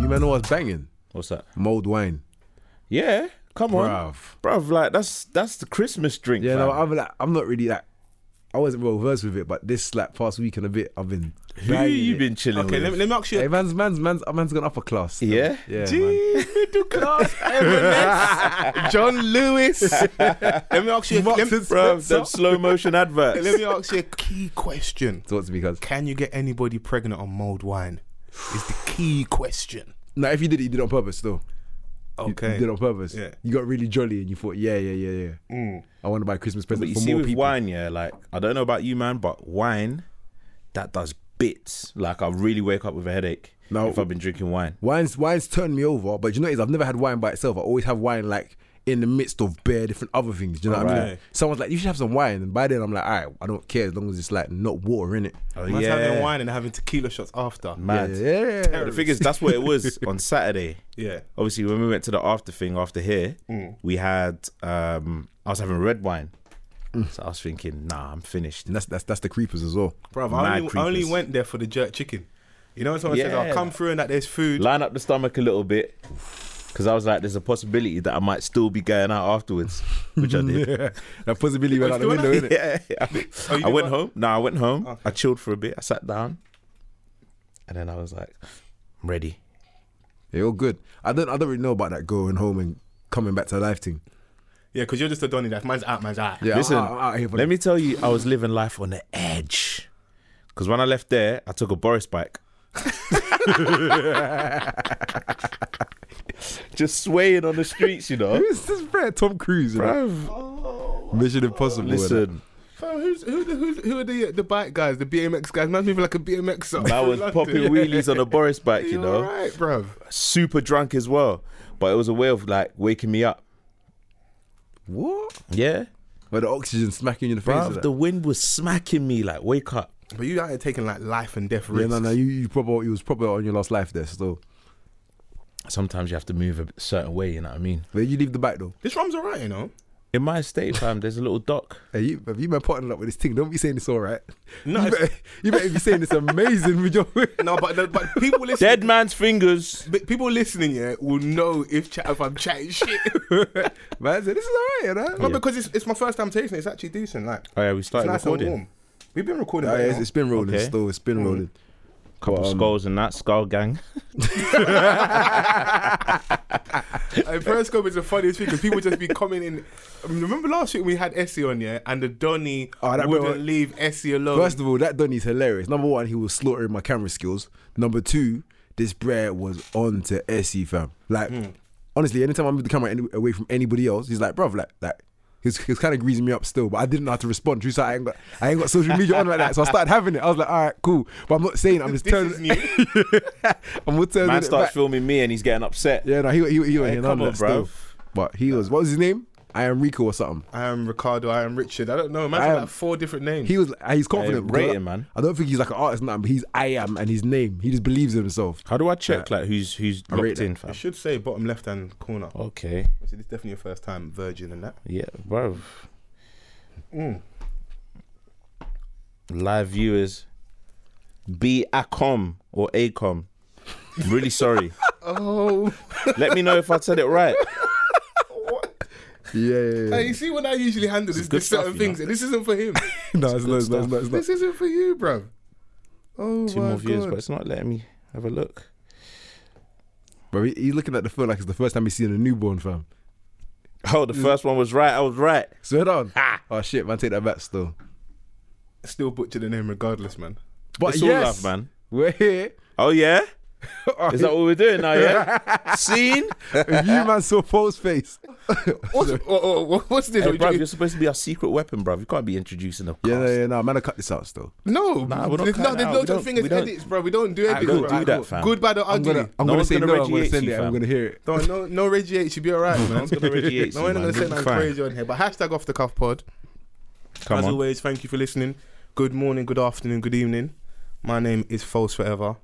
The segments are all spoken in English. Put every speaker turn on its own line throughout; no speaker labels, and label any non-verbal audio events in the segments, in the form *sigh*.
You man know what's banging?
What's that?
Mulled wine.
Yeah, come on,
Bruv.
bruv. Like that's that's the Christmas drink.
Yeah, no,
fam.
I'm like, I'm not really like, I wasn't well versed with it, but this like past week and a bit, I've been.
who you been chilling
Okay,
with?
let me, let me ask you.
Hey, man's man's man's man's gone upper class. still.
Yeah?
yeah.
Gee,
man.
*laughs* middle class M&S, John Lewis. *laughs* let me ask you. Let me,
bruv, them slow motion adverts.
let me ask you a key question.
So it's because
Can you get anybody pregnant on mulled wine? Is the key question.
now if you did it, you did it on purpose though. You-
Okay.
You did it on purpose.
Yeah.
You got really jolly and you thought, yeah, yeah, yeah, yeah. I want to buy a Christmas present
But you
for
see
more
with
people.
wine, yeah, like I don't know about you, man, but wine that does bits. Like I really wake up with a headache
No.
if I've been drinking wine.
Wine's wine's turned me over, but you know what it is I've never had wine by itself. I always have wine like in the midst of bare different other things. Do you know what I mean?
Right.
Someone's like, you should have some wine, and by then I'm like, all right, I don't care as long as it's like not water in it.
Oh,
Man's having
yeah,
wine and having tequila shots after.
mad.
Yeah, yeah, yeah, yeah.
The thing is, that's what it was on Saturday.
Yeah.
Obviously, when we went to the after thing after here, we had. um I was having red wine, so I was thinking, nah, I'm finished.
And that's that's that's the creepers as well.
Bruv,
Mad
I only, I only
creepers.
went there for the jerk chicken. You know when someone says,
Yeah.
I'll come through and that there's food.
Line up the stomach a little bit. Because I was like, there's a possibility that I might still be going out afterwards, which
*laughs*
I did.
*laughs* that possibility went out the
Still
window, innit?
*laughs* yeah.
you
I went
did what?
home. No, I went home. I chilled for a bit. I sat down, and then I was like, "I'm ready."
Yeah, all good. I don't I don't really know about that going home and coming back to life thing.
Yeah, because you're just a Donny. That man's out, man's out.
Yeah,
Listen,
I'm, out- I'm out here for
let
the-
me tell you, I was living life on the edge. Because when I left there, I took a Boris bike. *laughs* Just swaying on the streets, you know.
Who's *laughs* this friend? Tom Cruise, you know? Mission Impossible. innit?
Listen,
Fam, who's, who, the- who's, who are the, the bike guys, the BMX guys? Man's moving like a BMX. *laughs* up
I
through
was
London.
popping
Yeah.
wheelies on a Boris bike, you
You're
know.
right, bruv.
Super drunk as well, but it was a way of like waking me up.
what?
Yeah,
Where the oxygen smacking you in the face?
Bruv,
of that.
the wind was smacking me like, wake up.
But you out here taking like life and death
yeah,
risks.
no, no, you, you probably you was probably on your last life there still.
Sometimes you have to move a certain way, you know what I mean?
Where you leave the bike though?
This rum's alright, you know.
In my estate, fam, there's a little dock.
Hey, you, have you been partnering up with this thing? Don't be saying it's all right.
No,
you
it's-
better, you better be saying it's amazing with your. *laughs*
No, but the, but people *laughs* listening,
*laughs* Dead man's fingers.
but people listening, yeah, will know if chat if I'm chatting *laughs* shit.
Man, I said, this is all right, you know?
No, because it's, it's my first time tasting. it. It's actually decent. Like
Oh yeah, we
it's
started
nice
recording.
and warm. We've been recording.
Nah,
right
it's-
now.
it's been rolling
Okay.
still. It's
Mm.
been rolling.
Couple
But, um,
skulls and that skull
*laughs*
gang.
Uh, Periscope is the funniest thing because people just be commenting. I mean, remember last week we had Essie on, yeah, and the Donny
Oh, that
wouldn't
bro-
leave Essie alone.
First of all, that Donny's hilarious. Number one, he was slaughtering my camera skills. Number two, this bread was on to SE fam. Like,
Mm.
honestly, anytime I move the camera any- away from anybody else, he's like, bruv, like, like. He's, he's kind of greasing me up still, but I didn't know how to respond. True, so I ain't got I ain't got social media on like that, so I started having it. I was like, all right, cool, but I'm not saying it, I'm just
This
turning.
is new.
I'm just turning
Man
it
starts
back.
filming me and he's getting upset.
Yeah, no, he he he, he
Hey,
none
come
of
on,
that
bro.
still. But he was what was his name? I am Rico or something.
*laughs* I am Ricardo. I am Richard. I don't
I
know. Imagine
am-
like four different names.
He was he's confident. because
rate
I-
him, man.
I don't think he's like an artist now, but he's I am and his name. He just believes in
*laughs*
himself.
How do I check like who's who's
rate
locked
that.
in,
I
fam?
should say bottom left hand corner.
Okay.
Obviously, this is definitely your first time virgin and that.
Yeah, bro. Live viewers. Be Acom or Acom. I'm really sorry.
Oh,
Let me know if I said it right.
Yeah, yeah, yeah. *laughs*
you see when I usually handle this,
good
this certain
stuff, you
things. This isn't *laughs* for him.
no, it's not, it's not, it's not, it's not.
*laughs*
this isn't for you, bro. Oh
Two
my
more views,
God.
but it's not letting me have a look.
But he, he's looking at the phone like it's the first time he's seen a newborn, fam.
Oh, the first one was right. I was right.
So head on. Oh shit, man, take that back still.
Still butchered the name regardless, man.
But
It's all
Uh, yes,
love, man.
We're here.
Oh yeah. Is that what we're doing now? Yeah. Scene.
if
*laughs*
you man saw Paul's face.
What's, *laughs* oh, oh, what- what's this?
Hey,
Would
bruv,
you-
you're supposed to be our secret weapon, bruv. You can't be introducing a cast.
Yeah, no, yeah, no, man, I cut this out still.
no,
Nah, we're not
there's
cutting
no,
out.
there's
We
no
don't-
such thing as
we don't-
edits, bro. We don't do
don't
edits. bro.
do
Alright,
that,
cool.
fam.
Good, bad, or
I'm
ugly.
gonna, I'm
No
gonna
one's
say
gonna
no. I'm gonna
radiate
send
you,
it. I'm
fam.
gonna hear it.
Don't- no, no radiate. You'll be
*laughs*
all right, man.
gonna radiate
*laughs* no
you,
one
man.
gonna
You'll
say
be
nothing
fine.
crazy on here. But hashtag off the cuff pod.
Come
As
on.
always, thank you for listening. Good morning, good afternoon, good evening. My name is False Forever.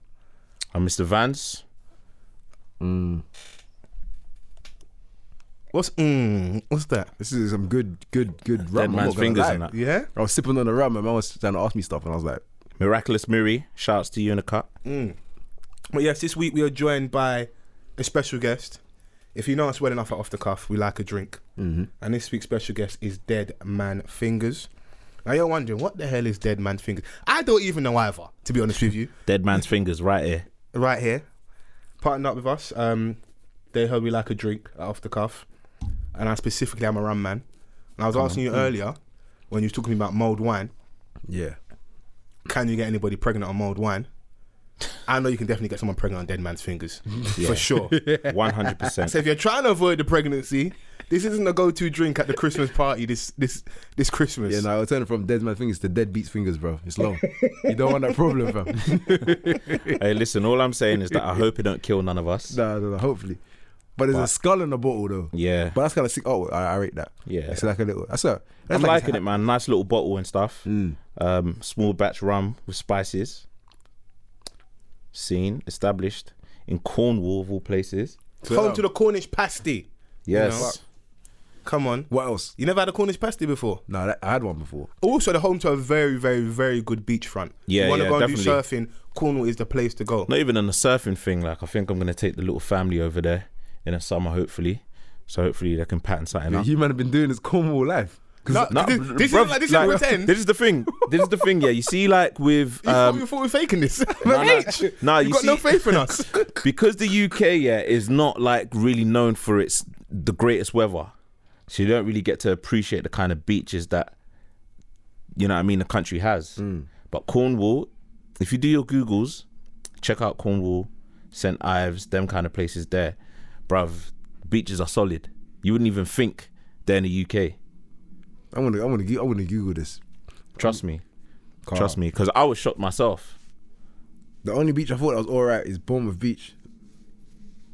I'm Mr. Vance.
What's mm, what's that?
This is some good, good, good rum. I'm
Dead
not
man's
gonna
fingers
lie.
and that.
Yeah.
I was sipping on the rum, and man was trying to ask me stuff, and I was like,
Miraculous Miri. Shouts to you in the cut.
But yes, this week we are joined by a special guest. If you know us well enough at Off the Cuff, we like a drink. Mm-hmm. And this week's special guest is Dead Man Fingers. Now you're wondering, what the hell is Dead Man Fingers? I don't even know either, to be honest with you.
Dead man's fingers right here.
Right here, partnered up with us. Um, they heard we like a drink at Off the Cuff. And I specifically am a rum man. And I was asking you earlier, when you was talking about mulled wine,
Yeah.
can you get anybody pregnant on mulled wine? I know you can definitely get someone pregnant on Dead Man's Fingers, for sure.
*laughs* One hundred percent.
So if you're trying to avoid the pregnancy, this isn't a go-to drink at the Christmas party this this this Christmas.
Yeah, no, I'll turn it from dead man fingers to dead beats fingers, bro. It's *laughs* long. you don't want that problem, *laughs* fam.
Hey, listen. All I'm saying is that
*laughs*
I hope it don't kill none of us.
nah, nah, nah, hopefully. But there's a skull in the bottle, though.
Yeah.
But that's kind of sick. Oh, I, I rate that.
Yeah.
It's like a little. That's a. That's
I'm
like
liking it, man. Nice little bottle and stuff.
Mm.
Um, small batch rum with spices. Seen, established in Cornwall of all places.
Home to the Cornish pasty.
Yes.
Come on,
What else?
you never had a Cornish pasty before.
No, that, I had one before.
Also, the home to a very, very, very good beachfront.
Yeah,
you want to
yeah,
go and do
definitely.
surfing? Cornwall is the place to go.
Not even on the surfing thing. Like I think I'm gonna take the little family over there in the summer, hopefully. So hopefully they can pattern something up.
You man have been doing this Cornwall life. 'Cause
No,
Nah,
this,
br-
this
bruv,
is like this
like,
is pretend.
This is the thing. This is the thing. Yeah, you see, like
*laughs*
with
you, thought,
um,
you thought we were faking this? *laughs*
nah.
Mate,
Nah,
you
you
got no
see-
faith in
*laughs*
us.
because the UK yeah is not like really known for its the greatest weather, so you don't really get to appreciate the kind of beaches that you know what I mean the country has.
Mm.
But Cornwall, if you do your googles, check out Cornwall, St Ives, them kind of places there, bruv. Beaches are solid. You wouldn't even think they're in the UK.
I want to. I want to. I want to Google this.
Trust me, trust me, because I was shocked myself.
The only beach I thought that was all right is Bournemouth Beach.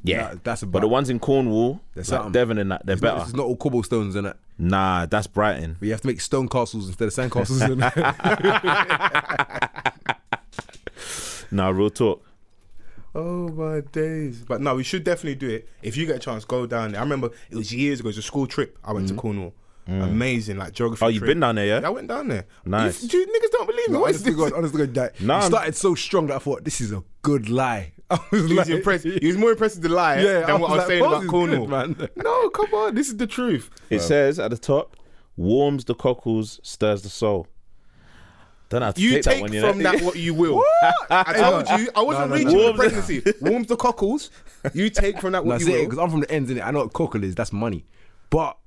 Yeah,
That- that's a
but the
bu-
ones in Cornwall, like
something.
Devon and that, they're
It's
better.
Not, it's not all cobblestones in it.
nah, that's Brighton.
But you have to make stone castles instead of sand castles. *laughs* in
*laughs*
it.
Nah, real talk.
Oh my days! But no, we should definitely do it. If you get a chance, go down there. I remember it was years ago. It was a school trip. I went to Cornwall. Amazing, like geography.
Mm. Oh, you've
trip.
been down there, yeah?
I went down there.
Nice.
You, dude, niggas don't believe me. what is
honestly,
this?
God, honestly, God, that
Nah,
it
I'm-
started so strong that I thought this is a good lie. *laughs* I was
He
like, *laughs*
was impressed. He was more impressed with the lie
Yeah,
than
I
what I was
was like,
saying
Bose
about
is
Cornwall.
good,
*laughs*
man.
No, come on, this is the truth.
It says at the top, warms the cockles, stirs the soul. Don't have to
You
take,
take,
that one, you know.
from that what you will. I told you, I wasn't
No, no,
reaching
no.
for pregnancy. Warms the cockles. You take from that what
That's
you
it,
will.
because I'm from the ends in it. I know what cockle is. That's money. But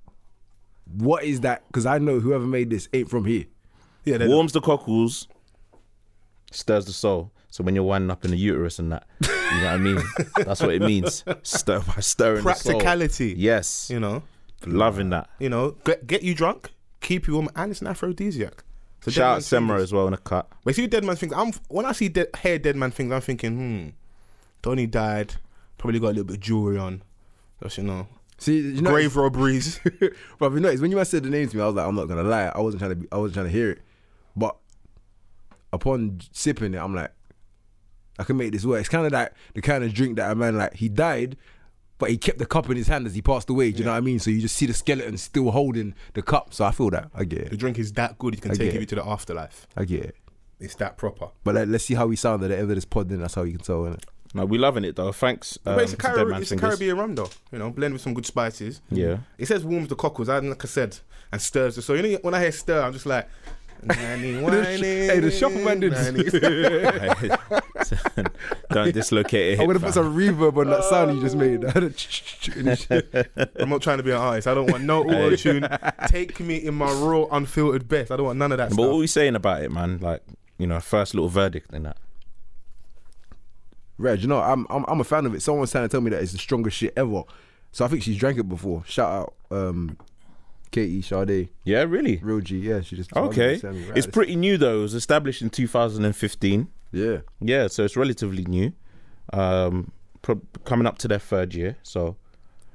what is that? Because I know whoever made this ain't from here.
Yeah,
*laughs*
they're-
warms the cockles, stirs the soul. So when you're winding up in the uterus and that, you know what I
*laughs*
mean? That's what it means. Stir by stirring the soul.
practicality.
Yes.
you know,
Loving that.
you know, get, get you drunk, keep you warm, and it's an aphrodisiac. So
Shout out
Dead Man's
Semra as well in a cut.
When you see dead man things, I'm when I see dead, hair dead man things, I'm thinking, hmm, Donny died, probably got a little bit of jewelry on, just you know,
See, you know,
grave robberies. *laughs*
*laughs* But you know, when you man said the name to me, I was like, I'm not gonna lie. I wasn't trying to be. I wasn't trying to hear it. But upon sipping it, I'm like, I can make this work. It's kind of like the kind of drink that a man like he died, but he kept the cup in his hand as he passed away. Do you know what I mean? So you just see the skeleton still holding the cup. So I feel that. I get
the
it.
drink is that good, you can take
get
you
it.
to the afterlife.
I get it.
It's that proper.
But like, let's see how we sound at the end of this pod. Then that's how you can tell. Innit?
No, we loving it though. Thanks. Um,
but it's, a
to Dead
Cari-
Man's
it's a
Fingers.
Caribbean rum though, you know, blend with some good spices. *laughs*
Yeah. *laughs*
It says warms the cockles, and like I said, and stirs the. So you know, when I hear stir, I'm just like. hey,
the shuffle man did this.
Don't dislocate it.
I'm gonna
fam.
put some reverb on that sound you just made. *laughs* And it's-
I'm not trying to be an artist. I don't want no auto tune. Take me in my raw, unfiltered best. I don't want none of that
But
stuff.
what were you saying about it, man? Like, you know, first little verdict in that.
Reg, you know, I'm, I'm I'm a fan of it. Someone's trying to tell me that it's the strongest shit ever. So I think she's drank it before. Shout out um Katie Sade,
Yeah, really.
Real G. Yeah, she just
Okay.
sent me, right?
It's pretty new though. It was established in 2015.
Yeah.
Yeah, so it's relatively new. Um prob coming up to their third year. So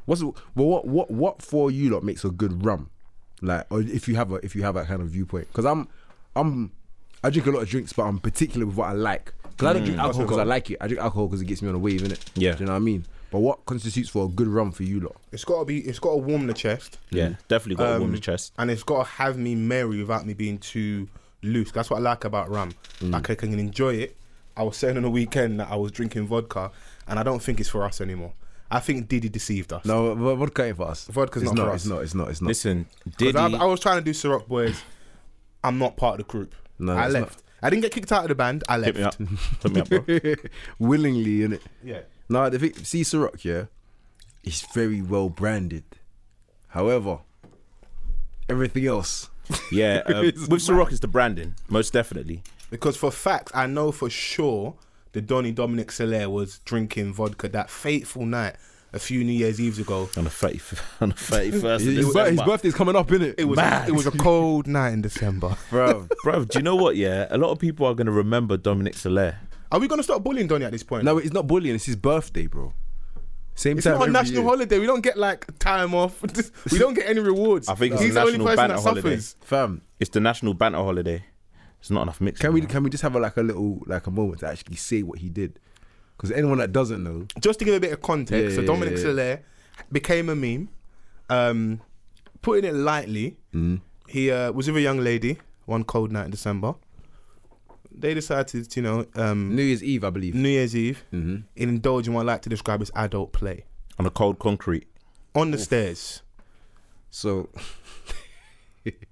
What's well what what what for you lot makes a good rum? Like or if you have a if you have that kind of viewpoint. Because I'm I'm I drink a lot of drinks, but I'm particular with what I like. Because I don't drink alcohol because I like it. I drink alcohol because it gets me on a wave, innit?
Yeah.
Do you know what I mean? But what constitutes for a good rum for you lot?
It's gotta be. It's gotta warm the chest,
yeah, definitely got a warm
Um,
the chest.
and it's gotta have
Mm.
me merry without me being too loose. That's what I like about rum. Like I can enjoy it, I was saying on the weekend that I was drinking vodka, and I don't think it's for us anymore. I think Diddy deceived us.
No, v- vodka ain't for us.
Vodka's
it's
not for us.
It's not. It's not. It's not.
Listen,
'Cause
Diddy.
I, I was trying to do Ciroc Boys. I'm not part of the group.
No,
I
it's
left. I didn't get kicked out of the band. I
Hit me
left.
up. Hit me up, bro.
*laughs* Willingly, innit?
Yeah.
No, the thing, see, Ciroc, yeah, it's very well branded. However, everything else,
Yeah, um,
It's
with Ciroc, it's the branding, most definitely.
Because for facts, I know for sure the Donny Dominic Soler was drinking vodka that fateful night a few New Year's Eves ago.
On the 30th, *laughs* on the 31st of
his, his,
December.
his birthday's coming up, innit?
It was *laughs*
Mad.
it was a cold night
*laughs*
in December.
bro.
Bro, do you know what? Yeah, a lot of people are going to remember Dominic Soler.
Are we gonna stop bullying Donny at this point?
No, it's not bullying. It's his birthday, bro. Same
It's
time.
not a
every
national
year.
holiday. We don't get like time off. *laughs* we don't get any
*laughs*
rewards.
I think it's
He's
a
the only
national
person
banner
that
holiday.
suffers.
Fam,
It's the national banter holiday. It's not enough mixing.
can we
man.
can we just have a, like a little like a moment to actually say what he did? Because anyone that doesn't know,
just to give a bit of context,
Yeah,
so
yeah,
Dominic
yeah, yeah.
Soler became a meme. Um, putting it lightly, he uh, was with a young lady one cold night in December. They decided, you know, um,
New Year's Eve, I believe.
New Year's Eve,
Mhm.
indulge in what I like to describe as adult play
on the cold concrete?
on the stairs.
So, *laughs*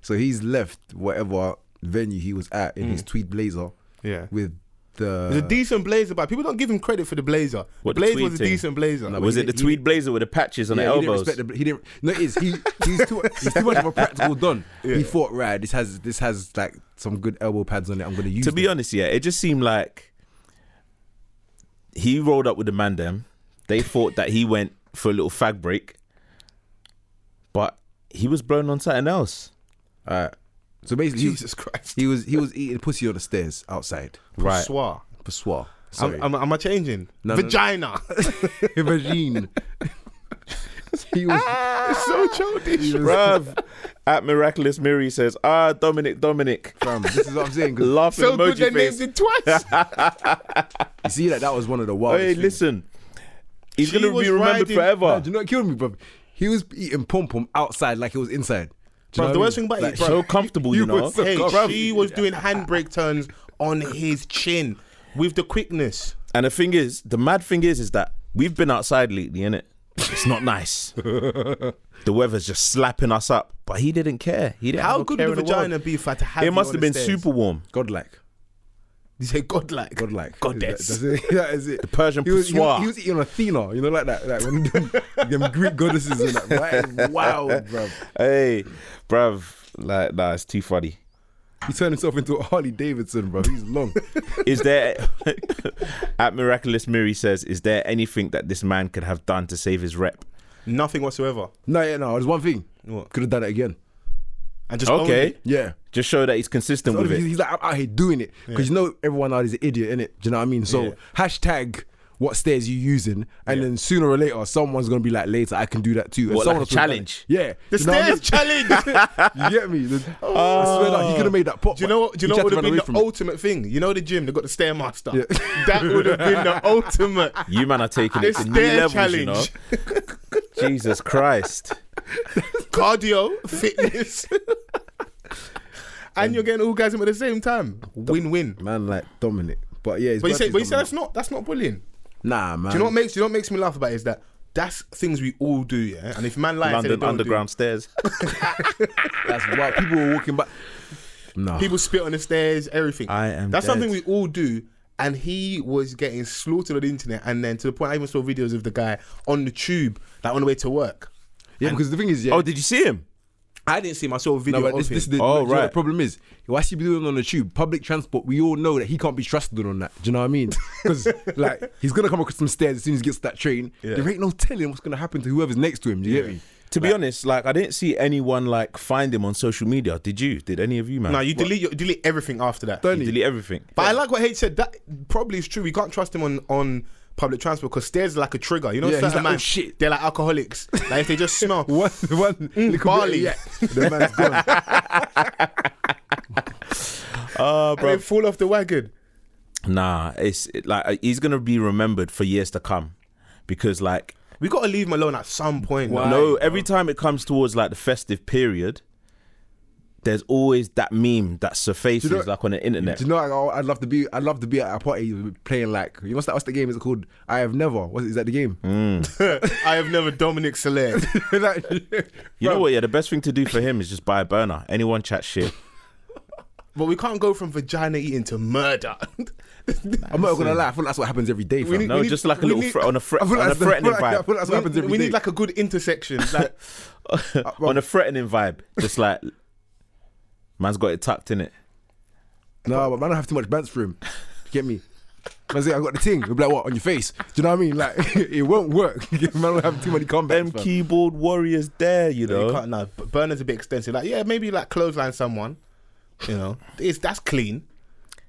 so he's left whatever venue he was at in his tweed blazer
Yeah.
with
It was
the
a decent blazer, but people don't give him credit for the blazer.
Uh. What, the
blazer
tweed
was a
thing?
decent blazer. *laughs*
No, but
Was
he
it the
didn't- he
tweed blazer with the patches on
yeah,
the
he didn't
elbows?
respect the, he didn't. No, it is he. He's too. He's too much of a practical don. He thought, right, this has this has like some good elbow pads on it. I'm gonna use.
to be
them.
honest, yeah, it just seemed like he rolled up with the man them. They thought that he went for a little fag break, but he was blown on something else.
All right. So basically, he was-
Jesus Christ.
he was he was eating pussy on the stairs outside.
Right.
Soir.
Passoir.
Am,
Sorry.
am, am I changing?
No, no.
*laughs* Vagina.
Vagine. *laughs* he was.
it's so childish.
Bruv, *laughs* at Miraculous Miri says, ah, Dominic, Dominic,
Fam, um, this is what I'm saying. 'cause
laughing
So good they
emoji
named
face.
it *laughs* twice.
You see that that was one of the wildest.
Hey,
things.
listen, he's
She
gonna
was
be remembered
riding-
Nah,
forever.
do you know what killed me, bro? He was eating pom pom outside like it was inside. Do you
Bruv,
know
the
what I
worst
mean?
thing about
Like,
it,
So
bro, *laughs*
comfortable, you,
you
know.
were so
hey,
bruv.
she was doing handbrake turns on his chin with the quickness.
And the thing is, the mad thing is, is that we've been outside lately, innit? It's not
*laughs*
nice. the weather's just slapping us up, but he didn't care. He didn't. have
How
no
good
care
would the
in the world.
vagina be for her to have
It
you
must
on
have
the
been
stairs? *laughs*
super warm.
godlike,
He said godlike.
godlike,
Goddess.
That- That's it. *laughs* That is it. The
Persian
he was, he, was,
pissoir.
he was eating Athena, you know, like that, like one of them, *laughs* them Greek goddesses and that. That is wild, bro.
Hey, bruv, like, nah, it's too funny.
He turned himself into a Harley Davidson, bro. He's long. *laughs*
Is there *laughs* at Miraculous Miri says, is there anything that this man could have done to save his rep?
Nothing whatsoever.
no, yeah, no. There's one thing.
What?
Could have done it again.
And just owned
Okay,
it.
Yeah.
just show that he's consistent
So
with
he's,
it.
he's like, I'm out here doing it. Because you know everyone out is an idiot, innit? Do you know what I mean? So
Yeah.
hashtag what stairs you using, and
Yeah.
then sooner or later someone's gonna be like, later I can do that too. And
What, like
someone
a
else would've done it.
challenge?
Yeah.
The
Do you know what I *laughs*
stairs challenge. *laughs*
mean? you get me? The- I swear that he could have made that pop.
Do you
but
know what? Do
he
you know
tried
what would
to run
have been
away
the
from it.
ultimate thing? You know the gym. They got the stairmaster.
Yeah.
That would have been the ultimate.
You man are taking
The
it to new
stair
levels,
challenge.
you know.
*laughs*
Jesus Christ.
Cardio, fitness. and you're getting orgasm at the same time. Win win.
Man like Dominic. But yeah, his
But you say,
birthday's
but you say
coming
that's not that's not bullying.
up. Nah man.
Do you know what makes do you know what makes me laugh about it is that that's things we all do, yeah. And if man lies,
London Underground stairs.
That's why people were walking back. Nah.
do, people spit on the stairs, everything.
I am
That's
dead.
something we all do. And he was getting slaughtered on the internet, and then to the point I even saw videos of the guy on the tube, like on the way to work.
yeah, because the thing is, yeah,
Oh, did you see him?
I didn't see him. I saw a video
No, but
of
this,
him.
this is the,
Oh,
do you know what
right.
the problem is. What's he be doing on the tube? Public transport, we all know that he can't be trusted on that. Do you know what I mean? Because, like, he's going to come across some stairs as soon as he gets to that train. There ain't no telling what's going to happen to whoever's next to him. Do you get me?
To be honest, like I didn't see anyone like find him on social media. Did you? Did any of you, man?
no, you delete your, delete everything after that.
Don't
You
he?
delete everything.
But I like what H said. That probably is true. We can't trust him on on public transport because stairs are like a trigger. You know,
Yeah, he's
certain
like,
man,
"Oh, shit."
they're like alcoholics. like if
*laughs*
they just smell,
One, one little
barley.
Bit, yeah, the man's gone.
Oh,
and they fall off the wagon.
Nah, it's it, like uh, he's gonna be remembered for years to come, because like
We gotta leave him alone at some point.
Why?
no, every time it comes towards like the festive period, there's always that meme that surfaces
Do you know-
like on the internet.
Do you know? Like, I'd love to be. I'd love to be at a party playing like. You know, what's that? What's the game? Is it called? I have never. What is that? The game.
*laughs* I have never Dominic Soler.
*laughs* Like,
You know what? Yeah, the best thing to do for him is just buy a burner. Anyone
*laughs*
chat shit.
but we can't go from vagina eating to murder. *laughs*
I'm not gonna lie. I feel like that's what happens every day.
We
fam.
need-
No, just like a
we
little
need-
thre- on a, thre-
I feel
on
like
a
that's the- *laughs*
threatening
I feel like- I
vibe.
feel like that's what happens
we
every
we
day.
need like a
*laughs*
good intersection. Like
*laughs* on a threatening vibe. Just like man's got it tucked in it.
No, but man, I don't have too much bants for him. You get me? Man, say I got the thing. He'll be like, what on your face? Do you know what I mean? Like, *laughs* it won't work. man, don't have too many
Them
combats. fam.
keyboard warriors there, you
you
know.
can't no, but burner's a bit extensive. Like yeah, maybe like clothesline someone. You know, it's that's clean.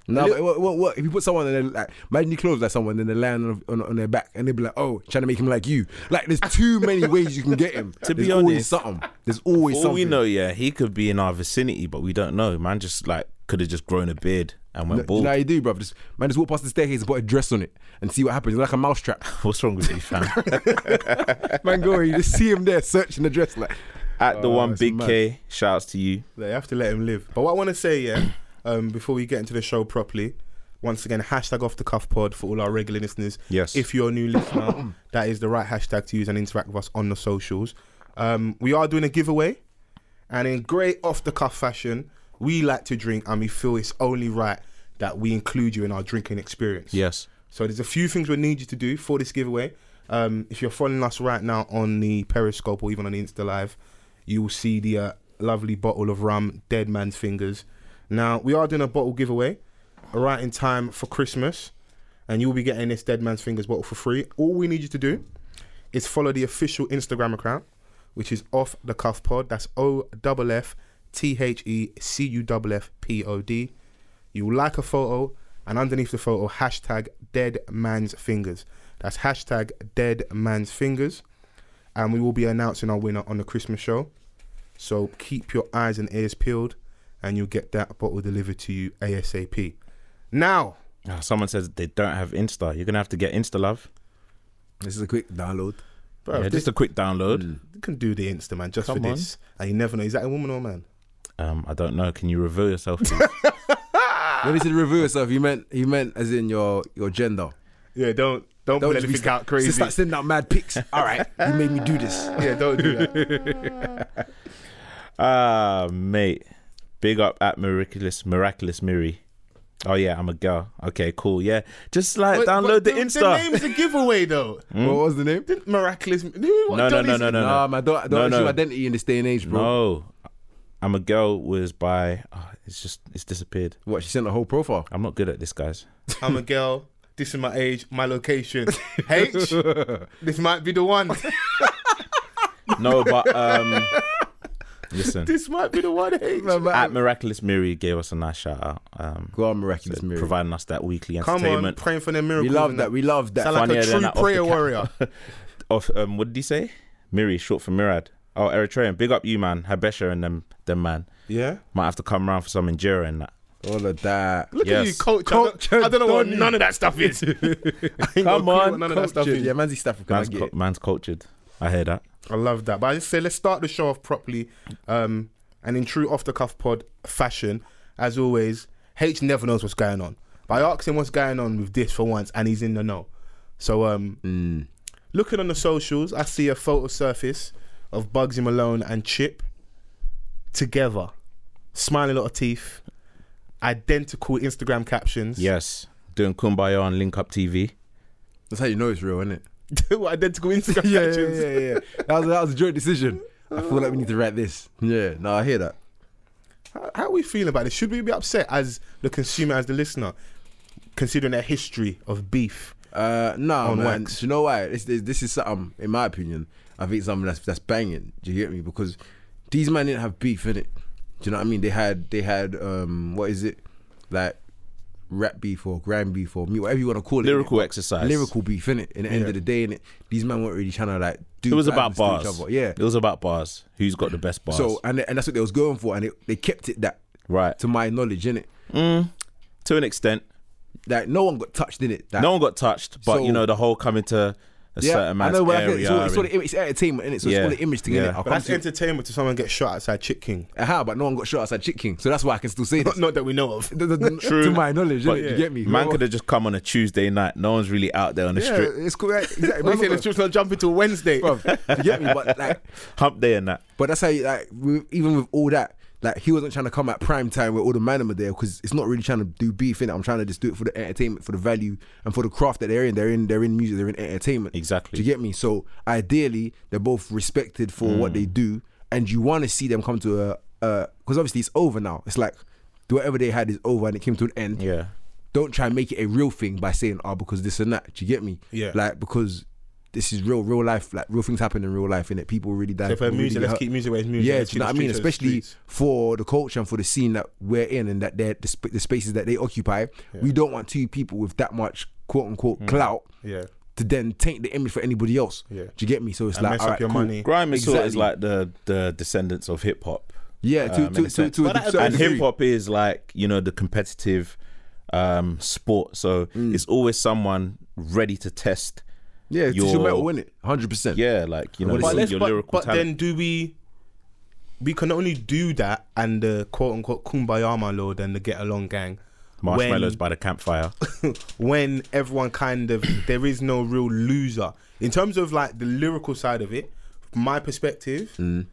No, but it won't, it won't work. If you put someone in, then, like, imagine you clothes like someone, then they land on, on, on their back, and they be like, oh, trying to make him like you. Like, there's too many ways you can get him.
*laughs* To be
there's always
honest,
something. There's always
All
something.
we know, yeah, he could be in our vicinity, but we don't know. Man, just like could have just grown a beard and went
You
bald.
know how you do, bruv. Just, man, just walk past the staircase and put a dress on it and see what happens. It's like a mousetrap.
*laughs*
*laughs*
What's wrong with you, *laughs* fam?
man, go, you just see him there searching the dress. Like,
At the
Oh,
one
it's
big
mad.
K, shouts to you.
They have to let him live. But what I want to say, yeah, *coughs* um, before we get into the show properly, once again, hashtag off the cuff pod for all our regular listeners.
Yes.
If you're a
*coughs*
new *coughs* listener, that is the right hashtag to use and interact with us on the socials. Um, we are doing a giveaway, and in great off the cuff fashion, we like to drink and we feel it's only right that we include you in our drinking experience.
Yes.
So there's a few things we need you to do for this giveaway. Um, if you're following us right now on the Periscope or even on the Insta Live, you will see the uh, lovely bottle of rum, Dead Man's Fingers. Now we are doing a bottle giveaway, right in time for Christmas, and you'll be getting this Dead Man's Fingers bottle for free. All we need you to do is follow the official Instagram account, which is off the cuff pod. That's O double F T H E C U double F P O D. You will like a photo, and underneath the photo, hashtag dead man's fingers. That's hashtag dead man's fingers. And we will be announcing our winner on the Christmas show. So keep your eyes and ears peeled, and you'll get that bottle delivered to you ASAP. Now,
Ah, Someone says they don't have Insta. You're gonna have to get Insta love.
this is a quick download.
bro,
yeah,
this,
just a quick download.
you can do the Insta, man, just
Come
for
on.
this. And you never know, is that a woman or a man?
Um, I don't know. Can you reveal yourself? please? *laughs*
When he said review yourself, you meant you meant as in your your gender.
Yeah, don't don't,
Don't
put
just be
anything out crazy.
Just start sending out mad
*laughs*
pics. All right, you made me do this.
yeah, don't do that.
Ah, mate. Big up at miraculous, miraculous Miri. Oh yeah, I'm a girl. Okay, cool. Yeah, just like
But-
*laughs* download
but
the,
The
Insta.
name's a giveaway, though.
What was the name?
Didn't miraculous? No,
no, no, no, no, no,
Nah,
no,
man, don't, don't
No,
assume
no.
identity in this day and age, bro.
no. I'm a girl was by. ah, it's just it's disappeared.
What? She sent a whole profile.
I'm not good at this, guys.
I'm a girl. This is my age, my *laughs* location. H, this might be the one.
No, but um, listen.
*laughs* This might be the one. *laughs* H.
At miraculous Miri gave us a nice shout out. Um,
Go on, miraculous miracle.
providing us that weekly
Come on,
entertainment.
praying for their miracle.
We love that. We love that.
Sound like
Funnier
a
than
true
that off
prayer
the cap.
warrior.
of um, what did he say? Miri, short for Murad. Oh, Eritrean. Big up you, man. Habesha and them, them man.
*laughs* yeah.
Might have to come around for some enduro and that.
All of that.
Look at
Yes.
you, coach.
Culture,
I don't, I don't know what
don't you?
none of that stuff is. *laughs* I ain't got a
Come
clue what
on,
none of that stuff
Cultured.
is.
Yeah, man's East African. I
Man's,
get
cu-
it.
man's cultured. I hear that.
I love that. But I just say let's start the show off properly. Um, and in true off the cuff pod fashion, as always, H never knows what's going on. But I asked him what's going on with this for once, and he's in the know. So um,
Mm.
looking on the socials, I see a photo surface of Bugsy Malone and Chip together, smiling a lot of teeth, identical Instagram captions.
Yes. Doing Kumbaya on Link Up TV.
That's how you know it's real, isn't it?
*laughs* identical
*laughs*
Instagram
yeah, yeah,
captions.
yeah, yeah. That was that was a joint decision. I feel like we need to write this. Yeah. No, I hear that.
How, how are we feeling about this? Should we be upset as the consumer, as the listener, considering their history of beef?
Uh, no,
On
man.
wax.
Do you know why? This, this this is something, in my opinion, I think something that's that's banging. Do you get me? Because these men didn't have beef in it. Do you know what I mean? They had they had um what is it like rap beef or grand beef or me whatever you want to call it.
Lyrical
innit?
exercise.
lyrical beef in it. In the end of the day, in it, these men weren't really trying to like do.
It was about
badness to each
bars.
other. Yeah.
It was about bars. Who's got the best bars?
So and and that's what they was going for, and they, they kept it that
right.
to my knowledge in it.
To an extent.
Like no one got touched in it. Like,
No one got touched, but
So-
you know, the whole coming to a
yeah,
certain
I
man's
know. Well,
area.
like, it's, all, it's, all
and-
the, im- it's entertainment, innit? So it's
Yeah,
all the image thing,
yeah.
innit? I'll
But
But
come
that's
to it.
entertainment to someone get shot outside Chit King.
How? But no one got shot outside Chick King, so that's why I can still say
*laughs* Not,
this.
not that we know *laughs* of.
*laughs* The- the- the-
True.
To my knowledge,
But
innit? you get me?
Man
Well,
could have just come on a Tuesday night. No one's really out there on the
Yeah,
strip.
it's cool. Right?
*laughs*
Exactly.
They
man's
say
not
the troops not jumping till Wednesday.
gonna- *laughs* bruv, you get me? But like,
Hump day and that.
but that's how. You, like, with, even with all that, like, he wasn't trying to come at prime time where all the man are there because it's not really trying to do beef in it. I'm trying to just do it for the entertainment, for the value, and for the craft that they're in. They're in. They're in music. They're in entertainment.
Exactly.
Do you get me? So ideally, they're both respected for what
Mm.
they do, and you want to see them come to a because obviously it's over now. It's like whatever they had is over, and it came to an end.
Yeah.
don't try and make it a real thing by saying oh because this and that. Do you get me?
Yeah.
Like because this is real, real life. Like real things happen in real life, innit? People really die.
So for
people really
music,
get
let's
hurt.
keep music where it's music.
Yeah,
Let's
do you know
keep
what I
the
mean?
streets where it's
Especially
streets.
for the culture and for the scene that we're in and that they're the, sp- the spaces that they occupy. We don't want two people with that much quote unquote clout
Yeah.
to then taint the image for anybody else.
Mm. Yeah.
Do you get me? So it's
And
like
mess
all
up
right,
your
cool.
money.
Grime is sort of
Exactly.
like the, the descendants of hip hop.
Yeah, to
um, in
to,
a
to,
sense.
to a
But that-
certain
and hip
degree.
hop is like you know the competitive um sport so it's always someone ready to test
Mm. Yeah, it's your
your-
metal, innit? Hundred percent.
yeah like you know
But
your,
But, let's,
your
but,
lyrical
but
talent
then do we? We can only do that and the quote unquote kumbaya my lord and the get along gang.
marshmallows
when-
by the campfire
*coughs* when everyone kind of *coughs* there is no real loser in terms of like the lyrical side of it. From my perspective,
Mm.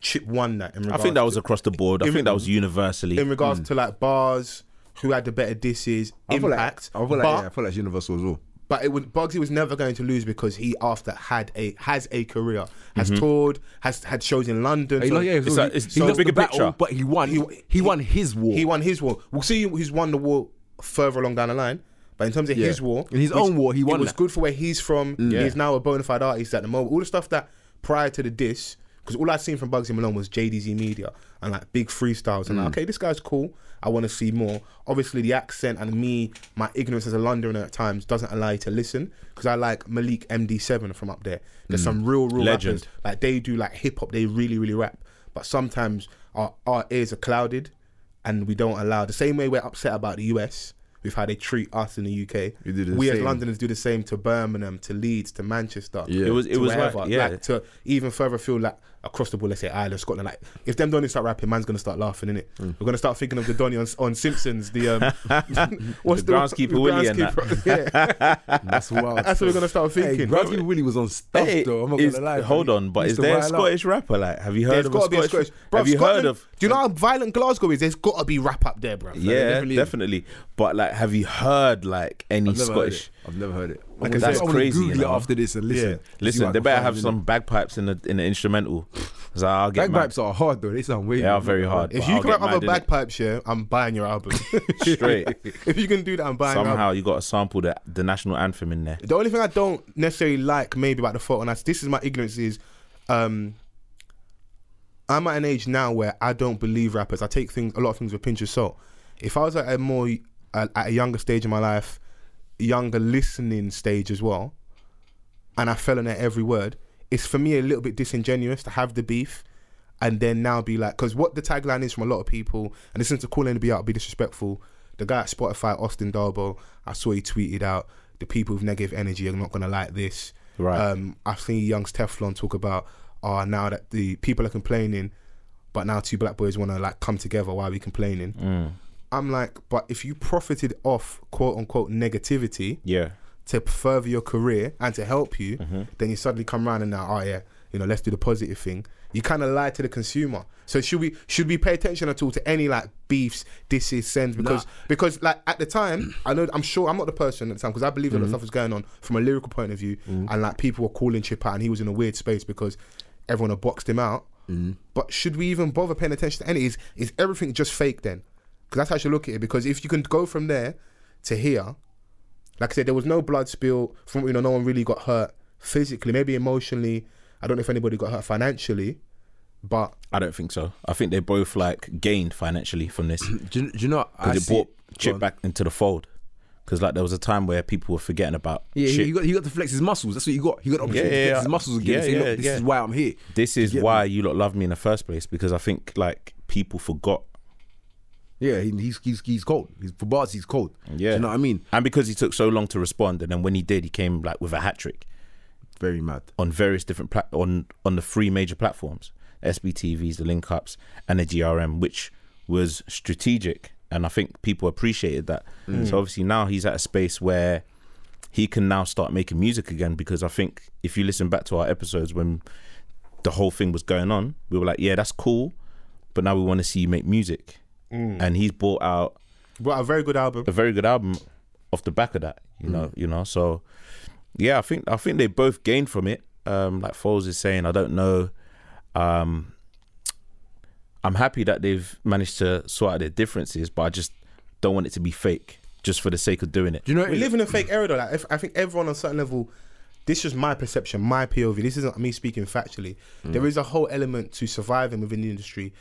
Chip won that. In
i
regards
think that was
to,
across the board i
in-
think that was universally
in regards to like bars, who had the better disses,
Mm. I feel like, I
impact.
feel like,
but,
yeah, I feel like it's universal as well.
but it was Bugsy was never going to lose because he after had a has a career, has
Mm-hmm.
toured, has had shows in London.
He
so
lost, yeah,
it's
so
like-
he,
it's-
he
so
lost
bigger
the battle,
picture.
but he won. He,
he-
won his war.
He won his war. We'll see who's won the war further along down the line. But in terms of
Yeah.
his war,
In his own war, he won
It was
that.
good for where he's from. He's now a bona fide artist at the moment. All the stuff that prior to the diss, because all I'd seen from Bugsy Malone was JDZ Media and like big freestyles. And like, okay, this guy's cool. I want to see more. Obviously, the accent and me, my ignorance as a Londoner at times doesn't allow you to listen because I like Malik MD7 from up there. There's some real, real
Legend.
rappers. Like they do like hip hop, they really, really rap. But sometimes our, our ears are clouded and we don't allow the same way we're upset about the US with how they treat us in the UK.
We do the
we as
same.
Londoners do the same to Birmingham, to Leeds, to Manchester.
Yeah.
it was it
to
was
wherever.
like, yeah
to even further feel like across the board, let's say Ireland, Scotland, like if them don't start rapping, man's gonna start laughing, innit?
Hmm.
We're gonna start thinking of the Donny on, on Simpsons, the
*laughs*
um *laughs* what's
The groundskeeper Willie and that.
groundskeeper- *laughs*
*laughs*
Yeah.
That's wild.
That's what we're gonna start
Hey,
thinking.
Bradley Willie was on stuff
Hey,
though. I'm not
is-
gonna lie.
hold
man.
on
He
but is
used to
there a
wild out.
Scottish rapper like have you heard
There's
of a
got to be a
Scottish,
Scottish. Bruv,
have you
Scotland-
heard of
Do you know how violent Glasgow is? There's got to be rap up there, bro.
yeah
definitely
definitely.
is.
but like have you heard like any
I've never heard
Scottish
it. I've never heard it.
I
I'm gonna-
said,
I'm gonna
crazy,
Google
you
it
know.
after this and listen. See
Yeah.
what I
listen
can
they better
find
have
in
some bagpipes in the in the instrumental so I'll
it.
get mad.
bagpipes are hard though. They sound weird.
They are very hard.
If
but
you
I'll
can
get
rap
mad,
up
innit?
a bagpipe share, I'm buying your album.
*laughs* straight
*laughs* if you can do that, I'm buying your album.
somehow you got to sample the, the national anthem in there.
The only thing I don't necessarily like maybe about the photo, and that's, this is my ignorance, is um, I'm at an age now where I don't believe rappers. I take things a lot of things with a pinch of salt. If I was at a more at a younger stage in my life, younger listening stage as well, and I fell on their every word, it's for me a little bit disingenuous to have the beef and then now be like, because what the tagline is from a lot of people, and this isn't to call anybody out, be disrespectful. The guy at Spotify, Austin Darbo, I saw he tweeted out, the people with negative energy are not going to like this.
Right.
Um, I've seen Young's Teflon talk about, oh, now that the people are complaining, but now two black boys want to like come together. Why are we complaining? I'm like, but if you profited off quote unquote negativity,
Yeah,
to further your career and to help you, then you suddenly come around and now, oh yeah, you know, let's do the positive thing. You kind of lie to the consumer. So should we should we pay attention at all to any like beefs, disses, sends? Because because like at the time, I know I'm sure I'm not the person at the time because I believe a lot of stuff was going on from a lyrical point of view, and like people were calling Chip out, and he was in a weird space because everyone had boxed him out. But should we even bother paying attention to any? Is is everything just fake then? Because that's how I should look at it. Because if you can go from there to here, like I said, there was no blood spill. From what we know, no one really got hurt physically, maybe emotionally. I don't know if anybody got hurt financially, but
I don't think so. I think they both like gained financially from this because
Do you, do you know? what I
it
see-
brought
Go
Chip
on.
back into the fold. Because like there was a time where people were forgetting about
Yeah, he,
Chip.
he got he got to flex his muscles. That's what he got. He got the opportunity
yeah,
to flex
yeah.
his muscles again.
Yeah,
and say,
yeah,
look, this
yeah.
is why I'm here.
this is
You get
why you lot loved me in the first place because I think like people forgot,
Yeah, he, he's he's he's cold. He's for bars. He's cold. Do
Yeah.
you know what I mean?
and because he took so long to respond, and then when he did, he came like with a hat trick.
Very mad.
on various different plat- on on the three major platforms SBTVs, the link ups, and the GRM, which was strategic, and I think people appreciated that. So obviously now he's at a space where he can now start making music again because I think if you listen back to our episodes when the whole thing was going on, we were like, yeah, that's cool, but now we want to see you make music, and he's brought out
But a very good album.
a very good album off the back of that. You
Mm.
know, you know. So yeah, I think I think they both gained from it. Um, like Foles is saying, I don't know. Um, I'm happy that they've managed to sort out their differences, but I just don't want it to be fake, just for the sake of doing it.
Do you know?
We live in a fake era though. Like, if, I think everyone on a certain level, this is my perception, my POV. This isn't me speaking factually. There is a whole element to surviving within the industry.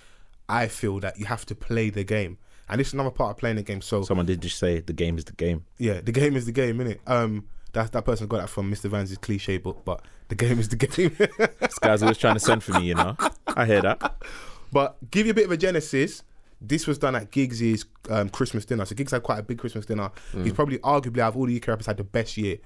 I feel that you have to play the game, and this is another part of playing the game. So
Someone did just say the game is the game.
yeah, the game is the game, innit? Um, that that person got that from Mr. Van's cliche book, but the game is the *laughs* game.
This guy's always trying to send for me, you know. I hear that.
But give you a bit of a genesis. This was done at Giggs's um, Christmas dinner. So Giggs had quite a big Christmas dinner.
Mm.
He's probably arguably out of all the UK rappers had the best year.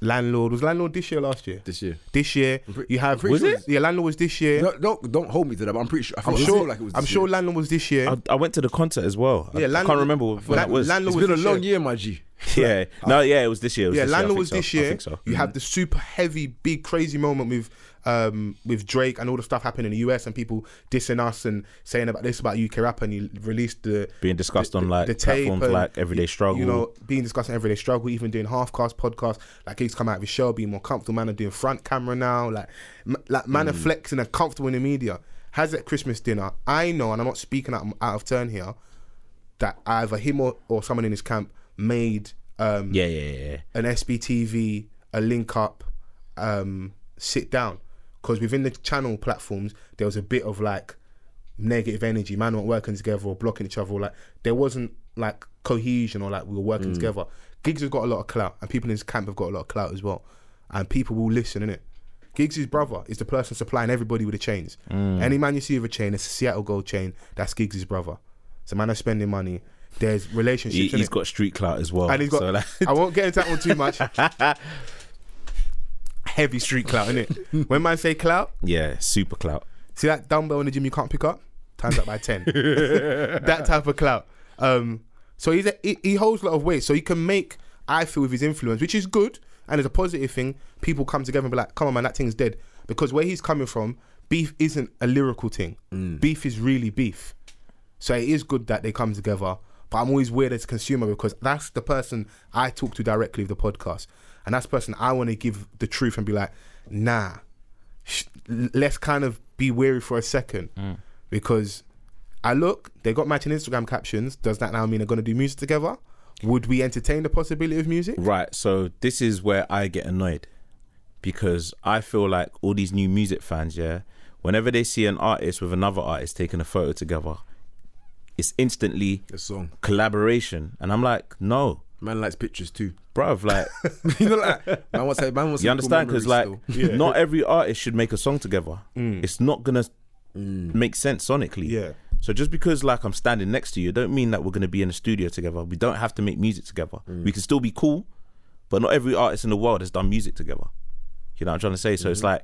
Landlord was Landlord this year, or last year,
This year.
this year.
pre-
You have
pretty Was sure it?
Yeah, Landlord was this year.
No, don't don't hold me to that. But I'm pretty sure. I
Eh? I'm
feel
sure.
Like it was
I'm
this
sure
year.
Landlord was this year.
I, I went to the concert as well. I,
Yeah,
I
Landlord-
can't remember when
Lan-
that was.
Landlord
It's
was
been a
this
long
year.
year, my G.
*laughs* yeah, no, yeah, it was this year. It was
Yeah,
this year, I
Landlord
think
was
so.
this
I
year.
think so. Mm.
You have the super heavy, big, crazy moment with um, with Drake and all the stuff happening in the US and people dissing us and saying about this about UK rap and he released the
being discussed
the-
on like
the tape
platforms
and,
like Everyday Struggle.
You know, being discussing everyday struggle, even doing half cast podcasts, like he's come out of his shell, being more comfortable, man, and doing front camera now, like m- like man
Mm.
are flexing and comfortable in the media. Has that Christmas dinner? I know, and I'm not speaking out, out of turn here, that either him or, or someone in his camp made um,
yeah, yeah, yeah, yeah.
an SBTV, a link up, um, sit down. Because within the channel platforms, there was a bit of like negative energy. Man, weren't working together or blocking each other. Or, like there wasn't like cohesion or like we were working together. Gigs has got a lot of clout, and people in his camp have got a lot of clout as well. And people will listen, innit? Giggs' brother is the person supplying everybody with the chains. Any man you see with a chain, it's a Seattle gold chain. That's Giggs' brother. So man, are spending money. There's relationships.
He,
innit?
has got street clout as well.
and he's got.
so, like, *laughs*
I won't get into that one too much. Heavy street clout, innit? when man say clout,
yeah, super clout.
see that dumbbell in the gym you can't pick up, times that
*laughs*
by ten. that type of clout. Um, so he's a, he, he holds a lot of weight, so he can make I feel with his influence, which is good and it's a positive thing. People come together and be like, "Come on, man, that thing's dead," because where he's coming from, beef isn't a lyrical thing.
Mm.
Beef is really beef. So it is good that they come together. But I'm always weird as a consumer because that's the person I talk to directly with the podcast. And that's the person I want to give the truth and be like, nah, sh- l- let's kind of be wary for a second.
Mm.
Because I look, they got matching Instagram captions. Does that now mean they're going to do music together? Would we entertain the possibility of music?
Right. So this is where I get annoyed because I feel like all these new music fans, yeah, whenever they see an artist with another artist taking a photo together, it's instantly
The song.
collaboration, and I'm like, no,
Man likes pictures too.
bruv, like.
you know, like man wants. to- Man wants. to recall
You understand? Because
memories
like,
still.
*laughs* not every artist should make a song together. It's not gonna make sense sonically.
Yeah.
So just because like I'm standing next to you, don't mean that we're gonna be in a studio together. We don't have to make music together. We can still be cool, but not every artist in the world has done music together. You know what I'm trying to say? So
Mm-hmm.
it's like,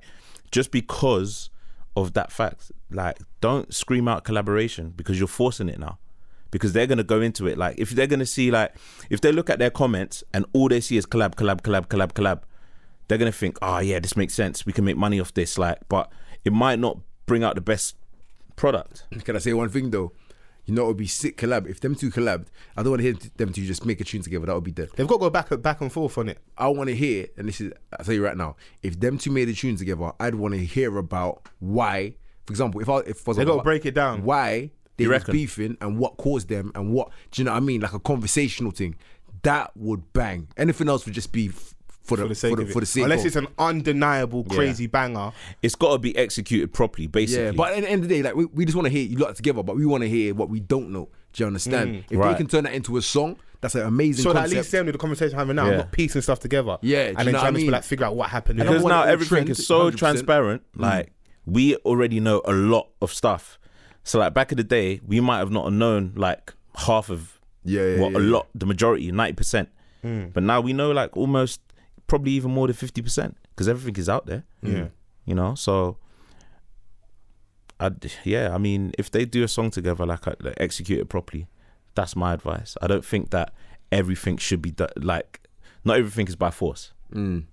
just because of that fact, like, don't scream out collaboration because you're forcing it now. Because they're gonna go into it like if they're gonna see like if they look at their comments and all they see is collab, collab, collab, collab, collab, they're gonna think, oh yeah, this makes sense. We can make money off this. Like, but it might not bring out the best product.
Can I say one thing though? You know, it would be sick collab. If them two collabed, I don't want to hear them two just make a tune together. That would be dead.
They've got to go back back and forth on it.
I want to hear, and this is, I'll tell you right now, if them two made a tune together, I'd want to hear about why, for example, if I, if for
They
example,
gotta break it down.
Why they
You
was
reckon?
beefing and what caused them and what, do you know what I mean? Like a conversational thing. That would bang. Anything else would just be f- for the,
For the sake
for the,
of it.
for the sake
Unless
of-
it's an undeniable crazy banger.
It's gotta be executed properly, basically.
yeah, but at the end of the day, like we, we just want to hear you lot together, but we want to hear what we don't know. Do you understand? if
Right.
they can turn that into a song, that's an amazing
Mm, So that at
concept.
least them with the conversation having now,
Yeah.
I'm not piecing stuff together.
Yeah, do you
and then
know what I
trying to
mean?
like figure out what happened.
And I
because
don't
now
want it all
everything
trend,
is so
100%.
transparent.
Mm.
Like we already know a lot of stuff. So like back in the day, we might have not known like half of
Yeah, yeah,
what a
yeah, Mm. yeah.
lot, the majority, ninety percent. But now we know like almost probably even more than fifty percent because everything is out there.
Yeah.
you know. So, I yeah, I mean, if they do a song together, like, I, like execute it properly, that's my advice. I don't think that everything should be done. Like, not everything is by force.
Mm.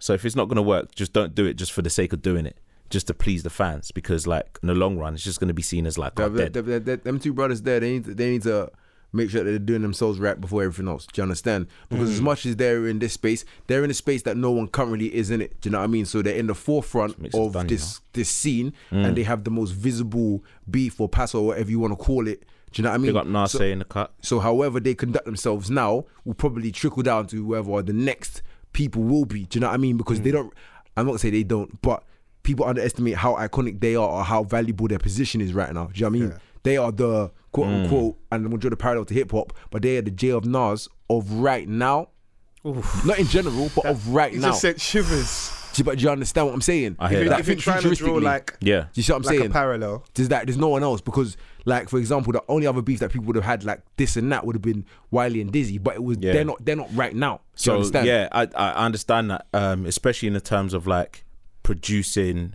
So if it's not gonna work, just don't do it just for the sake of doing it, just to please the fans. Because like in the long run, it's just gonna be seen as like oh,
That- that-
dead.
that- that- them two brothers there, they need to, they need to make sure that they're doing themselves right before everything else. Do you understand? Because
Mm-hmm.
as much as they're in this space, they're in a space that no one currently is in it. Do you know what I mean? So they're in the forefront
Makes it
of
fun, you Mm.
this this scene, and they have the most visible beef or pass or whatever you want to call it. Do you know what I mean?
Big up Nase
So-
in the cut.
So, however they conduct themselves now will probably trickle down to whoever the next people will be. Do you know what I mean? Because they
Hmm.
don't. I'm not gonna say they don't, but people underestimate how iconic they are or how valuable their position is right now. Do you know what I mean? They are the quote
Hmm.
unquote, and we'll draw the parallel to hip hop, but they are the J of Nas of right now. Not in general, but of right
He
now.
just sent shivers.
Do you- but do you understand what I'm saying?
I
Do
hear
If,
that.
you- if you're trying to draw
futuristically-
like
Yeah,
you see what I'm
like
saying?
a parallel,
There's like there's no one else because like for example the only other beef that people would have had like this and that would have been Wiley and Dizzy, but it was
Yeah.
they're not they're not right now. Do you
so
understand?
yeah, I I understand that, um, especially in the terms of like producing.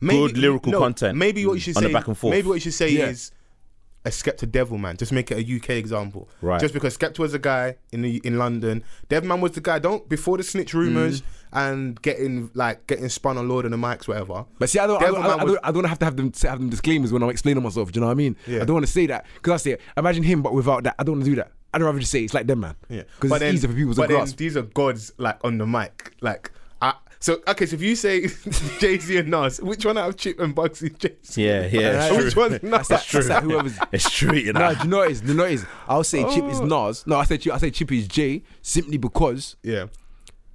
Good lyrical content
Maybe what you should
on
say.
the back and forth.
Maybe what you should say
Yeah.
is a Skepta Devil man. Just make it a UK example.
Right.
Just because Skepta was a guy in the, in London, Devman was the guy. Don't before the snitch rumors
Mm.
and getting like getting spun on Lord and the mics, whatever.
But see, I don't, I don't, I
Devilman
don't, I
was-
don't, I don't have to have them have them disclaimers when I'm explaining myself. Do you know what I mean?
Yeah.
I don't want to say that because I say, imagine him, but without that, I don't want to do that. I'd rather just say it's like them, man.
Yeah,
because it's easier for people to
but then *laughs*
grasp.
these are gods like on the mic, like. I, so okay, so if you say *laughs* Jay Z and Nas, which one out of Chip and Bugsy Jay Z?
Yeah, yeah,
Alright.
it's
Which
true.
one's Nas?
That's like, that's like whoever's.
It's true, you know.
No, do you know what it is? Do you know what it is? I'll say Chip is Nas. No, I said Chip, I said Chip is Jay simply because
Yeah.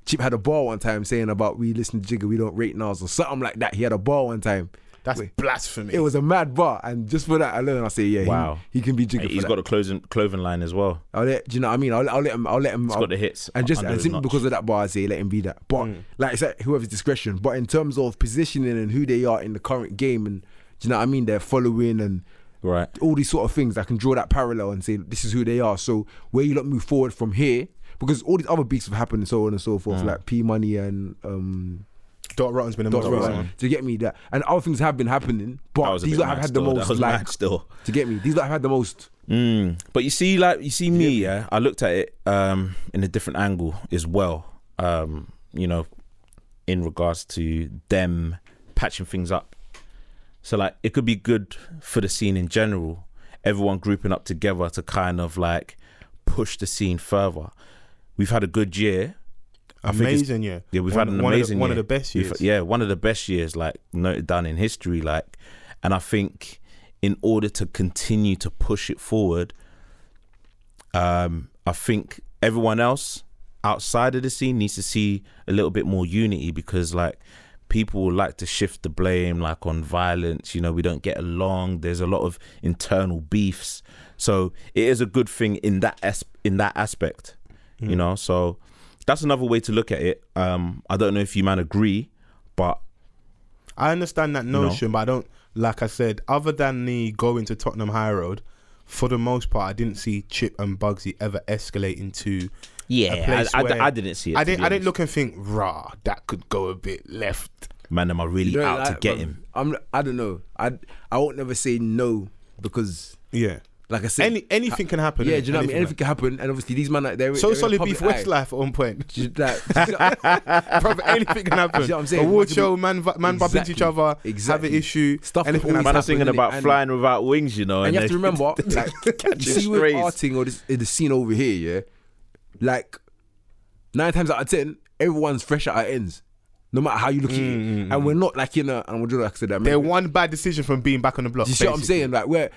Chip had a bar one time saying about we listen to Jigga, we don't rate Nas or something like that. He had a bar one time.
That's
Wait.
blasphemy.
It was a mad bar, and just for that alone, I say, yeah, wow,
Wow.
he, can be jiggy.
He's
for
got
that.
a clothing clothing line as well.
I'll let, do you know what I mean? I'll, I'll let him. I'll let him.
He's
I'll-
got the hits
and just
under
and
his
simply
notch.
because of that bar, I say let him be that. But like it's like whoever's discretion. But in terms of positioning and who they are in the current game, and do you know what I mean? They're following and
Right.
all these sort of things. I can draw that parallel and say this is who they are. So where you lot move forward from here, because all these other beats have happened and so on and so
Mm.
forth, like P Money and um
Dot Rotten's been a
Dot
Dot
Row. To get me that, and other things have been happening, but
was a
these
bit
lot have
mad
had the
still. That
most
was
like.
mad still.
To get me, these lot have had the most.
Mm. But you see, like you see me, yeah. I looked at it um, in a different angle as well. Um, you know, in regards to them patching things up. So like, it could be good for the scene in general. Everyone grouping up together to kind of like push the scene further. We've had a good year. I think it's-
Amazing year.
Yeah, we've had
One-
an
one of the-
amazing
one of
year.
the best
We've-
years.
yeah, one of the best years, like noted down in history. Like, and I think in order to continue to push it forward, um, I think everyone else outside of the scene needs to see a little bit more unity because like people would like to shift the blame like on violence you know we don't get along there's a lot of internal beefs so it is a good thing in that as- in that aspect
Mm.
you know so that's another way to look at it um i don't know if you man agree but
I understand that notion, but I don't. Like I said, other than the going to Tottenham High Road, for the most part, I didn't see Chip and Bugsy ever escalating to. a
yeah
place
I, I d-
where-
I didn't see it
I
to be
didn't. I
honest.
didn't look and think, rah, that could go a bit left.
man am i really
You know,
out
like,
to get
bruv,
him
I'm. I don't know. I. I won't never say no because,
Yeah.
like I said,
Any anything can happen.
yeah.
innit?
Do you know what I mean? Anything can happen, and obviously these man, like, they're
So
they're in
solid
public
beef
eye.
Westlife on
*laughs*
point.
Just like-
Brother, anything can
*laughs*
happen.
You know what I'm saying?
Award
Imagine-
show, man, vi- man bumping into each
Exactly.
other,
Exactly.
have an issue.
Stuff can
anything
always
man
can happen.
are
happening,
singing
innit?
about
And-
flying without wings you know
and you have to
they-
remember, like,
*laughs*
you see with
strays.
arting or this, the scene over here, yeah, like nine times out of ten, everyone's fresh at our ends, no matter how you look at it, and we're not like in a, and we're just like I said, that
Mm, They're one bad decision from being back on the block.
Do you see what I'm
basically.
saying? Like where,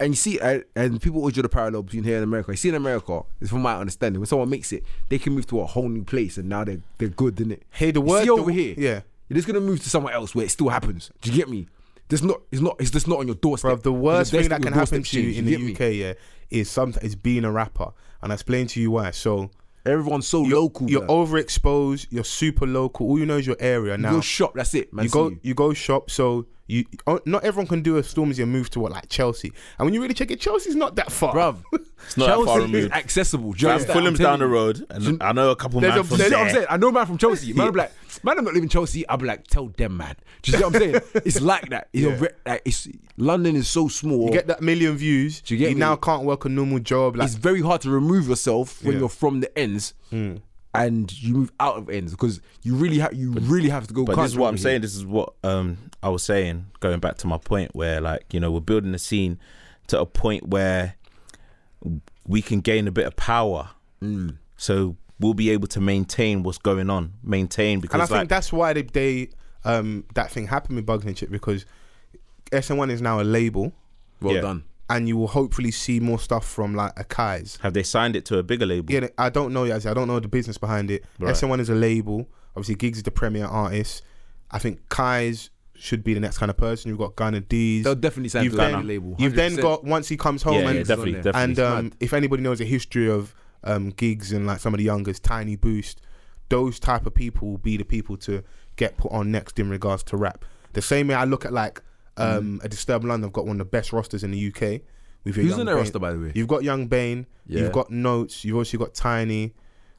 and you see, and, and people always draw the parallel between here and America. You see, in America, it's from my understanding, when someone makes it, they can move to a whole new place, and now they're they're good, innit?
Hey, the
You
word-
see
the-
over here,
yeah.
you're just gonna move to somewhere else where it still happens. Do you get me? There's not, it's not, it's just not on your doorstep.
Bro, the worst
There's
thing
no
that can
doorstep
happen to you
change,
in
get me?
the UK, yeah, is sometimes is being a rapper. And I explain to you why. So
Everyone's so local.
you're
man.
overexposed. You're super local. All you know is your area. Now
You go shop. That's it, man.
you go you go shop. So You oh, not everyone can do a Stormzy and move to what like Chelsea. And when you really check it, Chelsea's not that far.
Bruv,
It's not that far
Chelsea is
removed.
accessible. Do you
Fam,
understand?
Fulham's
I'm telling
down the
you.
road, and I know a couple
There's
man
a-
from
You
there's
know what I'm
there.
saying? I know man from Chelsea. Man, I'm like, man, I'm not leaving Chelsea. I'll be like, tell them, man. Do you see what I'm saying? It's like that. It's a
Yeah.
re- like, it's, London is so small.
You get that million views.
Do you
You,
get me?
now can't work a normal job. Like
it's very hard to remove yourself when
Yeah.
you're from the ends and you move out of ends because you really have you really have to go.
But
can't
this is what I'm
remove
saying. This is what um, I was saying, going back to my point where, like, you know, we're building a scene to a point where we can gain a bit of power.
Mm.
So we'll be able to maintain what's going on, maintain because,
And I
like,
think that's why they, they um, that thing happened with Bugs and Chip because SN1 is now a label,
Well
Yeah.
done.
and you will hopefully see more stuff from like Akai's.
have they signed it to a bigger label?
Yeah, I don't know, Yazzie. I don't know the business behind it.
Right.
SN1 is a label. Obviously, Gigs is the premier artist. I think Kai's should be the next kind of person. You've got Ghana D's.
They'll definitely sign
You've
to that
then-
label.
You've then
100%.
got once he comes home
Yeah,
and
yeah, definitely,
And,
definitely.
and um, if anybody knows the history of um, gigs and like some of the youngers, Tiny Boost, those type of people will be the people to get put on next in regards to rap. The same way I look at like
Mm.
um, a Disturbed London, I've got one of the best rosters in the UK. With your
who's
Young
on their
Bane.
roster by the way?
You've got Young Bane.
Yeah.
You've got Notes. You've also got Tiny.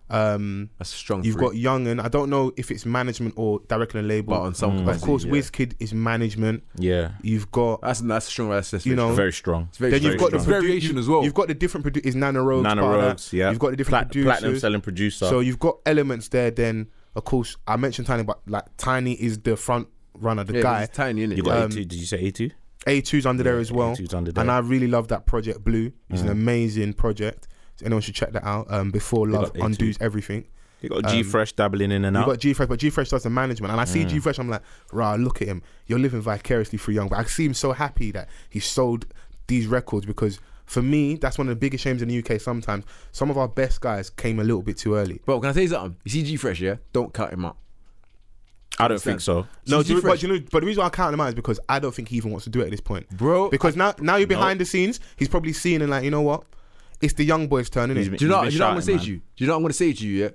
Um,
That's a strong.
you've
three.
got Young and I don't know if it's management or directly on label.
but on some
Mm.
of
capacity,
course,
yeah.
WizKid is management.
Yeah,
You've got
That's that's a strong. That's, that's very
You know,
strong.
very strong.
It's very
then
strong.
you've got the
It's
strong.
produ-
variation
you-
as well.
You've got the different produ- is Nano Rogues.
Nano
part of that.
Rogues, yeah.
You've got the
Plat-
different
platinum
producers.
selling producer.
So you've got elements there. Then of course I mentioned Tiny, but like Tiny is the front runner, the
yeah, 'cause
guy.
it's tiny in it.
you got
um,
A2. Did you say A2?
A2's under there as well.
A2's under there.
And I really love that project. Blue It's an amazing project. So anyone should check that out. Um, Before
Big
love
up A2.
undoes everything.
you got
Um,
G Fresh dabbling in and
You
out.
got G Fresh, but G Fresh does the management, and I see G Fresh. I'm like, rah, look at him. You're living vicariously through Young, but I see him so happy that he sold these records because for me, that's one of the biggest shames in the UK. Sometimes some of our best guys came a little bit too early.
Bro, can I tell you something? You see G Fresh, yeah? Don't cut him out.
I don't think so.
No,
G
do you-
Fresh-
but you know, but the reason why I count him out is because I don't think he even wants to do it at this point,
Bro,
Because now, now you're behind the scenes, he's probably seeing and like, you know what? It's the young boys' turn,
He's
innit?
been-
Do you know?
been
Do you know what I'm gonna say
shouting,
to you? Do you know what I'm gonna say to you? Yeah,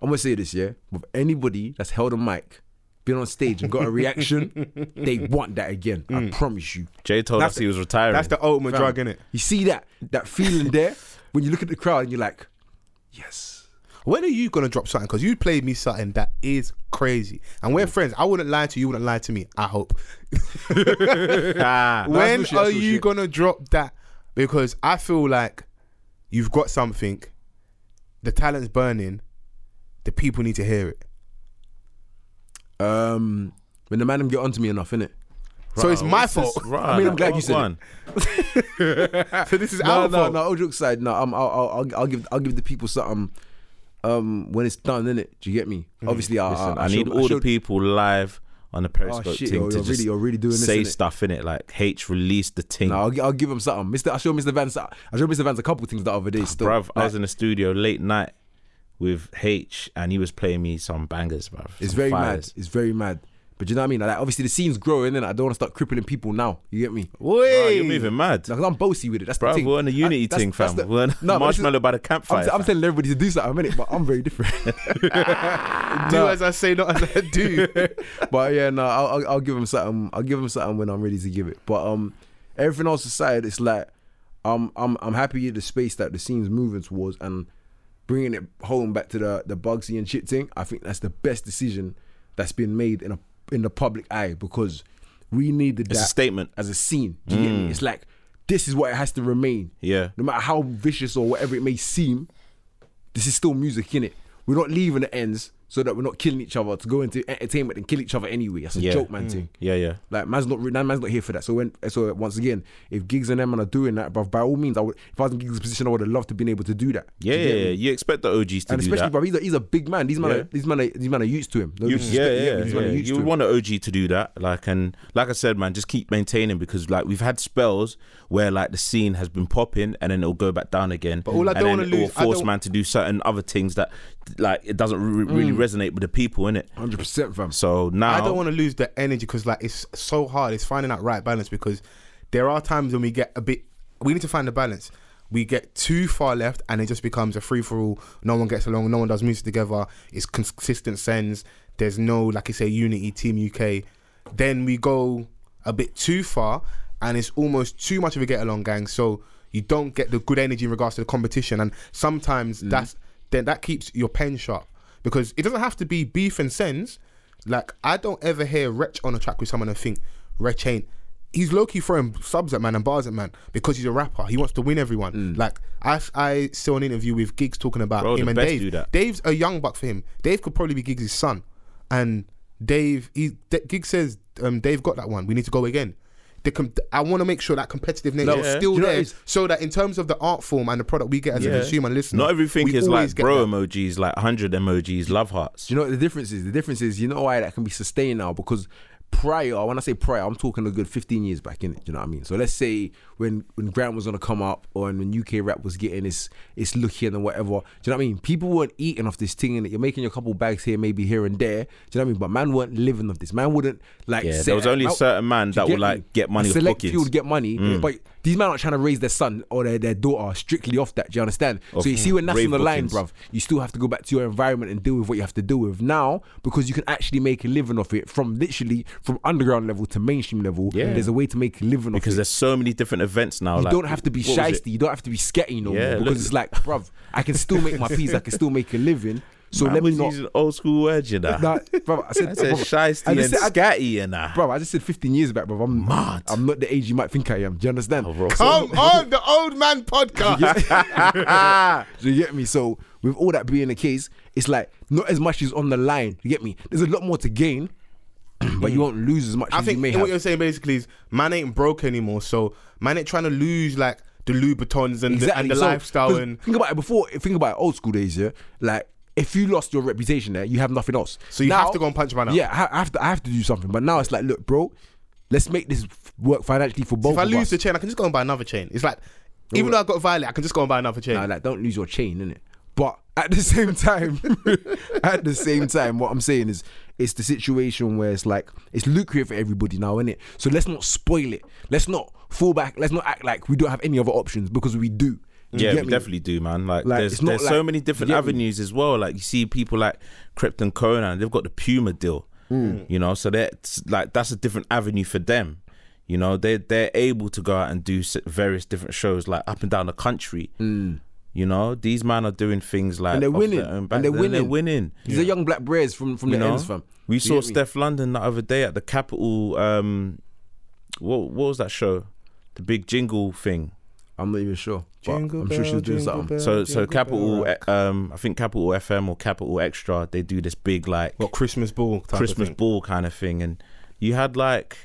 I'm gonna say this. Yeah, with anybody that's held a mic, been on stage and got a reaction, they want that again. I promise you.
Jay told
That's
us
the-
he was retiring.
That's the ultimate
Fam,
drug, innit?
You see that that feeling there when you look at the crowd and you're like, yes.
When are you gonna drop something? Because you played me something that is crazy, and we're friends. I wouldn't lie to you. You wouldn't lie to me. I hope.
*laughs*
*laughs*
Ah,
that's real shit,
when are
that's real
you
shit.
gonna drop that? Because I feel like you've got something. The talent's burning. The people need to hear it.
Um, when the man them get onto me enough, innit?
so it's my
what's this?
fault.
Right,
I mean, I'm glad you said it.
one.
*laughs* so this is
No,
our
no,
fault.
no. All jokes aside, no. I'm, I'll, I'll, I'll- I'll give, I'll give the people something. Um, when it's done, innit? Do you get me? Obviously, I,
Listen,
Uh, I,
I,
showed-
need
I
all the
showed-
people live on the Periscope
Oh, shit,
thing
yo,
to
you're
just
really- you're really doing this,
say
innit?
stuff in it. Like H released the ting.
No, I'll, gi- I'll give him something. Mr. I showed Mr. Vance. I showed Mr. Vance a couple things the other day. Still,
bruv, I
Like,
was in the studio late night with H, and he was playing me some bangers, bruv.
It's
some
very mad.
fires.
It's very mad. But do you know what I mean? Like, obviously the scene's growing, and I don't want to start crippling people now. You get me?
Bruh,
Wait.
you're moving mad.
Like, 'cause I'm bossy with it. That's the
Bruv,
thing.
we're on a unity
That's-
thing,
that's
fam.
the-
we're on
*laughs* No, but this is-
marshmallow by the
I'm,
campfire.
t- I'm
fam.
telling everybody to do something, minute, but I'm very
*laughs*
different.
Do as I say, not as I
*laughs*
do.
but yeah, no, I'll, I'll, I'll give him something. I'll give him something when I'm ready to give it. But um, everything else aside, it's like I'm I'm I'm happy with the space that the scene's moving towards and bringing it home back to the the Bugsy and shit thing. I think that's the best decision that's been made in a in the public eye because we needed
it's a
that
statement.
as a scene. Do you get me? It's like this is what it has to remain.
Mm. Yeah.
No matter how vicious or whatever it may seem, this is still music, innit? We're not leaving the ends so that we're not killing each other to go into entertainment and kill each other anyway. That's a
Yeah. Mm.
joke, man. Thing.
Yeah, yeah.
Like man's not re- man's not here for that. So when so once again, if gigs and them man are doing that, bruv, by all means, I would. If I was in gigs' position, I would have loved to been able to do that. Do
Yeah,
you
yeah,
get
yeah.
me?
You expect the OGs to
And
do
especially,
that.
bruv, he's a, he's a big man. These man,
Yeah.
are, these man, are, these man are used to him. No
You- yeah,
disrespect,
yeah,
These
yeah.
man are used
You
to
would
him.
want an OG to do that, like, and like I said, man, just keep maintaining because, like, we've had spells where like the scene has been popping and then it'll go back down again. But
all I
and then
don't wanna
it will
lose- I
force
don't-
man to do certain other things that, like, it doesn't re- really resonate with the people in it.
Hundred percent, fam.
So now,
I don't want to lose the energy because like it's so hard. It's finding that right balance because there are times when we get a bit. We need to find the balance. We get too far left, and it just becomes a free for all. No one gets along. No one does music together. It's consistent sense. There's no like you say unity. Team UK. Then we go a bit too far, and it's almost too much of a get along, gang. So you don't get the good energy in regards to the competition, and sometimes that's then that keeps your pen sharp because it doesn't have to be beef and sense. Like I don't ever hear Wretch on a track with someone and think Wretch ain't. He's low key throwing subs at man and bars at man because he's a rapper. He wants to win everyone. Like I, I saw an interview with Gigs talking about
Mm. Bro,
him
the
and
best
Dave.
do that.
Dave's a young buck for him. Dave could probably be Giggs' son, and Dave, he, D- Giggs says, um, Dave got that one. We need to go again. The com- I want to make sure that competitive nature is
Yeah.
still
You know what
there,
it is?
so that in terms of the art form and the product we get as
Yeah.
a consumer and listener,
Not everything
we
is
always
like
get
bro
that.
emojis, like hundred emojis, love hearts.
Do you know what the difference is? The difference is, you know why that can be sustained now because prior, when I say prior, I'm talking a good 15 years back in it. You know what I mean? So let's say when when Grant was on the come up, or when UK rap was getting its its look here and whatever. Do you know what I mean? People weren't eating off this thing, and you're making a couple bags here, maybe here and there. Do you know what I mean? But man weren't living off this. Man wouldn't like.
Yeah,
say-
there was only a
out-
certain
Do
man
you
that would
me?
like get money
A
off Mm.
select few
bookings.
would get money, but these men aren't trying to raise their son or their, their daughter strictly off that. Do you understand? so you see when that's
rave
on the line,
bookings.
bruv, you still have to go back to your environment and deal with what you have to deal with now because you can actually make a living off it from literally from underground level to mainstream level.
Yeah.
There's a way to make a living off
Because
it.
there's so many different events now.
You
like,
don't have to be
what was it?
shysty. You don't have to be sketty no
Yeah,
more
look-
because it's like, bruv, I can still make my peas. I can still make a living. So
Man
let me
was
not.
using old school words, you know.
*laughs* Nah, bruv, I said,
I said
bruv,
shysty
I
and
just said-
scatty and that.
bruv, I just said 15 years back, bruv. I'm
Mad. Oh,
I'm not the age you might think I am. Do you understand?
Come on, the old man podcast.
Do *laughs* you get me? So with all that being the case, it's like not as much is on the line. You get me? There's a lot more to gain, *clears throat* but you won't lose as much
I
as
think
you may
what
have.
you're saying basically is man ain't broke anymore, so man ain't trying to lose like the Louboutins and the, and the
So,
lifestyle
'cause
and
think about it before. Think about it, old school days. Yeah, like. If you lost your reputation there, you have nothing else.
So you have to go and punch man out.
Yeah, I I have to. I have to do something. But now it's like, look, bro, let's make this f- work financially for both
if I
of
lose
us.
the chain, I can just go and buy another chain. It's like, even though I got violent, I can just go and buy another chain.
Nah, like don't lose your chain, innit? But at the *laughs* same time, at the same time, what I'm saying is it's the situation where it's like it's lucrative for everybody now, innit? So let's not spoil it. Let's not fall back. Let's not act like we don't have any other options because we do. Do you
Yeah,
get
we
me?
definitely do, man. Like,
Like,
there's
it's not
there's
like-
so many different
you get me?
avenues as well. Like you see people like Krypton Conan, they've got the Puma deal.
Hmm.
You know, so that's like that's a different avenue for them. You know, they they're able to go out and do s- various different shows like up and down the country. You know, these man are doing things like
Hmm. And they're
off their
winning.
own
And
back.
they're winning.
They're winning.
These are young black brares from from
You
the
know,
ends, fam.
we
You
saw
get me?
Steph London the other day at the Capitol. Um, what what was that show? The big jingle thing.
I'm not even sure. But
Jingle
I'm sure she was
bell,
doing
jingle
something.
bell.
So so
Jingle
Capital
Bell Rock.
um I think Capital FM or Capital Extra they do this big like
What Christmas ball? Type
Christmas
Of thing.
ball kind of thing and you had like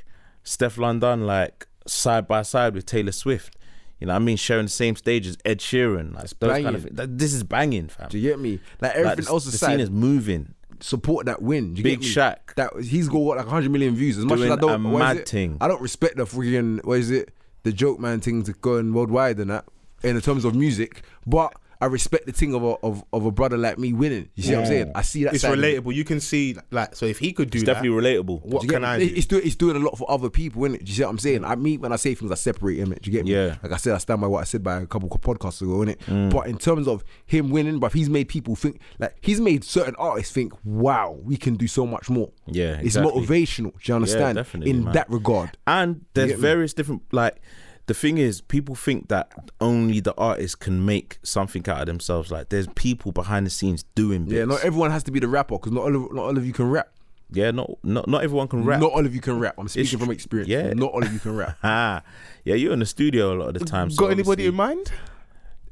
Steph London like side by side with Taylor Swift. You know what I mean sharing the same stage as Ed Sheeran like those kind
banging.
of thing. That- this is banging fam.
Do you get me? Like
Like,
everything
this-
else
the scene
aside,
is moving.
support that win. Do you
Big
get me?
Shaq.
That he's got what, like 100 million views. As much as I
Doing
don't,
a
what is
mad
it?
thing.
I don't respect the freaking what is it, the joke man thing to going worldwide and that in the terms of music, but. I respect the thing of a of, of a brother like me winning. You see what I'm saying? I see that.
It's
side of it.
relatable. You can see, like, so if he could do
It's
that,
definitely relatable.
what
Do you get
can
me?
I
It-
do?
It's doing it's doing a lot for other people, innit? Do you see what I'm saying? I mean, when I say things, I separate him. Do you get me?
Yeah. Mm.
Like I said, I stand by what I said by a couple of podcasts ago, innit? But in terms of him winning, but he's made people think like he's made certain artists think, wow, we can do so much more.
Yeah,
it's
exactly.
motivational. Do you understand?
definitely,
in
man.
that regard,
And there's
get me?
various different like the thing is people think that only the artist can make something out of themselves. Like there's people behind the scenes doing bits.
yeah. Not everyone has to be the rapper because not all of, not all of you can rap.
yeah, not not not everyone can rap.
Not all of you can rap. I'm speaking
It's tr-
from experience.
yeah.
Not all of you can
*laughs*
rap.
ah, yeah, you're in the studio a lot of the time. so
got anybody
obviously-
in mind?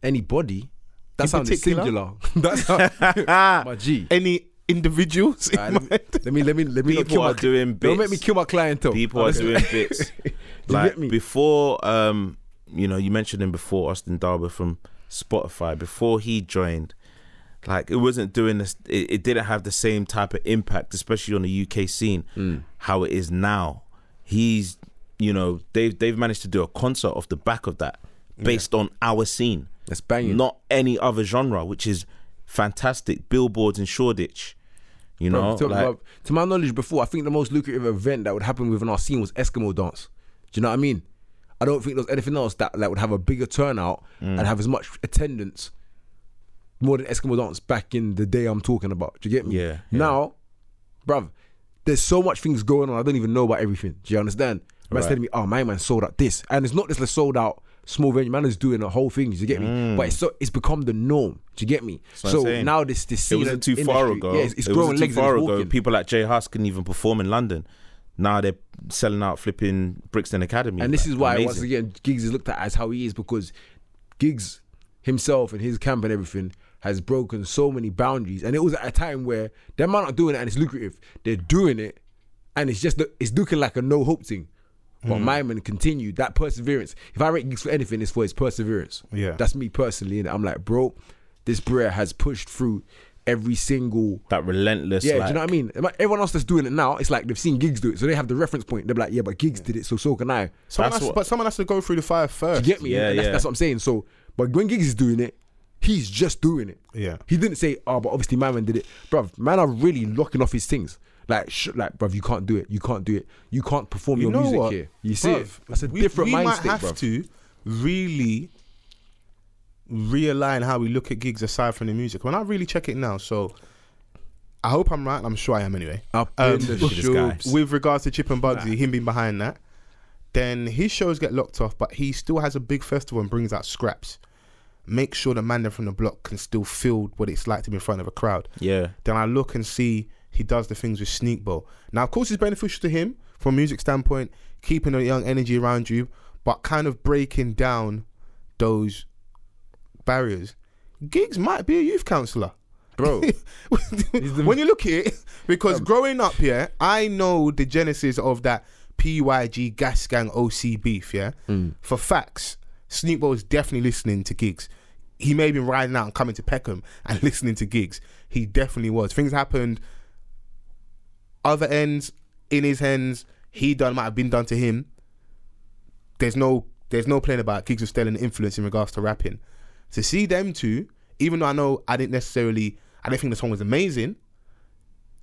Anybody. That
In
sounded
particular?
singular. *laughs* That's
*laughs*
how, *laughs* my G.
Any individuals in
Alright,
mind?
let, me, let me let me let me not
People
kill
are
my,
doing
Don't make
bits.
me kill my clientele.
People are
Honestly.
doing bits. like
get me?
before, um, you know, you mentioned him before, Austin Darber from Spotify. Before he joined, like it wasn't doing this. It, it didn't have the same type of impact, especially on the UK scene, how it is now. He's, you know, they've they've managed to do a concert off the back of that, based on our scene.
That's banging.
Not any other genre, which is fantastic. Billboards in Shoreditch. You
Bro,
know,
to,
like,
bro, to my knowledge, before I think the most lucrative event that would happen within our scene was Eskimo dance. Do you know what I mean? I don't think there was anything else that like would have a bigger turnout
Mm.
and have as much attendance more than Eskimo dance back in the day I'm talking about. Do you get me?
Yeah, yeah.
Now, bruv, there's so much things going on. I don't even know about everything. Do you understand? Man's telling me, oh, my man sold out this. And it's not just a sold out small venue. Man is doing a whole thing. You get me? But it's so it's become the norm. Do you get me?
Mm. what
so
I'm saying.
now this this
It
scene
wasn't too
and
far
industry-
ago.
Yeah, it's, it's
it
growing
wasn't
legs
too
and
far
it's
ago.
walking.
People like Jay Huss couldn't even perform in London. Now they're selling out flipping Brixton Academy.
And this
Like,
is why,
amazing.
once again, Giggs is looked at as how he is because Giggs himself and his camp and everything has broken so many boundaries. And it was at a time where they're not doing it and it's lucrative. They're doing it and it's just, it's looking like a no hope thing. But
Hmm.
my man continued that perseverance. If I rate Giggs for anything, it's for his perseverance.
Yeah.
That's me personally. And I'm like, bro, this Brer has pushed through every single
that relentless.
yeah,
like,
do you know what I mean? Like, Everyone else that's doing it now, it's like they've seen gigs do it, so they have the reference point. They're like, yeah, but gigs did it, so so can I.
Someone
That's
has,
what-
but someone has to go through the fire first.
You get me?
Yeah,
And that's,
yeah.
that's what I'm saying. So, but when gigs is doing it, he's just doing it.
Yeah.
He didn't say, oh, but obviously my man did it, bruv. Man, are really locking off his things. Like, sh- like, bruv, you can't do it. You can't do it. You can't perform
You
your
know
music
what?
here. You see it?
Bruv,
That's a
we,
different
we
mindset,
might have
bruv.
to really realign how we look at gigs aside from the music. When I really check it now, so I hope I'm right. and I'm sure I am anyway.
Up
Um,
in the
*laughs*
look at this guy.
shoes.
with regards to Chip and Bugsy, him being behind that, then his shows get locked off, but he still has a big festival and brings out scraps. Make sure the man there from the block can still feel what it's like to be in front of a crowd.
Yeah.
Then I look and see he does the things with Sneak Bowl. Now, of course, it's beneficial to him from a music standpoint, keeping a young energy around you, but kind of breaking down those barriers. Gigs might be a youth counselor. *laughs*
Bro,
when you look at it, because growing up, yeah, I know the genesis of that PYG gas gang OC beef, yeah. For facts, Snoop Dogg was definitely listening to gigs. He may have been riding out and coming to Peckham and *laughs* listening to gigs. He definitely was. Things happened other ends in his hands. He done might have been done to him. There's no there's no playing about Giggs was still an influence in regards to rapping. To see them two, even though I know I didn't necessarily I didn't think the song was amazing,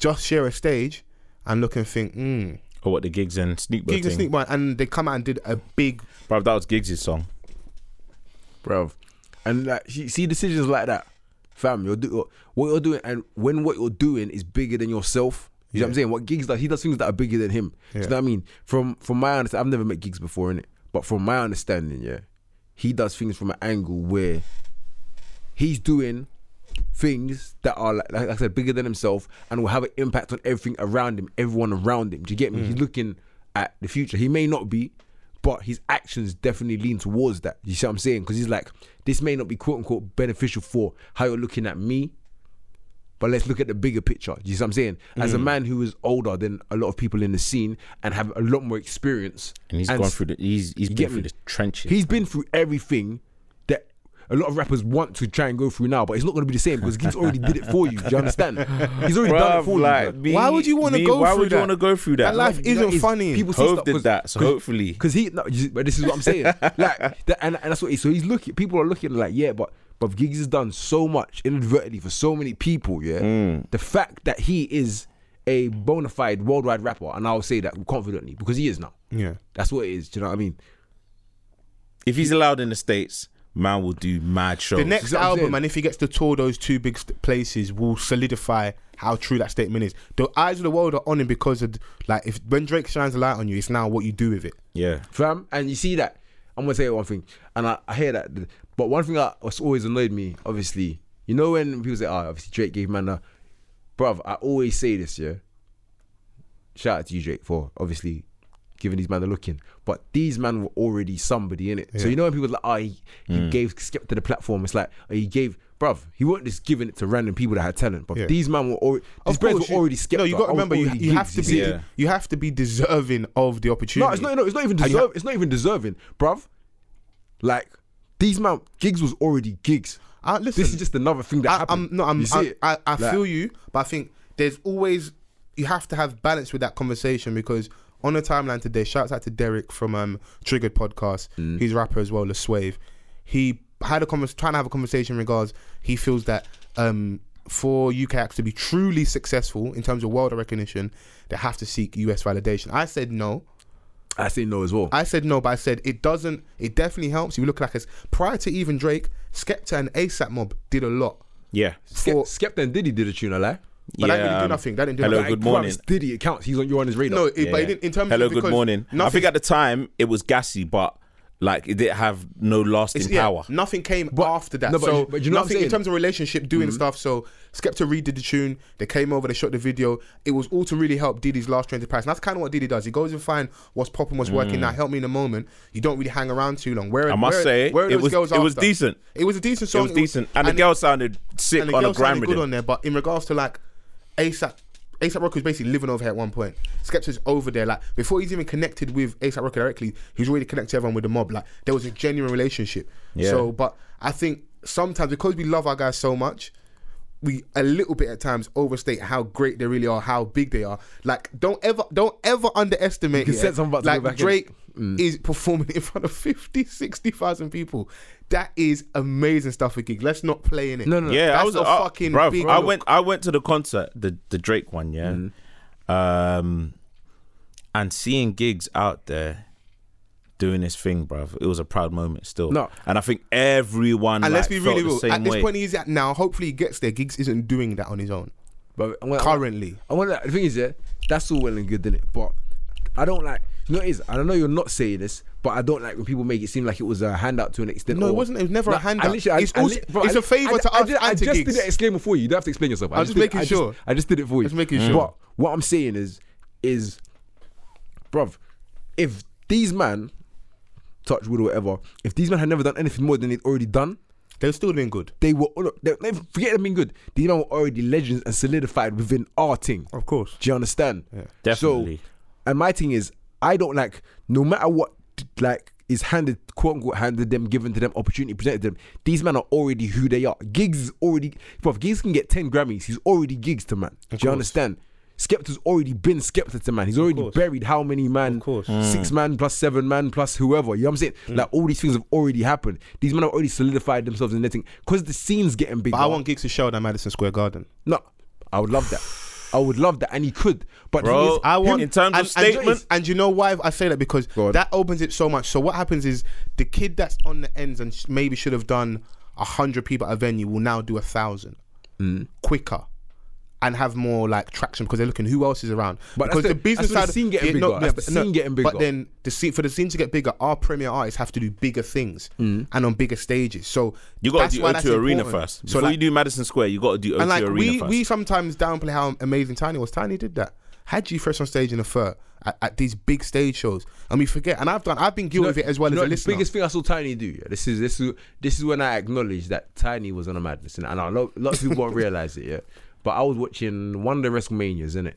just share a stage and look and think, hmm,
Or what the gigs and sneak
Giggs and Sneak Boy, and they come out and did a big
Bro, that was Giggs' song.
bruv. And like, see, see decisions like that, fam. You're do, what you're doing, and when what you're doing is bigger than yourself. You know what I'm saying? What gigs does, he does things that are bigger than him. Do you know what I mean? From from my understanding, I've never met gigs before in it, but from my understanding, yeah, he does things from an angle where he's doing things that are like, like I said bigger than himself and will have an impact on everything around him, everyone around him. Do you get me? He's
Mm.
looking at the future. He may not be, but his actions definitely lean towards that. You see what I'm saying? Because he's like, this may not be quote unquote beneficial for how you're looking at me, but let's look at the bigger picture. You see what I'm saying? As
Mm.
a man who is older than a lot of people in the scene and have a lot more experience,
And he's gone through the he's he's
get
been through
me?
the trenches.
He's been through everything that a lot of rappers want to try and go through now, but it's not going to be the same because Gigs already did it for you. Do you understand? He's already done it for you.
me-
Why would you wanna
me,
go
Why
through
would you
that?
want to go through that?
that life isn't
is-
funny.
people see
Hove
stuff
did
'cause-
that, so hopefully.
because he. No, you- but this is what I'm
*laughs*
saying. like, that, and and that's what. He, so he's looking. People are looking like, yeah, but but Gigs has done so much inadvertently for so many people. Yeah,
Mm.
the fact that he is a bona fide worldwide rapper, and I'll say that confidently because he is now.
Yeah.
That's what it is. Do you know what I mean?
If he's allowed in the States, man will do mad shows.
The next
what I'm
album,
saying.
and if he gets to tour those two big st- places, will solidify how true that statement is. The eyes of the world are on him because of like if when Drake shines a light on you, it's now what you do with it.
Yeah.
fam. And you see that. I'm gonna say one thing, and I, I hear that. But one thing that has always annoyed me, obviously, you know when people say, "Ah, obviously Drake gave man a," bruv. I always say this, yeah. Shout out to you, Drake, for obviously giving these man a looking. But these man were already somebody in it. So you know when people are like, "Ah, he, he gave Skepta the platform." It's like oh, he gave. Bruv, he wasn't just giving it to random people that had talent, but
Yeah.
these man were already, these
Of
brands
course,
were already skeptical.
No, you got to remember, you, you have to be
Yeah.
you have to be deserving of the opportunity.
no, it's not. No, it's not even
And you
deserving. It's not even deserving, bruv. Like these man gigs was already gigs.
Uh, listen,
this is just another thing that
I,
happened.
I'm no, I'm.
you see
I,
it?
I, I
Like-
feel you, but I think there's always you have to have balance with that conversation because on the timeline today, shouts out to Derek from um, Triggered Podcast.
Mm.
He's a rapper as well, LaSwave. He had a convers trying to have a conversation in regards. He feels that um, for UK acts to be truly successful in terms of world recognition, they have to seek US validation. I said no.
I say no as well.
I said no, but I said it doesn't. It definitely helps. You look like us. Prior to even Drake, Skepta and ASAP Mob did a lot.
Yeah.
Skep,
for-
Skepta and Diddy did a tune, I lie.
But that
Yeah,
didn't do
um,
nothing. That didn't do
hello,
nothing.
good
Like,
morning.
Grimes Diddy, it counts. He's on you're on his radar.
No, it,
Yeah,
but it
yeah.
didn't, in terms
Hello,
of
good
because
morning. I
nothing-
think at the time it was gassy, but like it did have no lasting
It's- yeah,
power.
Nothing came
But-
after that.
no, but
so
you- but you know what I'm
nothing in
saying? Mm-hmm.
terms of relationship, doing stuff. So Skepta redid the tune. They came over. They shot the video. It was all to really help Diddy's last train to Paris. And that's kind of what Diddy does. He goes and find what's popping, what's working. Now help me in a moment. You don't really hang around too long. Where
Mm. I must
where,
say,
where are
it
those
was-
girls
it was
after?
decent.
It was a decent song.
It was decent, and, the girl sounded sick
and the
on a
girl
grind
sounded
with
good on
it.
there. But in regards to like ASAP. ASAP Rocky was basically living over here at one point. Skepta's over there, like before he's even connected with ASAP Rocky directly, he's already connected everyone with the mob. Like there was a genuine relationship.
Yeah.
So, but I think sometimes because we love our guys so much, we a little bit at times overstate how great they really are, how big they are. Like don't ever, don't ever underestimate.
You
yeah,
said something about to
like
go back in. Mm.
Drake is performing in front of 50, 60,000 people. That is amazing stuff for gigs. Let's not play in it.
No, no, no.
*laughs* Yeah,
That's
I was
a uh,
I-
fucking
bruv,
big
I
look.
went. I went to the concert, the the Drake one, yeah.
Mm.
Um, and seeing gigs out there doing this thing, bruv, it was a proud moment still.
No.
and I think everyone.
And let's
like,
be
felt
really
the
real.
same
At this
way.
point, he's at now. Hopefully, he gets there. Giggs isn't doing that on his own
But I
Oh.
want,
currently.
I want, the thing is, yeah, that's all well and good, innit? But I don't like. You know what it is? I don't know you're not saying this, but I don't like when people make it seem like it was a handout to an extent.
No, it
or-
wasn't. It was never a
Like, I
handout.
literally- I-
It's
I
also-
li- bro,
it's
I-
a favour
I-
to
I
us
did- I
and to
just did
gigs.
the disclaimer for you. You don't have to explain yourself. I
I'm just
did-
making
I
sure.
I just did it for you.
Just making sure.
But what I'm saying is, is, bruv, if these man, touch wood or whatever, if these men had never done anything more than they'd already done,
They're still doing good.
they were look, they, they- forget them being good. These men were already legends and solidified within our thing.
Of course.
Do you understand? Yeah.
Definitely.
So, and my thing is, I don't like no matter what like is handed quote unquote handed them, given to them, opportunity presented to them. These men are already who they are. Gigs is already, bro. Gigs can get ten Grammys. He's already gigs to man. Do you understand? Skepta's already been Skepta to man. He's already
course.
buried how many man?
Of course.
Mm.
Mm.
Six man plus seven man plus whoever. You know what I'm saying? Like all these things have already happened. These men have already solidified themselves in their thing. Because the scene's getting bigger.
But I want gigs to show at Madison Square Garden.
No, I would love that. I would love that, and he could. But the thing
Bro,
is,
I want
in terms
and,
of statement.
And, and you know why I say that because
on.
that opens it so much. So what happens is the kid that's on the ends and sh- maybe should have done a hundred people at a venue will now do a thousand
Mm.
quicker. And have more like traction because they're looking who else is around.
But that's
because
the-
the, business
that's where the
side,
scene getting
yeah, no,
bigger.
yeah,
That's the
but no,
scene getting bigger.
But then the scene for the scene to get bigger, our premier artists have to do bigger things
Mm.
and on bigger stages. So
you got
that's
to do
why that's
O2 Arena
important.
first.
So
Before
like,
you do Madison Square, you got to do O2
and like
Arena
we,
first.
we sometimes downplay how amazing Tiny was. Tiny did that. Had you fresh on stage in a fur at, at these big stage shows, and we forget. And I've done. I've been guilty
No,
of it as well
no,
as a
the
listener.
biggest thing I saw Tiny do. Yeah, this is this is this is when I acknowledge that Tiny was on a madness, and and I know a lot of people
*laughs*
won't realize it. Yeah, but I was watching one of the WrestleManias, innit?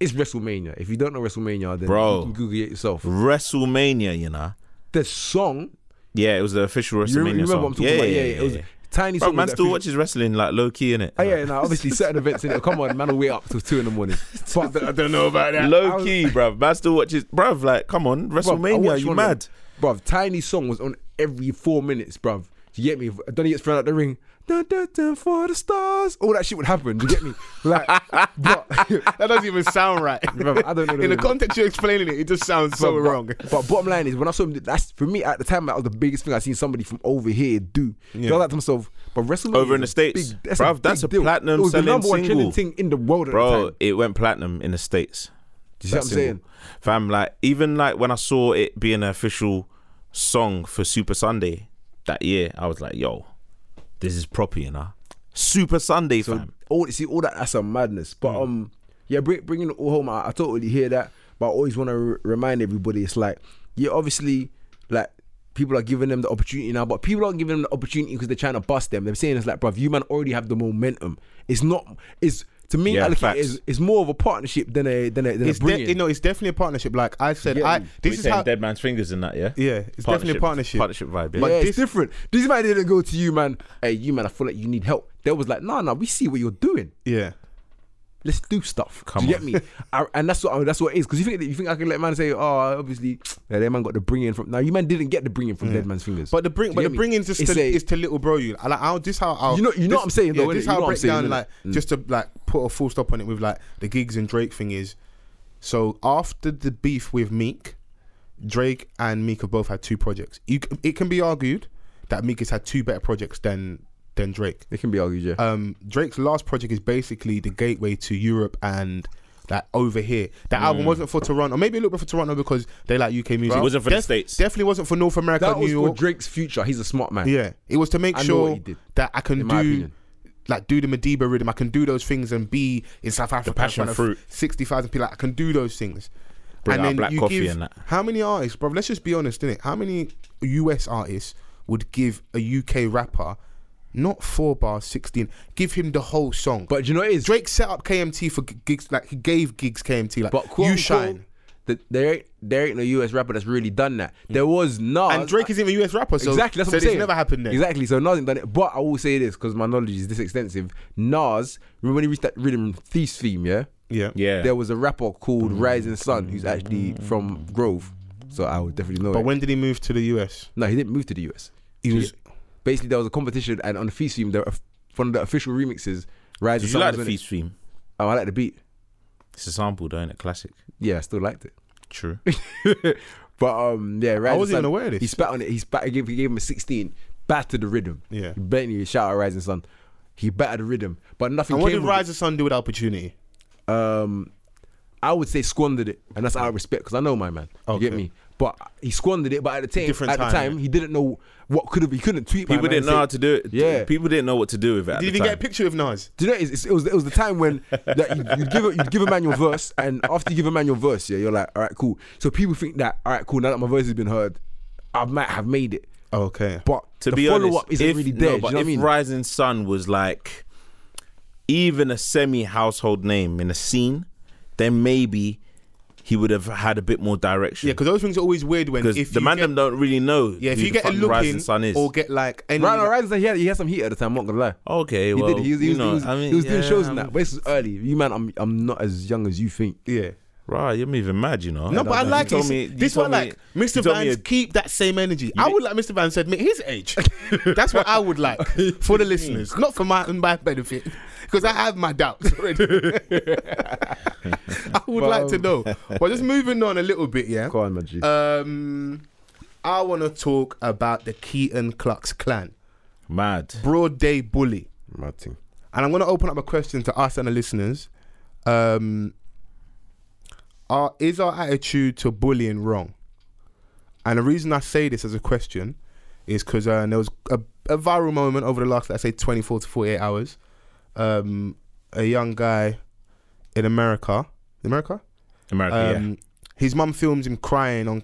It's WrestleMania. If you don't know WrestleMania, then
Bro.
you can Google it yourself.
WrestleMania, you know.
The song,
Yeah, it was the official WrestleMania
you remember
song.
what I'm talking
yeah,
about?
Yeah,
It was Tiny.
Bro,
song was
man
that
still
feature-
watches wrestling like low key, innit?
Oh yeah, now obviously certain events in it. Come on, man, will wait up till two in the morning. But
*laughs*
I don't know about that.
Low key, bruv. Man still watches. Bruv, like, come on. WrestleMania, you mad?
Bruv, Tiny Song was on every four minutes, bruv. Do you get me? Don't he get thrown out the ring? Dun, dun, dun, for the stars. All that shit would happen. Do you get me? Like, bruv,
*laughs* that doesn't even sound
*laughs*
right.
Bruv, I don't know the
*laughs* in the
lyrics.
context you're explaining it, it just sounds so
but-
wrong.
But bottom line is, when I saw him, that's for me at the time that was the biggest thing I seen somebody from over here do. I was like to myself, but WrestleMania
Over in
is
the
a big-
States.
that's
Bruv,
a big
that's a
deal.
platinum
It was the
selling
number one
single.
trending thing in the world at the
Bro,
time.
it went platinum in the States.
Do you see what I'm
That
saying?
single. Fam, like, even like when I saw it being an official song for Super Sunday that year, I was like, yo, this is proper, you know? Super Sunday, fam.
all see all that that's a madness. But
Mm.
um, yeah, bring, bringing it all home, I, I totally hear that. But I always want to r- remind everybody, it's like yeah, obviously, like people are giving them the opportunity now, but people aren't giving them the opportunity because they're trying to bust them. They're saying it's like, bruv, you man already have the momentum. It's not. It's to me,
Yeah,
I look at it
facts.
as- it's more of a partnership than a than a than
It's
a bringing.
de- no, it's definitely a partnership. Like I said,
Yeah.
I
We
this
We're
is
saying
how.
Dead Man's Fingers in that, yeah?
Yeah, it's definitely a partnership.
Partnership vibe,
yeah,
yeah.
but
it's
this-
different. These man didn't go to you, man. Hey, you man, I feel like you need help. They was like, nah, nah, we see what you're doing.
Yeah,
let's do stuff.
Come
do you
on.
get me? I, and that's what that's what it is. Because you think you think I can let man say, oh, obviously, yeah, that man got the bring in from. Now you man didn't get the bring in from Dead Man's fingers.
Mm. but the
Do
bring,
you
but the
get me?
bringing's just
It's
to,
a-
is to little bro you. I like I'll this how I'll
You know- you know
this-
what I'm saying, though,
Yeah,
innit?
this
You
how
know
I
what I'm
break
saying,
down
innit? Mm.
like just to like put a full stop on it with like the gigs and Drake thing is. So after the beef with Meek, Drake and Meek have both had two projects. You c- it can be argued that Meek has had two better projects than than Drake.
It can be argued, yeah.
Um, Drake's last project is basically the gateway to Europe and like over here. That album wasn't for Toronto, maybe a little bit for Toronto because they like UK music.
It wasn't for the
Def-
States.
Definitely wasn't for North America,
that
New
was for
York.
Drake's future. He's a smart man.
Yeah, it was to make
I know what
sure
he did,
that I can
in
do,
my opinion.
like, do the Madiba rhythm. I can do those things and be in South Africa. in
passion
front of
fruit.
Sixty thousand people. Like, I can do those things.
Bring out black coffee and that.
how many artists, bro? Let's just be honest, innit? How many US artists would give a UK rapper not four bars, sixteen? Give him the whole song.
But do you know what it is?
Drake set up KMT for g- gigs. Like he gave gigs KMT. Like
But quote,
you
unquote,
shine.
that there ain't there ain't no US rapper that's really done that. There was Nas.
Mm. And Drake isn't even a US rapper, so
exactly, that's
so
what I'm saying.
It's never happened there.
Exactly, so Nas ain't done it. But I will say this because my knowledge is this extensive. Nas, remember when he reached that rhythm thief theme, yeah?
Yeah. Mm.
Yeah.
There was a rapper called Rising Sun who's actually from Grove, so I would definitely know.
But
it.
when did he move to the US?
no, he didn't move to the US.
He was.
Basically, there was a competition, and on the thief theme, there were one of the official remixes. Rising
Did you
Sun
like
was
the
on it.
feast stream?
Oh, I like the beat.
It's a sample, though, is it? Classic.
Yeah, I still liked it.
True.
*laughs* but um, yeah, Rising
wasn't
Sun,
even aware of this.
He spat on it. He spat. He gave, he gave him a sixteen. Battered the rhythm.
Yeah.
He Bentley, shout out Rising Sun. He battered the rhythm, but nothing.
And what
came
did
of it.
Rise of Sun do with that opportunity?
Um, I would say squandered it, and that's out of respect because I know my man. You get
Okay.
me? But he squandered it. But at the time,
Different
at the
time,
time,
yeah.
he didn't know what could have. He couldn't tweet. my
People
man and
didn't know
say-
how to do it.
Yeah.
People didn't know what to do with it. at
Did you
the
even get a
time.
picture of Nas?
Do you know what it is? It's- it was it was the time
*laughs*
when that you you'd give a, you'd give a man your verse, and after you give a man your verse, yeah, you're like, all right, cool. So people think that, all right, cool. Now that my verse has been heard, I might have made it,
Oh,
Okay.
but
to
the
be
follow
honest,
up isn't
if,
really
no,
there.
but
do you know what I
if
mean?
Rising Sun was like even a semi household name in a scene, then maybe he would have had a bit more direction.
Yeah, because those things are always weird when
because
if
the
you
man
get,
them don't really know.
yeah, if
who
you
the
get a
fuck Rising
look
Sun
in
is.
or get like any
Right, no, Rising Sun, he had, he had some heat at the time. I'm not gonna lie.
okay,
He
well,
did. He was, he
you
was,
know,
he was,
I mean,
he was doing
yeah, um,
shows
I'm-
and that. But this is early. You man, I'm I'm not as young as you think.
yeah.
Right, you're moving mad, you know.
No, but I
You
like
told
this.
me- you
This
told
one,
me-
like
you
Mr.
told me
Vans,
a-
keep that same energy. I would like Mr. Vans to admit his age. *laughs* That's what I
*laughs*
would like for the listeners, not for my my benefit, because I have my doubts
*laughs*
*laughs* already. I would like to know. But just moving on a little bit, yeah.
Go on, man. G.
Um, I want to talk about the Keaton Clux Clan,
mad.
broad day bully.
Mad thing.
And I'm going to open up a question to us and the listeners. Um, are, is our attitude to bullying wrong? And the reason I say this as a question is because uh, there was a, a viral moment over the last, let's say, 24 to 48 hours. Um, a young guy in America, America?
America, yeah.
Um, His mum films him crying on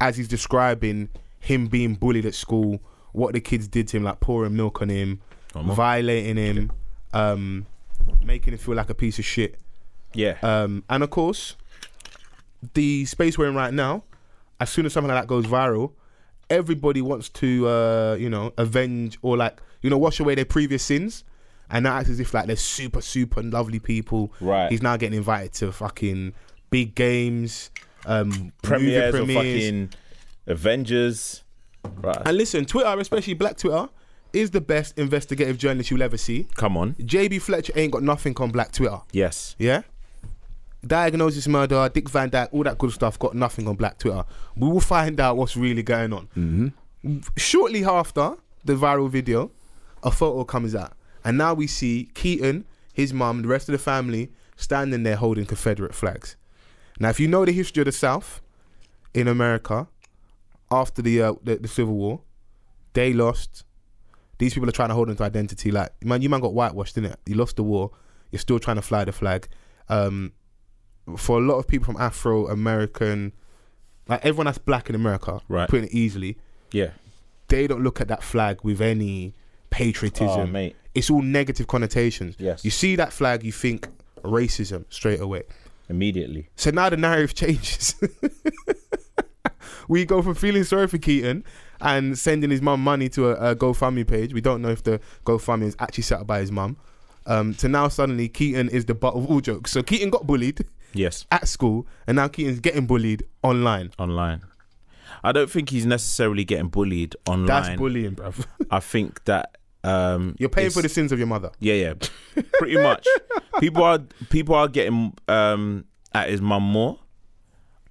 as he's describing him being bullied at school, what the kids did to him, like pouring milk on him,
Come on.
violating him, um, making him feel like a piece of shit.
Yeah.
Um, and of course, the space we're in right now, as soon as something like that goes viral, everybody wants to, uh, you know, avenge or like, you know, wash away their previous sins. And that acts as if like they're super, super lovely people.
Right.
He's now getting invited to fucking big games, um, premieres,
premieres of
premieres.
fucking Avengers. Right.
And listen, Twitter, especially Black Twitter, is the best investigative journalist you'll ever see.
Come on.
JB Fletcher ain't got nothing on Black Twitter.
Yes.
Yeah. Diagnosis murder, Dick Van Dyke, all that good stuff. Got nothing on Black Twitter. We will find out what's really going on. Shortly after the viral video, a photo comes out, and now we see Keaton, his mum, the rest of the family standing there holding Confederate flags. Now, if you know the history of the South in America after the uh, the, the Civil War, they lost. These people are trying to hold on to identity. Like man, you man got whitewashed, didn't it? You lost the war. You're still trying to fly the flag. Um, for a lot of people from Afro American, like everyone that's black in America,
Right.
putting it easily,
Yeah.
they don't look at that flag with any patriotism.
Oh, mate.
It's all negative connotations.
Yes.
You see that flag, you think racism straight away.
Immediately.
So now the narrative *laughs* changes. we go from feeling sorry for Keaton and sending his mum money to a, a GoFundMe page. We don't know if the GoFundMe is actually set up by his mum. Um, to now suddenly Keaton is the butt of all jokes. So Keaton got bullied
Yes.
at school, and now Keaton's getting bullied online.
Online. I don't think he's necessarily getting bullied online.
That's
*laughs*
bullying, bruv.
I think that um
You're paying
it's-
for the sins of your mother.
Yeah, yeah. Pretty *laughs* much. people are people are getting um at his mum more.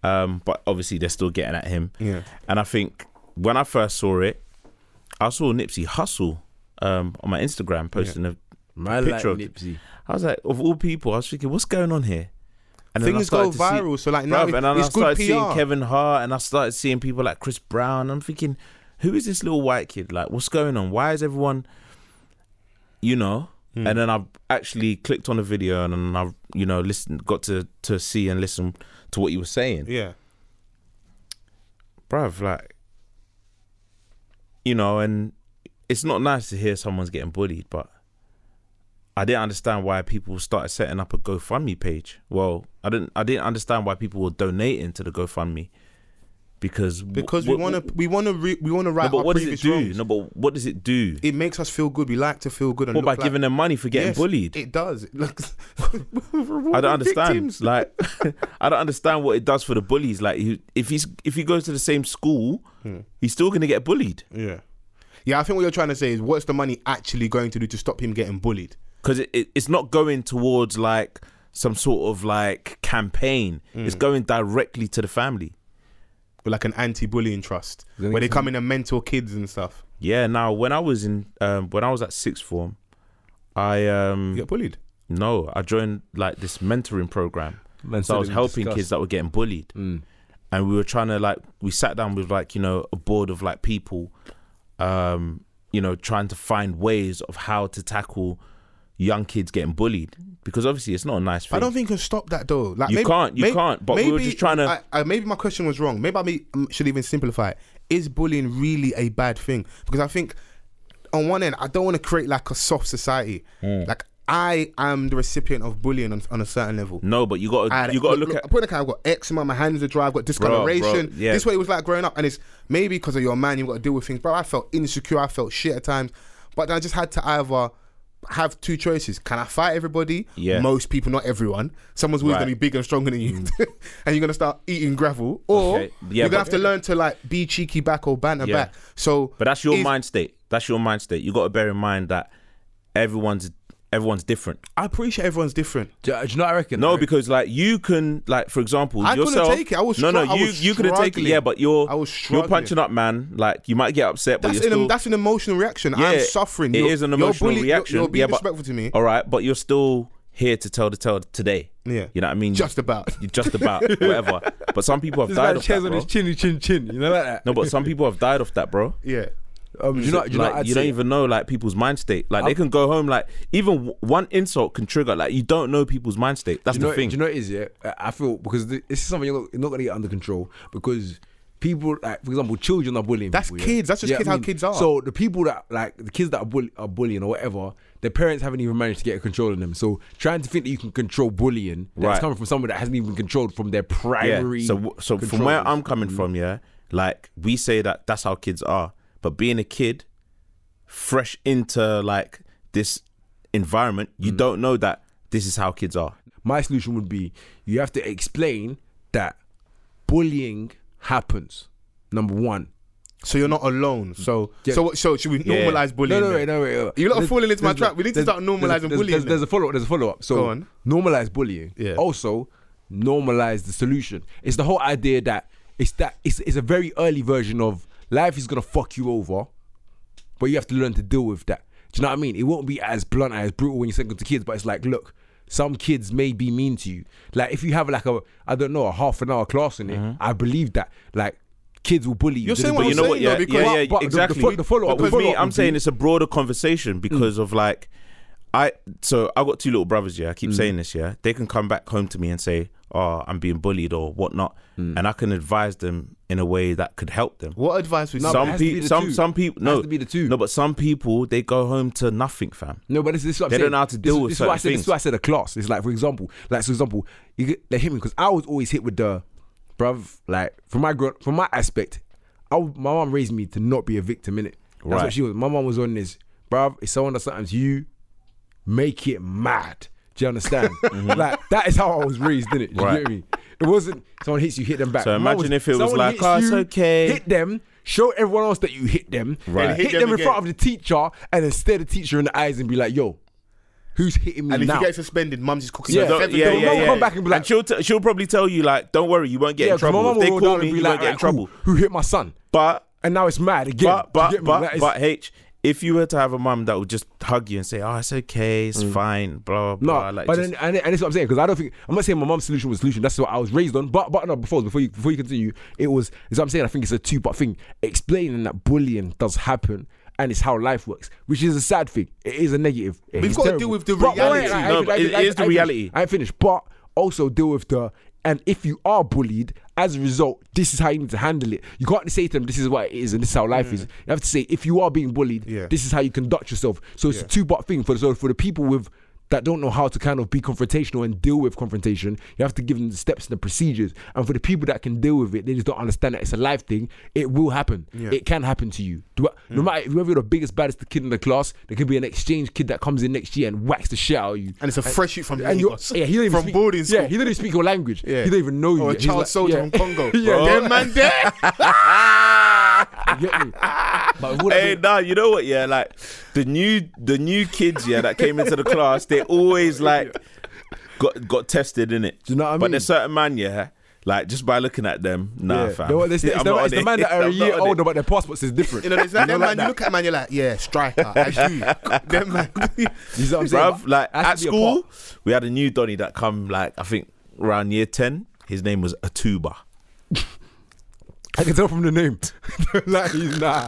Um, but obviously they're still getting at him.
Yeah.
And I think when I first saw it, I saw Nipsey Hustle um, on my Instagram posting a
My
Picture
like
of-
Nipsey.
I was like, of all people, I was thinking, what's going on here? And then I
Things go
started to see-
viral, so like now
Bruv,
it-
and then
it's
I started
good PR.
seeing Kevin Hart, and I started seeing people like Chris Brown. I'm thinking, who is this little white kid? Like, what's going on? Why is everyone, you know?
Hmm.
And uh, then I actually clicked on a video, and then I, you know, listened, got to to see and listen to what you were saying,
yeah,
bruv. Like, you know, and it's not nice to hear someone's getting bullied, but I didn't understand why people started setting up a GoFundMe page. Well, I didn't. I didn't understand why people were donating to the GoFundMe because
because we want to we want to re- we want to
No,
right
but
our
what does it
previous
do?
wrongs.
No, but what does it do?
It makes us feel good. We like to feel good. And
What by
look like-
giving them money for getting
Yes,
bullied?
It does. It looks- *laughs*
I don't understand. *laughs*
Victims.
Like, I don't understand what it does for the bullies. Like, he- if he's if he goes to the same school,
Hmm.
he's still gonna get bullied
Yeah. Yeah, I think what you're trying to say is what's the money actually going to do to stop him getting bullied?
because it, it, it's not going towards like some sort of like campaign. It's going directly to the family.
With like an anti bullying trust
Then
where they
it's-
come in and mentor kids and stuff.
Yeah. Now, when I was in um, when I was at sixth form, I um
You get bullied.
no, I joined like this mentoring program. so I was helping kids that were getting bullied.
Mm.
and we were trying to like we sat down with like you know a board of like people um you know trying to find ways of how to tackle young kids getting bullied because obviously it's not a nice thing
I don't think you can stop that though. Like
You
maybe-
can't, you
may-
can't, but we were just trying to-
I, I, maybe my question was wrong. Maybe I may- um, should even simplify it. Is bullying really a bad thing? Because I think on one end, I don't want to create like a soft society.
Hmm.
Like I am the recipient of bullying on, on a certain level.
no but you gotta
I had-
you gotta look,
I
at
put in a car, I've got eczema, my hands are dry, I've got discoloration.
bro, yeah.
This way it was like growing up, and it's maybe because of your man, you've got to deal with things. Bro, I felt insecure, I felt shit at times, but then I just had to either have two choices: can I fight everybody?
Yeah.
Most people, not everyone. Someone's always gonna
Right. Mm.
be bigger and stronger than you, *laughs* and you're gonna start eating gravel, or
Okay, yeah,
you're
but-
gonna have to learn to like be cheeky back or banter
Yeah.
back. So,
but that's your
is-
mind state that's your mind state you gotta bear in mind that everyone's everyone's different
I appreciate everyone's different.
Do, do you know what I reckon? I
no
reckon-
because like you can like for example
I couldn't
yourself
take it. I was
no no
str- I
you
was
you couldn't take it
struggling.
yeah but you're
I was
you're
struggling.
punching up man like you might get upset but
That's
you're
an,
still
that's an emotional reaction.
Yeah,
I'm suffering.
It is
You're-
an
you're
emotional
bully- you're-
reaction.
You're, being
yeah, but- Oh.
disrespectful to me.
All right, but you're still here to tell the tale today.
Yeah.
You know what I mean?
Just about.
You- just
*laughs*
about whatever. But some people have
This
died
guy
off
chairs
that,
on
bro.
his chin, chin, chin. You know like that.
No, but some people have died off that,
*laughs*
bro.
Yeah.
Um, *laughs* do you know? Do you know? what
like
I'd
you don't
say?
even know like people's mind state. Like they can go home. Like even w- one insult can trigger. Like you don't know people's mind state. That's
do you
the
know,
thing.
Do you know what it is? Yeah, I- I feel because th- this is something you're not, you're not gonna get under control because people, like for example, children are bullying.
That's
people, yeah?
kids. That's just
Yeah,
kids-
I
how
mean,
kids are.
So the people that like the kids that are, bull- are bullying or whatever, their parents haven't even managed to get a control on them. So trying to think that you can control bullying that's
Right.
coming from someone that hasn't even controlled from their
yeah.
primary.
So w- so from where
controllers.
I'm coming from, yeah, like we say that that's how kids are. But being a kid, fresh into like this environment, you don't know that this is how kids are.
my solution would be you have to explain that bullying happens. Number one.
So you're not alone. So
Yeah.
so what- so should we
Yeah.
normalize bullying?
No, no,
then?
wait, no, wait. wait.
You lot are
There's-
falling into my
there's
trap.
a-
We need to
there's-
start normalising
there's-
bullying
There's,
then.
there's a follow up. There's a follow up. So
Go on.
normalize bullying.
Yeah.
Also, normalize the solution. It's the whole idea that it's that it's, it's a very early version of life is gonna fuck you over, but you have to learn to deal with that. Do you know what I mean? It won't be as blunt as brutal when you send it to kids, but it's like, look, some kids may be mean to you. Like if you have like a I don't know a half an hour class in it, I believe that like kids will bully you.
Mm-hmm. You're saying
But
what
you know what?
though,
Yeah,
because-
yeah, yeah,
but- but the- the
exactly.
fo- the follow-up-
But with
the
me,
follow-up
I'm
would
saying
be-
it's a broader conversation because of like, I so I got two little brothers. Yeah, I keep saying this. Yeah, they can come back home to me and say, "Oh, I'm being bullied" or whatnot, and I can advise them in a way that could help them.
What advice would you
it
some
has to be
people,
the
some
two.
some people, no,
Has to be the two.
no, but some people they go home to nothing, fam.
No, but this, this is what I'm
They
saying.
don't know how to
This
deal
is-
with
this is why I
certain
said, This
things.
is why I said a class. It's like, for example, like, for example, you get, they hit me because I was always hit with the, bruv, like, from my grown, from my aspect, I, w- my mom raised me to not be a victim, innit? That's
Right.
what she was. My mom was on this, bruv, it's someone that sometimes you make it mad. Do you
*laughs*
understand? Like, that is how I was raised, innit? Do you
Mm-hmm. Right.
get me? It wasn't someone hits you, hit them back.
So
Mine
imagine if it was
someone
like,
hits
"Oh, it's
you,
okay."
Hit them, show everyone else that you hit them,
Right.
then hit, them, in front of the teacher and then stare the teacher in the eyes and be like, yo, who's hitting me
And if
now?
you get suspended, mum's just cooking.
Yeah.
you
Don't-
seven
yeah,
days.
yeah, Mum will come back and be like-
she'll t- she'll probably tell you like, "Don't worry, you won't get in
'cause
trouble."
my mum
If they
will roll
call
down
me,
and
you
be
won't
like,
get in
"Alright, cool,
trouble.
who hit my son?
But
And now it's mad again.
But
Do you get
but
me?
but
That is-
but H, if you were to have a mum that would just hug you and say, "Oh, it's okay, it's fine," blah
Mm. No,
blah, like
but
just-
then, and, and that's what I'm saying because I don't think I'm not saying my mum's solution was solution. That's what I was raised on. But but no, before before you before you continue, it was. Is what I'm saying. I think it's a two part thing. Explaining that bullying does happen and it's how life works, which is a sad thing. It is a negative. It
We've
is
got to
terrible.
deal with the
But- but wait,
reality.
I- I-
No,
I-
but
I-
it
I-
is the
I- I-
reality.
I finished, but also deal with the. And if you are bullied, as a result, this is how you need to handle it. You can't say to them, "This is what it is, and this is how life is." You have to say, if you are being bullied,
Yeah.
this is how you conduct yourself. So it's a two part thing for the so for the people with that don't know how to kind of be confrontational and deal with confrontation. You have to give them the steps and the procedures. And for the people that can deal with it, they just don't understand that it's a life thing. It will happen. It can happen to you. Do I- No matter whoever you're the biggest, baddest kid in the class, there could be an exchange kid that comes in next year and whacks the shit out of you.
And it's a fresh shoot from
And you,
Lagos.
yeah, he don't even
from
speak,
boarding school.
Yeah, he don't even speak your language.
Yeah.
He don't even
Oh,
know you.
or a
yet. He's
child
like-
soldier
yeah.
from Congo.
*laughs* Yeah,
bro.
them
man there.
*laughs*
*laughs* You get me? But with all that
Hey,
being-
nah, you know what? Yeah, like the new the new kids, yeah, that came into the class, they always like got got tested in it.
Do you know what I
But
mean?
there's certain man, yeah, like just by looking at them, *laughs* nah,
yeah.
fam.
They- they say-
I'm
It's the
not
man- it's
on
the man
it.
that are a
*laughs* I'm not
year
on it.
older, but their passports is
*laughs*
different.
You know,
*laughs*
there's like
You know,
them
like
man. You look at man, you're like, yeah, striker. I
*laughs*
do. them man.
You see what I'm saying?
Bruv, like
Has to
at
be a
school,
part.
we had a new Donny that come like I think around year ten. His name was Atuba.
I can tell from the name. *laughs* like, he's nah,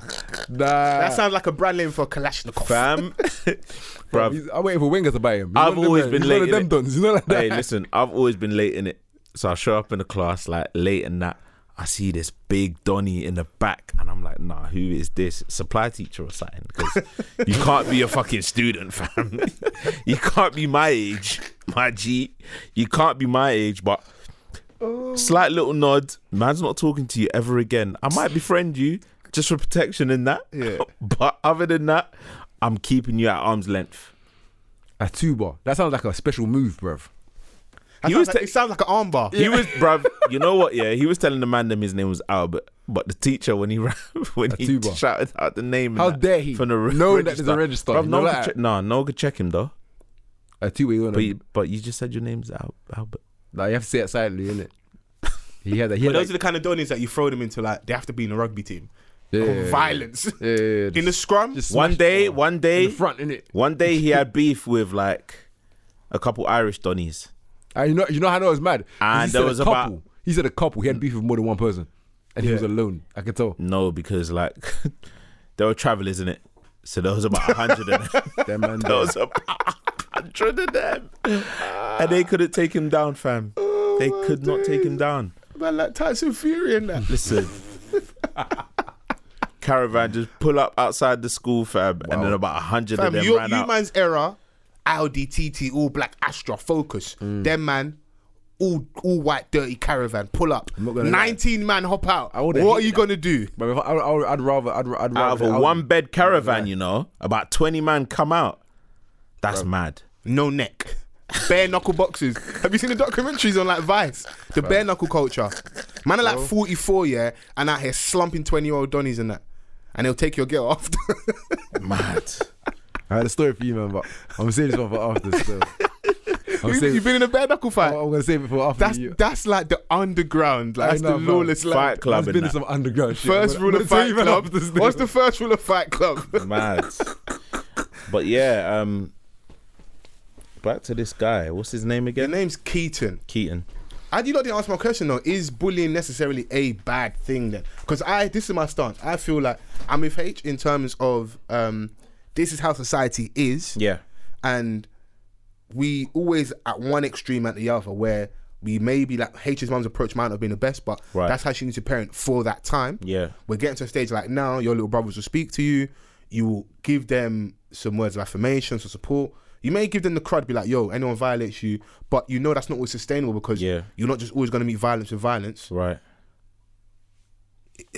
nah.
That sounds like a brand name for
*laughs*
Kalashnikov.
Fam, bruv,
He's- I'm waiting for Wenger to buy him. He's one
I've
of them
always
guys.
been
He's one
late,
of them
innit?
dons. You know *laughs* like that.
hey, listen, I've always been late in it. So I show up in the class like late and that. I see this big Donny in the back, and I'm like, nah, who is this? Supply teacher or something?
*laughs*
Because you can't be a fucking student, fam. *laughs* you can't be my age, my G. You can't be my age, but
Oh.
slight little nod. Man's not talking to you ever again. I might befriend you just for protection and that.
Yeah.
*laughs* but other than that, I'm keeping you at arm's length.
A two bar. That sounds like a special move, bruv.
That
He
sounds
was
like,
ta-
it sounds like an armbar.
*laughs*
He was, bruv. You know what? Yeah, he was telling the man them his name was Albert, but the teacher when he *laughs* ran, when he
Atuba.
shouted out the name, and
How
that
dare he,
From the re-
knowing that there's a register,
Bruv,
you
no,
know
one
that?
could check, nah, no one could check him though.
A two way on
But
him.
you, but you just said your name's Al- Albert.
Like, you have to say it silently,
*laughs*
innit? He had that. He
But
had
those
that.
are the kind of donies that you throw them into. Like they have to be in a rugby team.
Yeah, yeah, yeah.
Violence *laughs*
Yeah, yeah,
*laughs*
yeah.
in the
Just
scrum.
smash
One day,
the ball.
one day,
In the front, innit?
one day
*laughs*
he had beef with like a couple Irish Donnies.
And Uh, you know, you know how I know it's mad? 'Cause
And
he
there
said
was
a
about-
couple. He said a couple. He had beef with more than one person. And he was alone. I could tell.
No, because like *laughs* they were travelers in it, so there was about a hundred of them. *laughs*
That *laughs* man.
There was about a hundred
*laughs*
of them, and they couldn't take him down, fam. they could not take him down.
Man, like Tyson Fury and that.
Listen. Caravan just pull up outside the school, fam, and then about a hundred of
Fam,
them
your
ran
you
out.
man's era, Audi TT, all black Astra Focus.
Mm.
Them man, all all white dirty caravan. Pull up.
not gonna
Nineteen man hop out. What
would've
are
hated
you
that.
gonna do?
But if I, I, I'd rather. I'd, ra- I'd rather.
Out of a
I'd-
one bed caravan, you know, about twenty man come out. That's mad.
No neck. Bare
*laughs*
knuckle boxes. Have you seen the documentaries on like Vice? The bare knuckle culture. Man are like 44, yeah, and out here slumping 20 year old Donnies and that. And they'll take your girl *laughs* after. *laughs*
Mad.
I had a story for you, man, but I'm saving this one for after. So. I'm,
you,
saving,
have been in a bare knuckle fight.
I'm I'm gonna save it for after.
that's
you.
that's like the underground. Like
Oh, I
that's
know,
the
bro.
lawless land.
Fight club
I've been
and
in
that.
some underground shit.
First
I'm
rule
gonna-
of
I'm
Fight
gonna tell
Club.
you man,
What's the first rule of Fight *laughs* Club?
Mad. But yeah, um back to this guy. What's his name
Your
again?
name's Keaton.
Keaton.
I do not ask my question though. Is bullying necessarily a bad thing then? Because I this is my stance. I feel like I'm with H in terms of um, this is how society is,
Yeah.
and we always at one extreme at the other where we maybe like H's mum's approach might not have been the best, but
Right.
that's how she needs to parent for that time.
Yeah.
We're getting to a stage like now, your little brothers will speak to you, you will give them some words of affirmation, some support. You may give them the crud, be like, yo, anyone violates you, but you know that's not always sustainable because
Yeah.
you're not just always gonna meet violence with violence.
Right.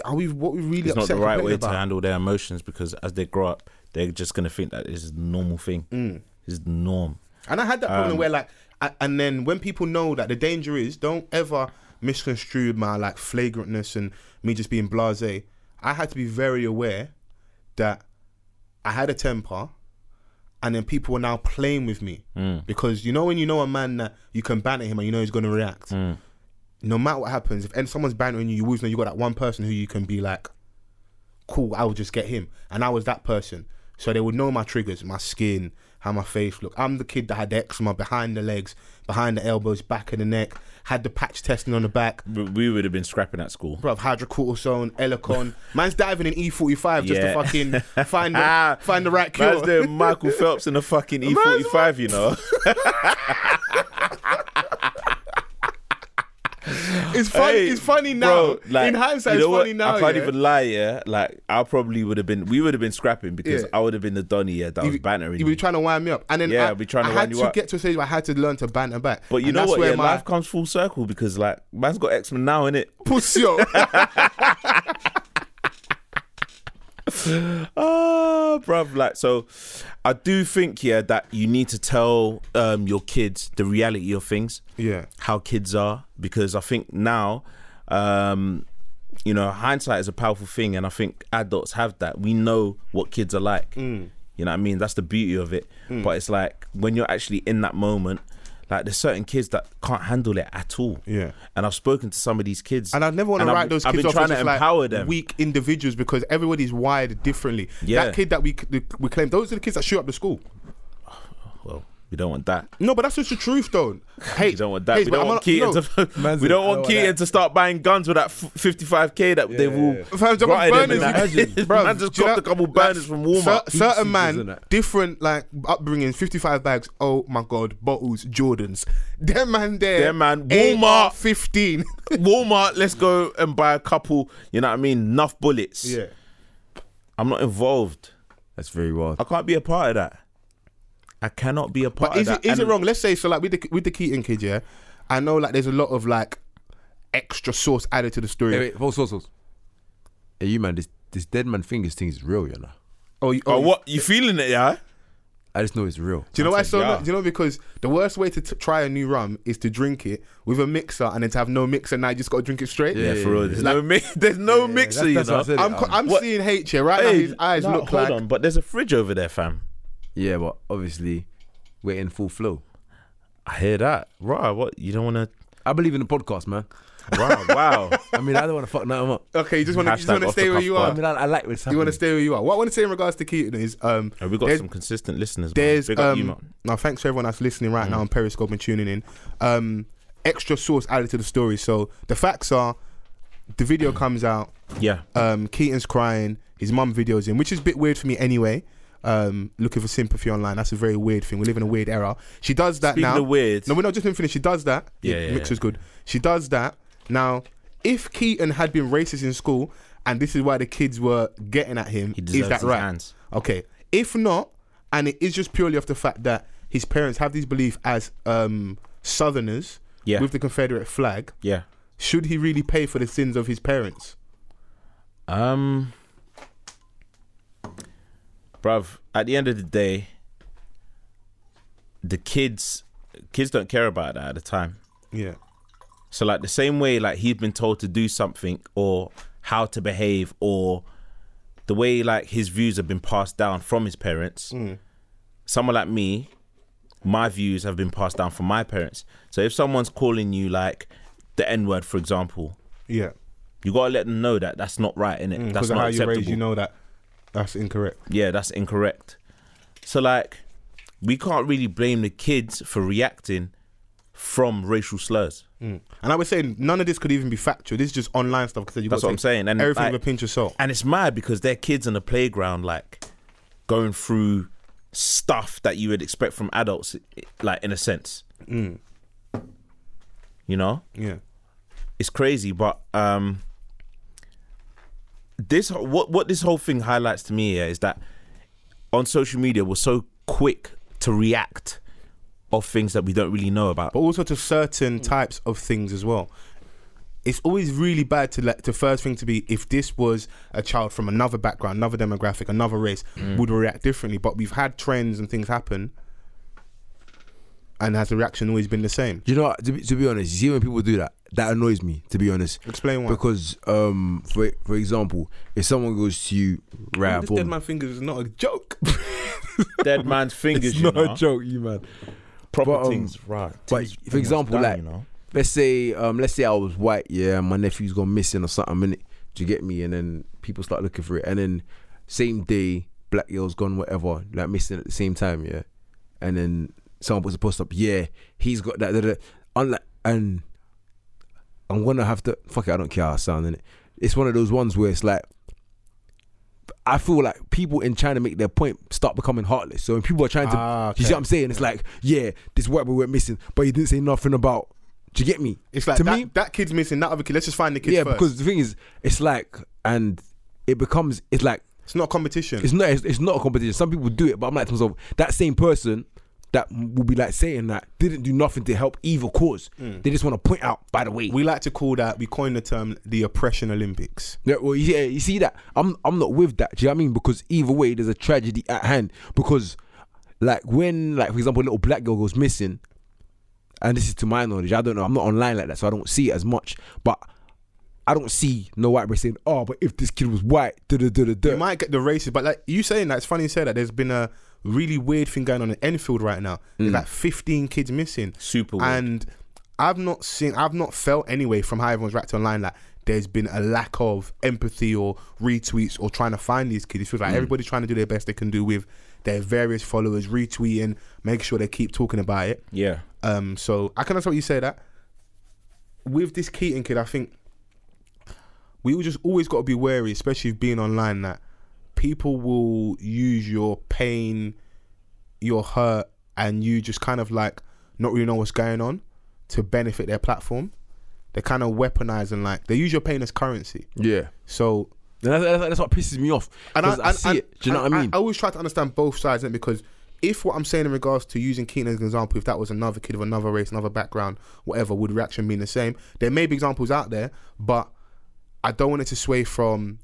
Are we what we really
it's not the
upset
right
and
way
complaining
to
about?
handle their emotions because as they grow up, they're just gonna think that this is a normal thing.
Mm.
This is the norm.
And I had that problem where like, I, and then when people know that the danger is, don't ever misconstrue my like flagrantness and me just being blasé. I had to be very aware that I had a temper, and then people were now playing with me because you know when you know a man that you can banter him and you know he's going to react. No matter what happens, if and someone's bantering you, you always know you got that one person who you can be like, cool, I will just get him. And I was that person. So they would know my triggers, my skin, how my face looked. I'm the kid that had eczema behind the legs, behind the elbows, back of the neck, had the patch testing on the back.
We- We would have been scrapping at school.
Bruv, hydrocortisone, Elicon. Man's diving in E45 just
Yeah.
to
*laughs*
fucking find the, find the right cure.
Man's doing Michael Phelps in a fucking E45, you know.
It's *laughs* funny.
Hey,
it's funny now.
bro, like,
in hindsight,
you know
it's funny
what?
now.
I can't
yeah.
even lie, yeah. Like I probably would have been, we would have been scrapping because
Yeah.
I would have been the Donny, yeah, that was
You-
bantering.
You were
you.
trying to wind me up, and then
Yeah,
I,
I'll be trying to
I
wind
had
you
to
up.
get to a stage where I had to learn to banter back.
but you
And
know
that's
what?
Where
Yeah,
my
life comes full circle because like man's got X Men now innit? *laughs*
pussy. yo.
Ah, bruv, like so, I do think yeah that you need to tell um your kids the reality of things.
yeah,
how kids are because I think now, um, you know, hindsight is a powerful thing, and I think adults have that. We know what kids are like.
Mm.
You know what I mean? That's the beauty of it. But it's like when you're actually in that moment, like there's certain kids that can't handle it at all.
Yeah.
And I've spoken to some of these kids,
and I never want to
and I've-
write those
I've
kids
been
off
trying
as
to
just, like,
empower them.
weak individuals because everybody's wired differently.
Yeah.
That kid that we c- we claim those are the kids that shoot up the school.
well, we don't want that.
No, but that's just the truth, though. Hey,
We don't want that.
hey,
we
but
don't
I'm
want
not-
Keaton
no.
Man's
to. *laughs* we
in- I
don't
don't
want
want
Keaton
that.
to start buying guns with that fifty-five k that they've all.
yeah,
Fam, some
grotted him
burners,
and that.
you-
Imagine.
*laughs* bruv,
Man just
do you
copped
know-
a couple burners from Walmart.
cer- certain
Heat seekers,
man,
innit?
different like upbringing, fifty-five bags. Oh my god, bottles, Jordans. *laughs* Them man there,
Them man,
AR
Walmart.
fifteen. *laughs*
Walmart, let's go and buy a couple, you know what I mean? Enough bullets.
yeah,
I'm not involved.
That's very wild.
I can't be a part of that. I cannot be a part
but is
of
it
that.
is it
And
wrong? Let's say so. Like with the with the Keaton kid, yeah. I know like there's a lot of like extra sauce added to the story.
Hey, wait, false, false, false. Hey, you man, this this dead man fingers thing is real, you know.
Oh, you-
Oh,
you-
what? You feeling it, yeah?
I just know it's real.
Do you know why?
That's
So
a
no-
jar.
do you know because the worst way to t- try a new rum is to drink it with a mixer and then to have no mixer. Now you just got to drink it straight.
Yeah,
Yeah, for real. There's
Like-
no, mi- *laughs* there's no mixer,
that's what I
you
said.
know?
I'm, co- I'm
What-
seeing H here right now.
Hey,
His eyes
nah,
look
hold
like
on, but there's a fridge over there, fam.
Yeah, but obviously we're in full flow.
I hear that. Right, what? You don't want to.
I believe in the podcast, man.
Wow, wow.
I mean, I don't want to fuck nothing up.
Okay, you just want to just
Hashtag
want to
off the
stay where
cuff
you
bar.
I
are.
mean, I, I like what's
You
happening.
want to stay where you are. What I want to say in regards to Keaton is, um,
*laughs* And we got
there's,
some consistent listeners. man.
there's
Big up
um,
you, man. Mm.
now thanks to everyone that's listening right now on Periscope and tuning in. Um, extra source added to the story. So the facts are,
*clears throat*
the video comes out.
Yeah.
Um, Keaton's crying. His mum videos in, which is a bit weird for me anyway. Um, looking for sympathy online. That's a very weird thing. We live in a weird era. She does that
Speaking
now.
of weird,
No, we're not just been finished. She does that.
Yeah, yeah,
mix
yeah.
was good. She does that. Now, if Keaton had been racist in school, and this is why the kids were getting at him,
he
is
deserves
that
his
right?
hands.
Okay. If not, and it is just purely off the fact that his parents have this belief as um, Southerners
Yeah.
with the Confederate flag,
Yeah.
should he really pay for the sins of his parents?
Um, bruv, at the end of the day, the kids kids don't care about that at the time.
Yeah.
So like the same way like he's been told to do something or how to behave or the way like his views have been passed down from his parents.
Mm.
Someone like me, my views have been passed down from my parents. So if someone's calling you like the N word, for example,
Yeah.
you gotta let them know that that's not right, innit? that's
Because Mm, of
not
how you're
acceptable
raised, you know that that's incorrect.
yeah, that's incorrect. So like, we can't really blame the kids for reacting from racial slurs.
And I was saying none of this could even be factual. This is just online stuff. Because you
That's
gotta
what I'm
take
saying, and,
everything
like-
with a pinch
*laughs*
of salt.
And it's mad because they're kids on the playground, like going through stuff that you would expect from adults, like in a sense. You know,
Yeah.
it's crazy, but um, this what what this whole thing highlights to me yeah, is that on social media we're so quick to react of things that we don't really know about.
*laughs* but also to
Mm.
certain types of things as well. It's always really bad to let the first thing to be if this was a child from another background, another demographic, another race,
Mm.
would react differently. But we've had trends and things happen, and has the reaction always been the same?
You know, what, to be, to be honest, you see when people do that, that annoys me. To be honest,
Explain why.
because um, for for example, if someone goes to you, right,
this
boom,
dead man fingers is not a
*laughs*
joke.
dead man's
*laughs*
fingers.
it's
you
not
know?
a joke, you man.
Proper
But, um,
things, right?
but
Things
for example,
done,
like-
you know,
Let's say, um, let's say I was white, yeah, and my nephew's gone missing or something. Minute, do you get me? And then people start looking for it, and then same day, black girls gone whatever, like missing at the same time, yeah. And then someone puts a post up, yeah, he's got that. Da, da. Unlike and I'm gonna have to fuck it. I don't care how I sound in it. It's one of those ones where it's like I feel like people in trying to make their point start becoming heartless. So when people are trying to,
Ah,
you see
okay.
what I'm saying? It's like, yeah, this white boy went missing, but he didn't say nothing about. Do you get me?
It's like
to
that,
me,
that kid's missing. That other kid. Let's just find the kid
yeah,
first.
because the thing is, it's like, and it becomes, it's like,
it's not a competition.
it's not, it's, it's not a competition. Some people do it, but I'm like to myself, that same person that will be like saying that didn't do nothing to help either cause.
Mm.
They just want to point out, by the way.
we like to call that. We coined the term the oppression Olympics.
Yeah, well, yeah, you see that? I'm I'm not with that. Do you know what I mean? Because either way, there's a tragedy at hand. Because, like, when, like, for example, a little black girl goes missing, and this is to my knowledge, I don't know, I'm not online like that, so I don't see it as much. But I don't see no white person saying, oh, but if this kid was white, da da da da
You
da.
might get the races, but like you saying that, it's funny you say that. There's been a really weird thing going on in Enfield right now. There's like 15 kids missing.
Super weird.
And I've not seen, I've not felt anyway from how everyone's reacted online like there's been a lack of empathy or retweets or trying to find these kids. It feels like everybody's trying to do their best they can do with their various followers, retweeting, make sure they keep talking about it.
yeah.
Um, so I can understand what you say that. With this Keaton kid, I think we all just always got to be wary, especially being online, that people will use your pain, your hurt, and you just kind of like not really know what's going on to benefit their platform. They kind of weaponize and like they use your pain as currency.
Yeah.
So
And that's, that's, that's what pisses me off.
and I,
Because I,
and-
see
and-
it. Do you know
and
what I mean?
I always try to understand both sides innit? because if what I'm saying in regards to using Keaton as an example, if that was another kid of another race, another background, whatever, would reaction be the same? There may be examples out there, but I don't want it to sway from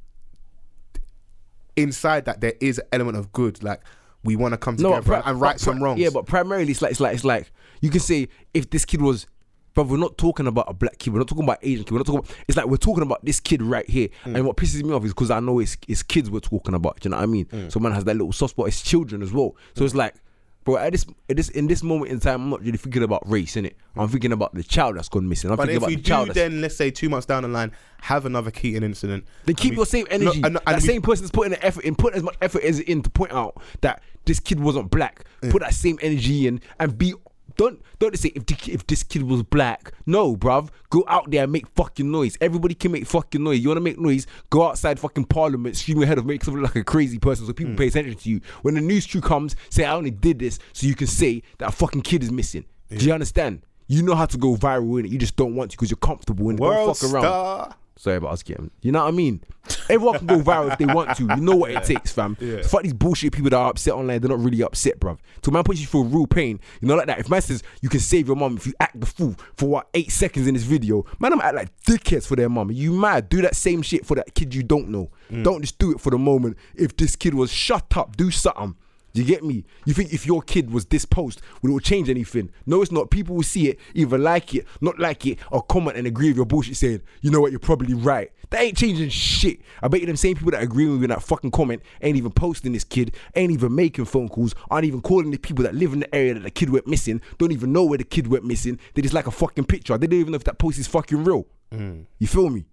inside that there is an element of good. Like we want to come together
but pri-
and right
but pri-
some wrongs.
Yeah, but primarily it's like it's like it's like you can say if this kid was, but we're not talking about a black kid. We're not talking about Asian kid. We're not talking. About, it's like we're talking about this kid right here.
Mm.
And what pisses me off is because I know it's it's kids we're talking about. Do you know what I mean?
Mm.
So man has that little soft spot. It's children as well. So it's like. Bro, at this, at this, in this moment in time, I'm not really thinking about race, innit? I'm thinking about the child that's gone missing. I'm
Mm. but
thinking
if
about
we
the child.
do,
that's-
then let's say two months down the line, have another Keaton incident.
then
and
keep
we-
your same
No,
energy.
and- and
that
we-
same person's putting the effort in, putting as much effort as in to point out that this kid wasn't black. Put that same energy in and be. Don't don't just say if the, ki- if this kid was black. No, bruv, go out there and make fucking noise. Everybody can make fucking noise. You wanna make noise? Go outside fucking Parliament, scream your head off, make something like a crazy person so
Mm.
people pay attention to you. When the news crew comes, say I only did this so you can say that a fucking kid is missing. Do you understand? You know how to go viral in it. You just don't want to because you're comfortable and
world
don't fuck around.
star.
Sorry, but I was getting. You know what I mean? Everyone can go viral if they want to. You know what it takes, fam.
Yeah.
Fuck these bullshit people that are upset online. They're not really upset, bruv. So man puts you through real pain. You know, like that. If man says you can save your mum if you act the fool for what eight seconds in this video, man, I'm act like dickheads for their mum. You mad? Do that same shit for that kid you don't know.
Mm.
Don't just do it for the moment. If this kid was shut up, do something. You get me? You think if your kid was this post, would it will change anything? No, it's not. People will see it, either like it, not like it, or comment and agree with your bullshit saying, you know what, you're probably right. That ain't changing shit. I bet you them same people that agree with me in that fucking comment ain't even posting this kid, ain't even making phone calls, aren't even calling the people that live in the area that the kid went missing, don't even know where the kid went missing. They just like a fucking picture. They don't even know if that post is fucking real. You feel me?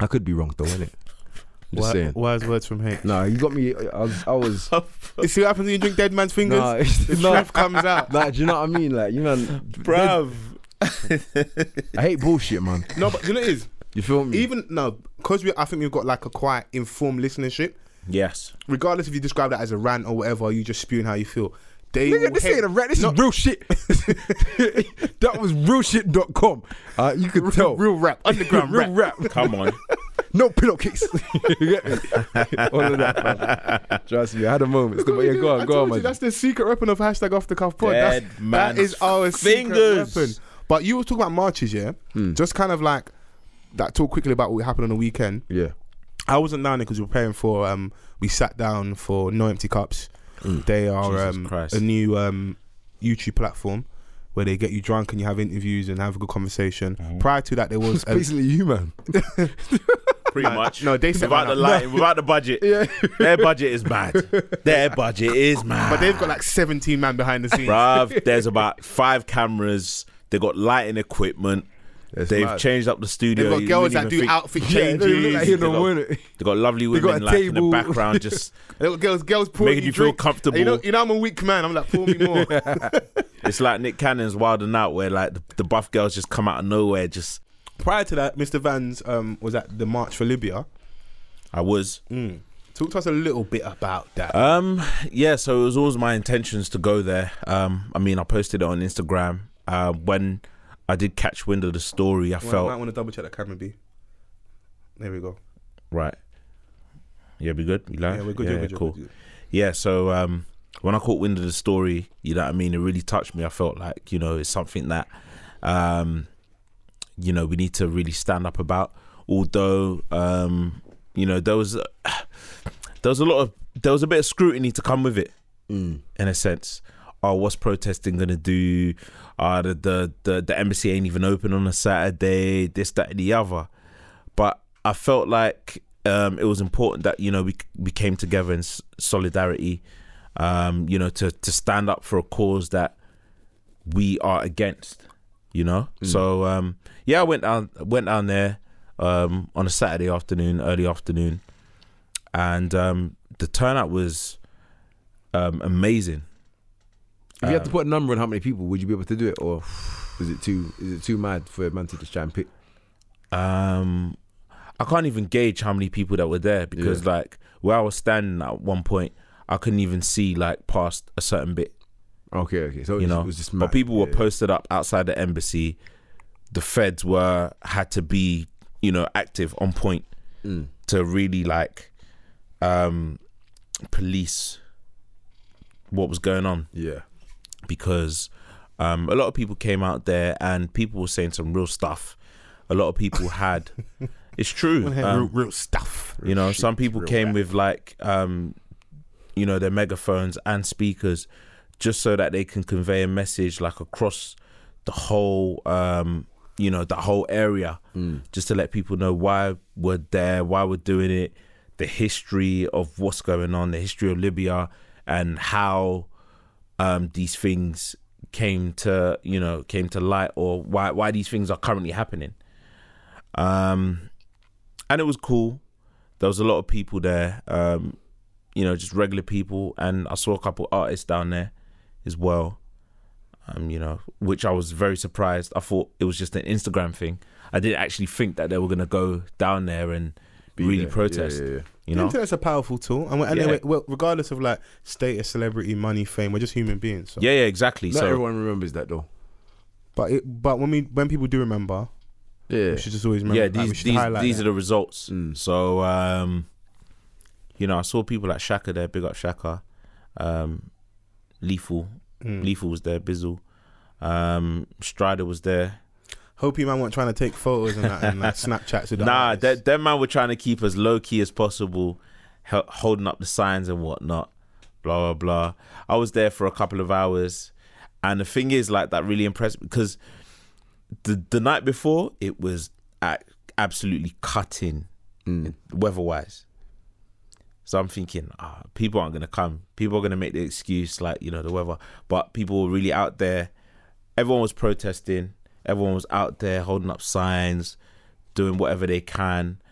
I could be wrong though, innit? Just saying.
Wise words from hate.
Nah, you got me. I was. I was
You see what happens when you drink dead man's fingers?
Nah, *laughs*
the
it's
truth
not.
comes
*laughs*
out.
Nah, do you know what I mean? Like, you man,
Bruv.
I hate bullshit, man.
No, but you know it is.
You feel me?
Even no, because we I think we've got like a quite informed listenership.
Yes.
Regardless if you describe that as a rant or whatever, you just spewing how you feel. They will
Nigga, this
hate-
ain't a rat. This is real shit. *laughs* that was realshit.com. Uh, you could tell.
real *laughs* rap, underground
real
rap.
rap.
Come on.
No pillowcase. *laughs* You get me? All of that, man. Trust me, I had a moment. Still, but yeah, go on,
I
go
told
on, man.
you, That's the secret weapon of hashtag off the cuff pod. That's-
Dead
that
man's
is our
fingers.
secret weapon. But you were talking about marches, yeah?
Hmm.
Just kind of like that talk quickly about what happened on the weekend.
yeah.
I wasn't down there because we were praying for. Um, we sat down for No Empty Cups. They are
Mm. Jesus
um,
Christ.
a new um, YouTube platform where they get you drunk and you have interviews and have a good conversation.
Mm-hmm.
Prior to that, there
*laughs*
was
It's basically you, man.
Pretty much.
no, they set
without
one
the
up.
lighting, without the budget. Yeah. Their budget is
*laughs*
mad. Their budget is mad.
but they've got like 17 *laughs* man behind the scenes.
Bruv, there's about five cameras. They got lighting equipment.
It's
They've
mad.
changed up the studio.
They've got
You
girls
wouldn't
that
even
do
think-
outfit
Yeah,
changes.
they look like
they
him no
got-
winner.
They've got lovely women
got a
like in
table.
the background, just
got girls, girls *laughs* pouring
making you feel
drink.
comfortable.
You know, you know, I'm a weak man. I'm like,
*laughs*
pour me more.
it's like Nick Cannon's Wild and Out, where like the, the buff girls just come out of nowhere. Just
Prior to that, Mr. Vans um, was at the March for Libya.
I was.
Talk to us a little bit about that.
Um, yeah, so it was always my intentions to go there. Um, I mean, I posted it on Instagram. Uh, when I did catch wind of the story, I
Well, I might
felt
want to double check that camera B. There we go.
right. Yeah, we good. You like?
Yeah, we're good.
Yeah,
we're good,
cool.
we're good.
yeah so um when i caught wind of the story you know what i mean it really touched me i felt like you know it's something that um you know we need to really stand up about although um you know there was *sighs* there was a lot of there was a bit of scrutiny to come with it in a sense oh what's protesting gonna do uh the, the the the embassy ain't even open on a saturday this that and the other but I felt like um, it was important that you know we we came together in s- solidarity, um, you know, to to stand up for a cause that we are against, you know. So um, yeah, I went down went down there um, on a Saturday afternoon, early afternoon, and um, the turnout was um, amazing.
If you had to put a number on how many people, would you be able to do it, or is it too is it too mad for a man to just try and pick?
um I can't even gauge how many people that were there because like where I was standing at one point I couldn't even see like past a certain bit
Okay, okay. So
you
it
know
was, it was just mad.
but people were
Yeah.
posted up outside the embassy the feds were had to be you know active on point
Mm.
to really like um police what was going on
yeah.
because um, a lot of people came out there and people were saying some real stuff. A lot of people
*laughs*
had, it's true. um,
real, real stuff.
you know, some people came with like, um, you know, their megaphones and speakers, just so that they can convey a message like across the whole, um, you know, the whole area,
Mm.
just to let people know why we're there, why we're doing it, the history of what's going on, the history of Libya, and how um, these things came to, you know, came to light, or why why these things are currently happening. Um, and it was cool there was a lot of people there, um, you know, just regular people, and I saw a couple artists down there as well. Um, you know, which I was very surprised. I thought it was just an Instagram thing. I didn't actually think that they were gonna go down there and really
there. Yeah,
protest.
yeah, yeah.
You
The
know,
internet's a powerful tool, and, we're, and
Yeah.
anyway, well, regardless of like status, celebrity, money, fame, we're just human beings. So.
yeah, yeah, exactly.
Not
so
everyone remembers that though.
But it, but when we when people do remember,
Yeah.
we should just always remember.
yeah,
that. we
these
should
these,
highlight
these
that.
are the results.
Mm.
So um, you know, I saw people like Shaka there. Big up Shaka, um, Lethal,
Mm.
Lethal was there. Bizzle, um, Strider was there.
Hope you man weren't trying to take photos and, that, and like, *laughs* Snapchats with the
Nah,
artists.
that that man were trying to keep as low key as possible, he- holding up the signs and whatnot. Blah blah blah. I was there for a couple of hours, and the thing is, like that really impressed me because the the night before it was a- absolutely cutting weather wise. So I'm thinking, ah, people aren't gonna come. People are gonna make the excuse like you know the weather, but people were really out there. Everyone was protesting. Everyone was out there holding up signs, doing whatever they can,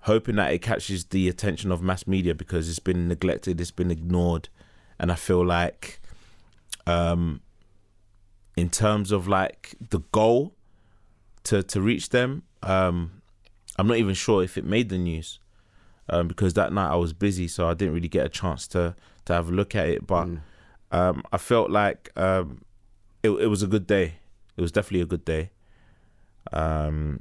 hoping that it catches the attention of mass media because it's been neglected, it's been ignored, and I feel like, um, in terms of like the goal to to reach them, um, I'm not even sure if it made the news um, because that night I was busy, so I didn't really get a chance to to have a look at it. But
Mm.
um, I felt like um, it, it was a good day. It was definitely a good day. Um,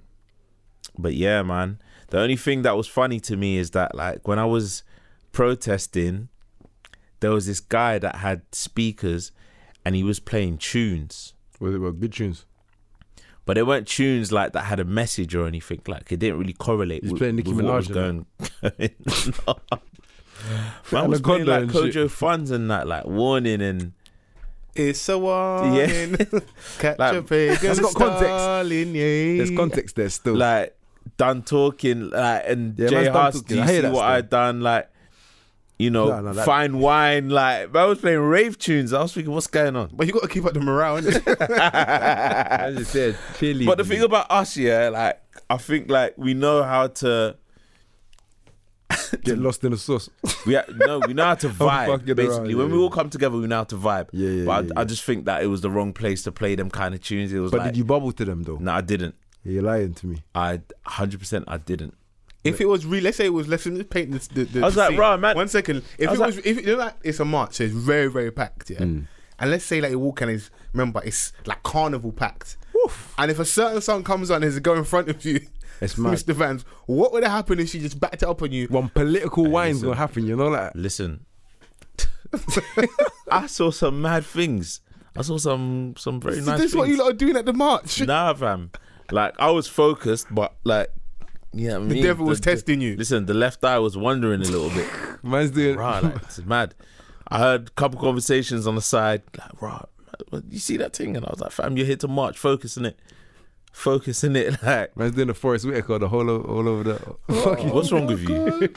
but yeah, man, the only thing that was funny to me is that like when I was protesting, there was this guy that had speakers, and he was playing tunes
Well, they were good tunes.
but they weren't tunes like that had a message or anything. Like it didn't really correlate.
He's
with,
playing Nicki
with what was
Minaj
going. *laughs*
*laughs*
on. Man was playing
Anaconda
like
and shit.
Kojo Funds and that, like warning and
it's a warning. *laughs* Catch
Like,
a pig
that's
and
got context.
Starling, yeah.
There's context there still.
like done talking, like and
Yeah,
Jay
man's done
Huss,
talking.
do you
I hear
see
that
what I
still."
done? Like you know,
No, no, that-
fine wine. Like I was playing rave tunes. I was thinking, what's
*laughs*
going on? *laughs*
But you got to keep up the morale, innit?
As I said, chili.
But the thing about us, yeah, like I think like we know how to
Get lost in the sauce.
we ha- no we know how
*laughs*
to
fuck
vibe
it
basically.
around,
when
yeah,
we
yeah.
all come together, we know how to vibe.
Yeah, yeah,
But I,
yeah,
I
yeah.
just think that it was the wrong place to play them kind of tunes. It was
But
like
did you bubble to them though?
no, I didn't.
You're lying to me.
I hundred percent I didn't.
if it was real, let's say it was. Let's just paint this. The, the,
I was
the
like,
scene.
"Rah, man."
One second. If
I
it
was
was, if you know, like, it's a march, so it's very, very packed. Yeah.
Mm.
And let's say like you walk and it's remember it's like carnival packed. And if a certain song comes on, and there's a go in front of you,
It's mad.
Mr. Vans. What would have happened if she just backed it up on you?
One political wine's
listen.
gonna happen, you know, like
*laughs*
Listen, I saw some mad things. I saw some some very
So
nice.
this
things.
is what you lot are doing at the march.
nah, fam. Like I was focused, but like yeah,
The devil was testing you.
Listen, the left eye was wandering a little bit.
man's doing.
Right, like, it's mad. I heard a couple conversations on the side, like, right, you see that thing? And I was like, fam, you're here to march, focus in it. Focus in it. *laughs* Like,
Man's doing the Forest Whitaker the whole o- all over the.
what's wrong with
Oh,
you?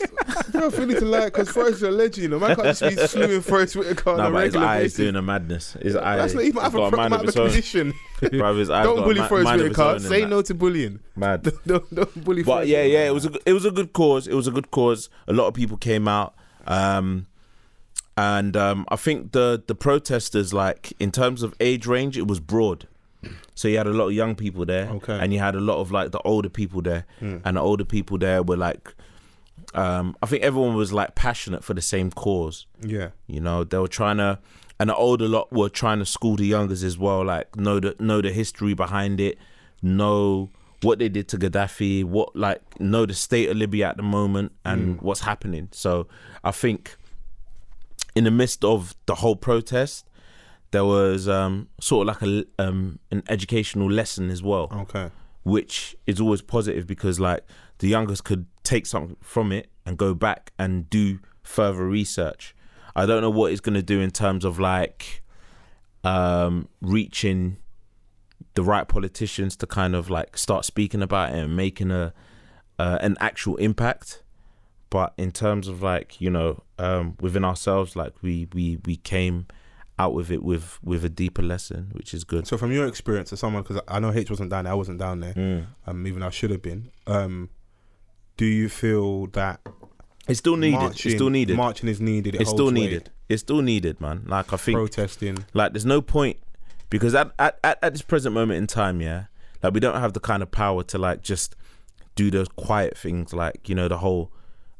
You're feeling to like because Forrest's a legend. You know, man can't
*laughs*
just be slewing Forrest Whitaker on
Nah,
a
but his
regular
eye is
basis.
doing a madness. His eye
That's not even
he's
have
got
a,
a mind
problem,
of
have a
his own. *laughs*
condition.
Bruv, his eye's
Don't
got a
bully
mi-
Forrest
mind of his
Whitaker.
own in
Say
that.
no to bullying. *laughs*
Mad.
don't, don't bully
But
Forrest
yeah,
Whitaker.
yeah, it was a g- it was a good cause. It was a good cause. A lot of people came out, um, and um, I think the the protesters, like in terms of age range, it was broad. So you had a lot of young people there,
Okay.
and you had a lot of like the older people there, and the older people there were like, um, I think everyone was like passionate for the same cause.
Yeah.
You know, they were trying to, and the older lot were trying to school the youngers as well, like know the know the history behind it, know what they did to Gaddafi, what like know the state of Libya at the moment and what's happening. So I think in the midst of the whole protest, there was um, sort of like a l- um, an educational lesson as well
Okay.
which is always positive because like the youngest could take something from it and go back and do further research. I don't know what it's going to do in terms of like um reaching the right politicians to kind of like start speaking about it and making a uh, an actual impact. But in terms of like you know um within ourselves, like we we we came out with it with with a deeper lesson, which is good.
So from your experience as someone, because I know H wasn't down there, I wasn't down there,
Mm.
um, even I should have been. Um, do you feel that
It's still needed.
Marching,
it's still needed.
Marching is needed. It
it's
holds
still
weight.
needed. It's still needed, man. Like I think,
Protesting.
like there's no point because at, at at at this present moment in time, yeah, like we don't have the kind of power to like just do those quiet things, like you know the whole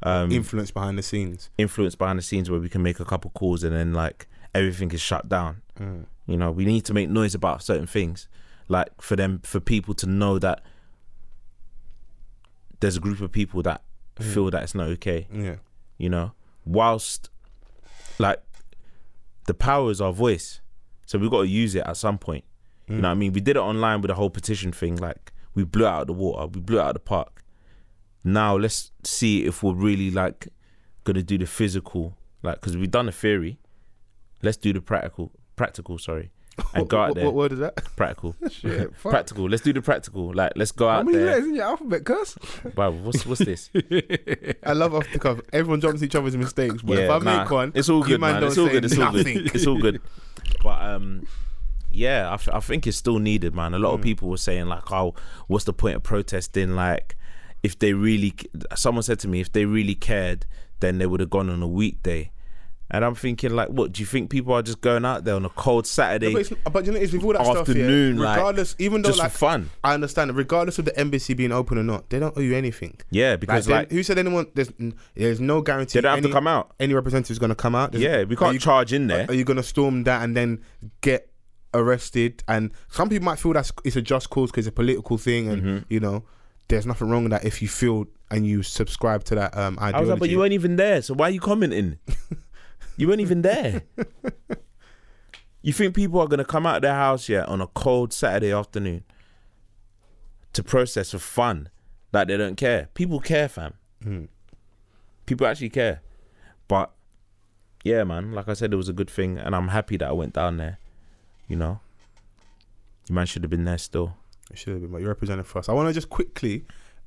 um,
Influence behind the scenes.
influence behind the scenes where we can make a couple calls and then like everything is shut down. You know, we need to make noise about certain things, like for them for people to know that there's a group of people that feel that it's not okay
Yeah.
you know whilst like the power is our voice so we've got to use it at some point you
Mm.
know what i mean we did it online with the whole petition thing like we blew it out of the water we blew it out of the park now let's see if we're really like gonna do the physical like because we've done the theory let's do the practical practical sorry and go
*laughs*
what,
out
what,
there
what word is
*laughs*
that?
practical
Shit, fuck.
practical let's do the practical like let's go
How
out
many
there
letters in your alphabet,
*laughs*
cuz?
Bro, what's what's this
I love off the cuff. Everyone jumps each other's mistakes, but if I make
nah,
one,
it's all
you
good,
man
man.
don't
It's all
say
good. It's all good.
nothing.
It's all
*laughs*
good. But um, yeah, I, f- I think it's still needed, man. A lot of
Hmm.
people were saying like, "Oh, what's the point of protesting?" Like, if they really, c- someone said to me, if they really cared, then they would have gone on a weekday. And I'm thinking, like, what do you think? People are just going out there on a cold
No,
Saturday
but, it's, but you know, it's with all that
Afternoon,
stuff. Yeah,
like,
regardless, even though
just
like
for fun.
I understand, it, regardless of the embassy being open or not, they don't owe you anything.
Yeah, because
they-
like,
who said anyone? There's n- there's no guarantee.
they don't have
any,
to come out.
Any representative's going to come out. There's-
Yeah, we
are
can't
you-
charge in there.
Are you going to storm that and then get arrested? And some people might feel that's it's a just cause because it's a political thing, and
Mm-hmm.
you know, there's nothing wrong with that if you feel and you subscribe to that um ideology.
I was like, but you weren't even there, so why are you
*laughs*
commenting? you weren't even there. you think people are gonna come out of their house yet on a cold Saturday afternoon to protest for fun? Like they don't care. People care, fam.
Hmm.
People actually care. But yeah, man, like I said, it was a good thing, and I'm happy that I went down there. You know, you man should have been there still.
It should have been, but you're representing for us. I want to just quickly.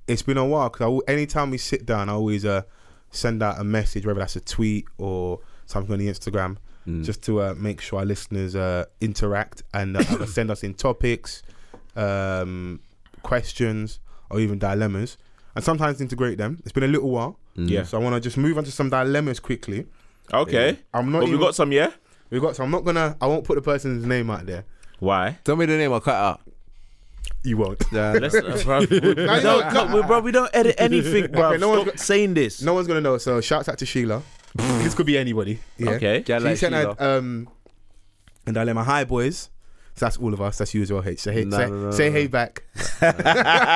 It's been a while because anytime we sit down, I always uh, send out a message, whether that's a tweet or something on the Instagram, just to uh, make sure our listeners uh, interact and uh, either send us in topics, um, questions, or even dilemmas. And sometimes integrate them. It's been a little while.
Yeah.
So I want to just move on to some dilemmas quickly.
Okay.
I'm not.
But we
even-
got some, yeah?
We got. So I'm not gonna. I won't put the person's name out there.
Why?
*laughs* Tell me the name. I'll cut it out.
You won't.
Yeah.
Let's, uh, bro, we, we
you
don't,
know-
cut- we- bro, we don't
*laughs*
edit anything, bro.
Okay, no one's
Stop saying this.
No one's gonna know. So shouts out to Sheila. this could be anybody. Yeah.
Okay.
Yeah,
She
like
sent
Sheila.
out um, a dilemma. Hi boys. So that's all of us. That's you as well. H. Say hey,
No,
say,
no, no,
say
no.
hey back.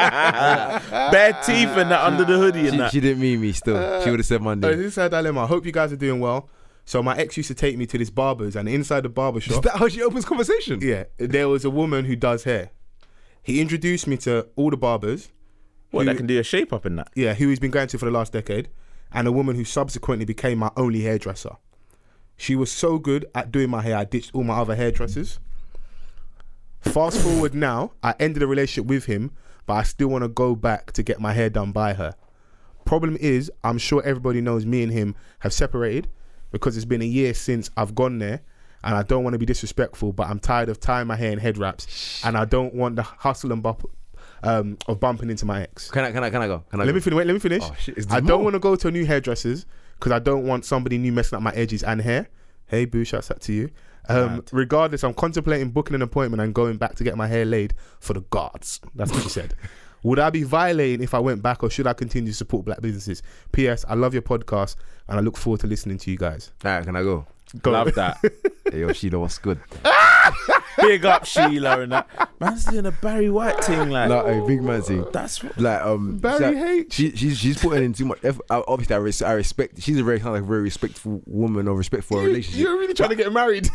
Bare teeth and that under the hoodie and
She,
that.
she didn't mean me. Still, she would have said my
Uh,
name. *laughs*
this is her dilemma. I hope you guys are doing well. So my ex used to take me to this barber's, and inside the barber
Is
shop,
that how she opens conversation?
yeah, there was a woman who does hair. He introduced me to all the barbers.
What,
who-
that can do a shape up in that?
yeah, who he's been going to for the last decade, and a woman who subsequently became my only hairdresser. She was so good at doing my hair, I ditched all my other hairdressers. Fast forward now, I ended the relationship with him, but I still want to go back to get my hair done by her. Problem is, I'm sure everybody knows me and him have separated because it's been a year since I've gone there, and I don't want to be disrespectful, but I'm tired of tying my hair in head wraps, and I don't want the hustle and bump, um, of bumping into my ex.
Can I? Can I? Can I go? Can I?
Let
go?
me finish. Wait, let me finish.
Oh, shit, is there
I don't
more?
want to go to a new hairdresser's because I don't want somebody new messing up my edges and hair. Hey, boo, shouts out to you. Um, regardless, I'm contemplating booking an appointment and going back to get my hair laid for the guards. That's what
*laughs*
she said. Would I be violating if I went back, or should I continue to support black businesses? P.S. I love your podcast, and I look forward to listening to you guys.
Alright, can I *laughs* go?
Go.
Love that.
Hey, yo, Sheila, what's good?
Big up Sheila and that. Man's doing a Barry White thing, like.
Like a big man thing.
That's what.
Like um,
Barry
she-
H.
She, she's she's putting in too much effort. I, obviously, I, res- I respect. She's a very kind of like very respectful woman or respectful relationship.
You're really trying to get married.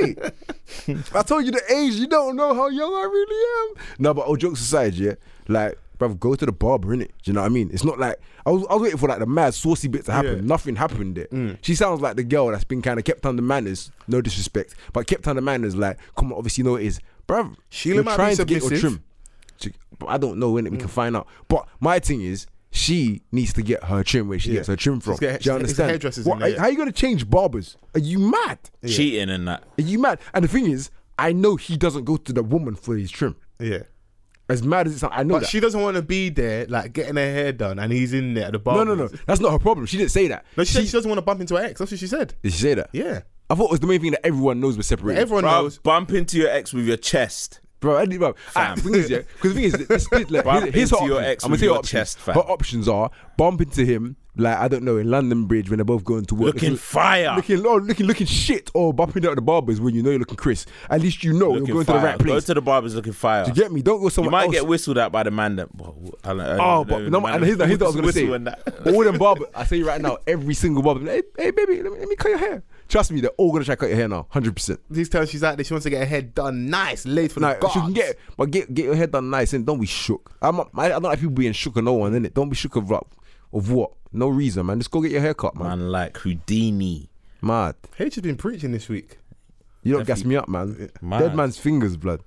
I told you the age. You don't know how young I really am. No, but all jokes aside, yeah. Like, bruv, go to the barber, innit? Do you know what I mean? It's not like I was, I was waiting for like the mad saucy bit to happen.
Yeah. Mm.
Nothing happened there. She sounds like the girl that's been kind of kept under manners. No disrespect, but kept under manners. Like, come on, obviously you know what it is, bruv.
Sheila
you're
might be
trying to get your
submissive. Mm.
trim. She- but I don't know when we can find out. But my thing is. She needs to get her trim where she
Yeah.
gets her trim from.
She's get-
Do you
it's a
understand?
hairdresser's in
What,
there, yeah.
How you gonna change barbers? Are you mad?
Cheating and that.
Are you mad? And the thing is, I know he doesn't go to the woman for his trim.
yeah.
As mad as it sounds, I know
But
that.
she doesn't want to be there, like getting her hair done, and he's in there at the bar.
no, no, no. That's not her problem. She didn't say that.
No, she, said she doesn't want to bump into her ex. That's what she said.
Did she say that?
Yeah.
I thought it was the main thing that everyone knows was separated.
Everyone
Bro,
knows.
bump into your ex with your chest.
bro, I didn't, bro.
Fam.
Because the thing is, yeah, 'cause the thing is, this, this, like,
Bump
here's, here's her
into your
options.
ex
I'm gonna
with
tell you
your
her options.
chest, fam.
Her options are bump into him, like I don't know, in London Bridge when they're both going to work.
Looking
Look-
fire.
Looking, oh, looking, looking shit, or bumping out the barbers when you know you're looking Chris. At least you know
Looking
you're going
fire.
to the right
Go
place.
to the barber's looking fire.
you get me? Don't go
You
somewhere
might
else.
get whistled at by the man that. Well, I don't- I don't
Oh,
know,
but
the
no,
man
and here's,
that-
here's what I was gonna say.
whistle
*laughs*
and that.
All them barber, I tell you right now, every single barber, hey, hey baby, let me, let me cut your hair. Trust me, they're all gonna try to cut your hair now, hundred percent.
These times she's out there, she wants to get her hair done nice, late for
Now,
the
if you can
guards.
get, but get get your hair done nice and don't be shook. I'm, not- I, I don't like people being shook of no one, innit? Don't be shook of what, of what? No reason, man. Just go get your hair cut, man.
Man, like Houdini.
Mad,
H has been preaching this week.
you don't gas me up, man.
Mad.
Dead man's fingers, blood.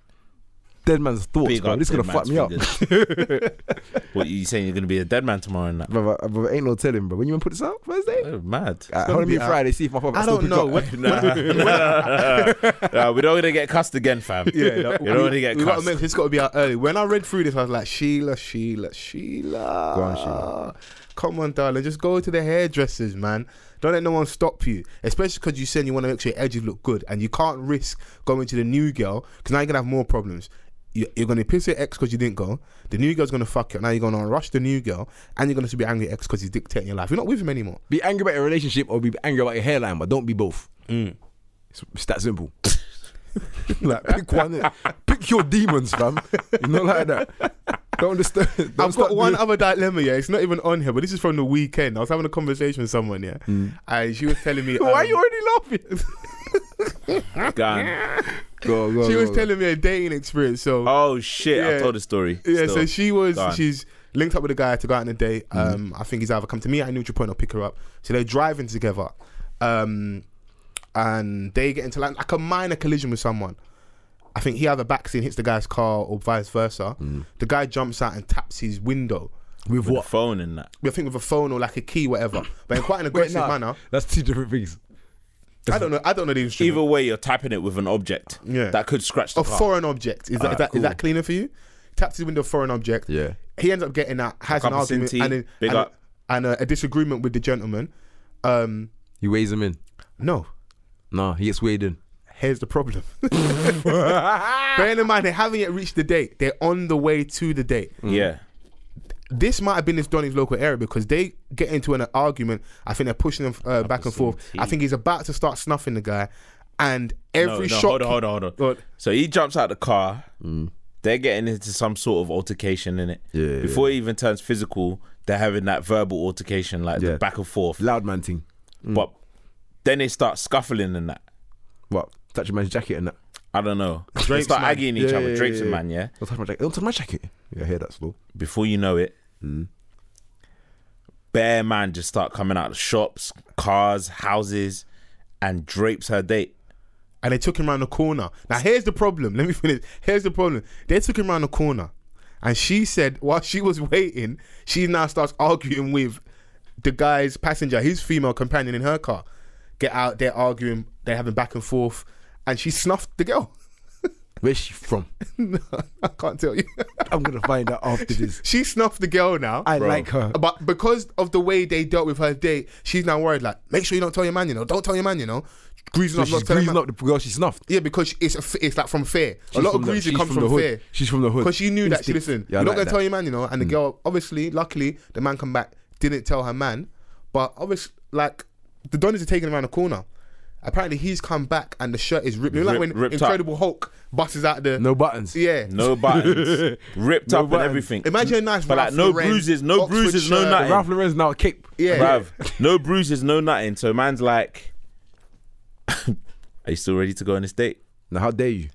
Dead man's thoughts,
Big
bro.
up
This
dead
gonna fuck
man's
me up,
fingers. *laughs* what you saying? You're gonna be a dead man
*laughs*
tomorrow and that?
bro, bro, bro. Ain't no telling, bro. When you gonna put this out Thursday?
Oh, mad.
Uh,
gonna
hold me
be out.
Friday. See if my father.
I
still
don't
pick
know.
up.
*laughs* What,
Nah, nah, nah, nah. we don't want to get cussed again, fam.
yeah,
we
no,
don't want to get
we gotta
cussed.
make, it's got to be out early. When I read through this, I was like, Sheila, Sheila, Sheila.
Go on, Sheila.
Come on, darling. Just go to the hairdressers, man. Don't let no one stop you. Especially because you said you want to make sure your edges look good, and you can't risk going to the new girl because now you're gonna have more problems. You- You're gonna piss your ex because you didn't go. The new girl's gonna fuck you. Now you're gonna rush the new girl, and you're gonna be angry at ex because he's dictating your life. You're not with him anymore.
Be angry about your relationship or be angry about your hairline, but don't be both.
Mm.
It's, it's that simple. *laughs* like pick one, innit? pick your demons, fam. You know, like that. Don't understand. Don't
I've
start
got one
doing-
other dilemma, yeah. It's not even on here, but this is from the weekend. I was having a conversation with someone, yeah. And she was telling me.
Mm. *laughs* Why
um,
you *laughs* already laughing?
Gone.
go, go,
She
go,
was
go.
telling me a dating experience. So,
Oh shit!
Yeah.
I told the story.
yeah,
still.
so she was.
Go on.
She's linked up with a guy to go out on a date.
Mm.
Um, I think he's either come to me at neutral point or pick her up. So they're driving together. Um, and they get into like, like a minor collision with someone. I think he either backs in, hits the guy's car, or vice versa. The guy jumps out and taps his window.
Mm. With
with
what?
the phone and that.
I think with a phone or like a key, whatever, but in quite an aggressive
nah,
manner.
That's two different things.
I don't know. I don't know the instrument.
Either way, you're tapping it with an object
Yeah. Oh,
that could scratch the
a
car.
foreign object. Is that, is,
Alright,
that is
cool.
that cleaner for you? Taps his window, foreign object.
Yeah.
He ends up getting that, has an
Cup of
argument
Sinti,
and, a-
big
and, a-
up.
and a, a disagreement with the gentleman. Um,
He weighs him in.
no,
Nah, he gets weighed in.
here's the problem. *laughs* Bearing in mind, they haven't yet reached the date. They're on the way to the date.
Yeah,
This might have been his Donny's local area because they get into an argument. I think they're pushing him uh, back and forth. I think he's about to start snuffing the guy, and
No,
every
no,
shot.
Hold on, hold on, hold on.
What?
So he jumps out the car. They're getting into some sort of altercation in it.
Yeah, yeah,
Before it even turns physical, they're having that verbal altercation, like
Yeah.
the back and forth.
Loud man thing.
But then they start scuffling and that.
What? Touch a man's jacket and that.
I don't know. they
Drapes,
start
man.
aggieing each
Yeah,
other.
yeah,
Drapes
yeah,
and
yeah.
man, yeah.
Don't touch my jacket. Don't touch my jacket. Yeah, I hear that slow.
Before you know it, bare man just start coming out of shops, cars, houses, and drapes her date.
and they took him around the corner. Now here's the problem. *laughs* Let me finish. Here's the problem. They took him around the corner, and she said while she was *laughs* waiting, she now starts arguing with the guy's passenger, his female companion in her car. Get out. They're arguing. They're having back and forth, and she snuffed the girl. *laughs*
Where's she from? *laughs*
no, I can't tell you.
I'm gonna find out after this.
*laughs* she snuffed the girl now.
I like her.
But because of the way they dealt with her date, she's now worried. Like, make sure you don't tell your man, you know. Don't tell your man, you know. Greasing
So
up,
she's
not telling.
greasing
man.
up the girl she snuffed.
Yeah, because it's a f it's like from fear.
She's
a lot of
from the-
greasing
she's
comes
from
from,
the hood.
fear.
She's from the hood.
Because she knew that. She
Instincts.
listen,
Yeah, I
you're not
like
gonna
that.
tell your man, you know.
Mm.
And the girl, obviously, luckily, the man come back, didn't tell her man. But obviously, like the Donnies are taking him around the corner. Apparently, he's come back and the shirt is ripped. You know, like
Rip-
when
ripped up.
Incredible Hulk busts out the
No buttons.
yeah.
No buttons, ripped
No
up
buttons.
and everything.
Imagine a nice
But like,
Ralph
no
Lauren,
bruises, no
Oxford
bruises, no
shirt.
nothing.
Ralph Lauren's now a cape.
Yeah,
Bruv, no bruises, no nothing. So man's like, *laughs* "Are you still ready to go on this date?"
Now how dare you?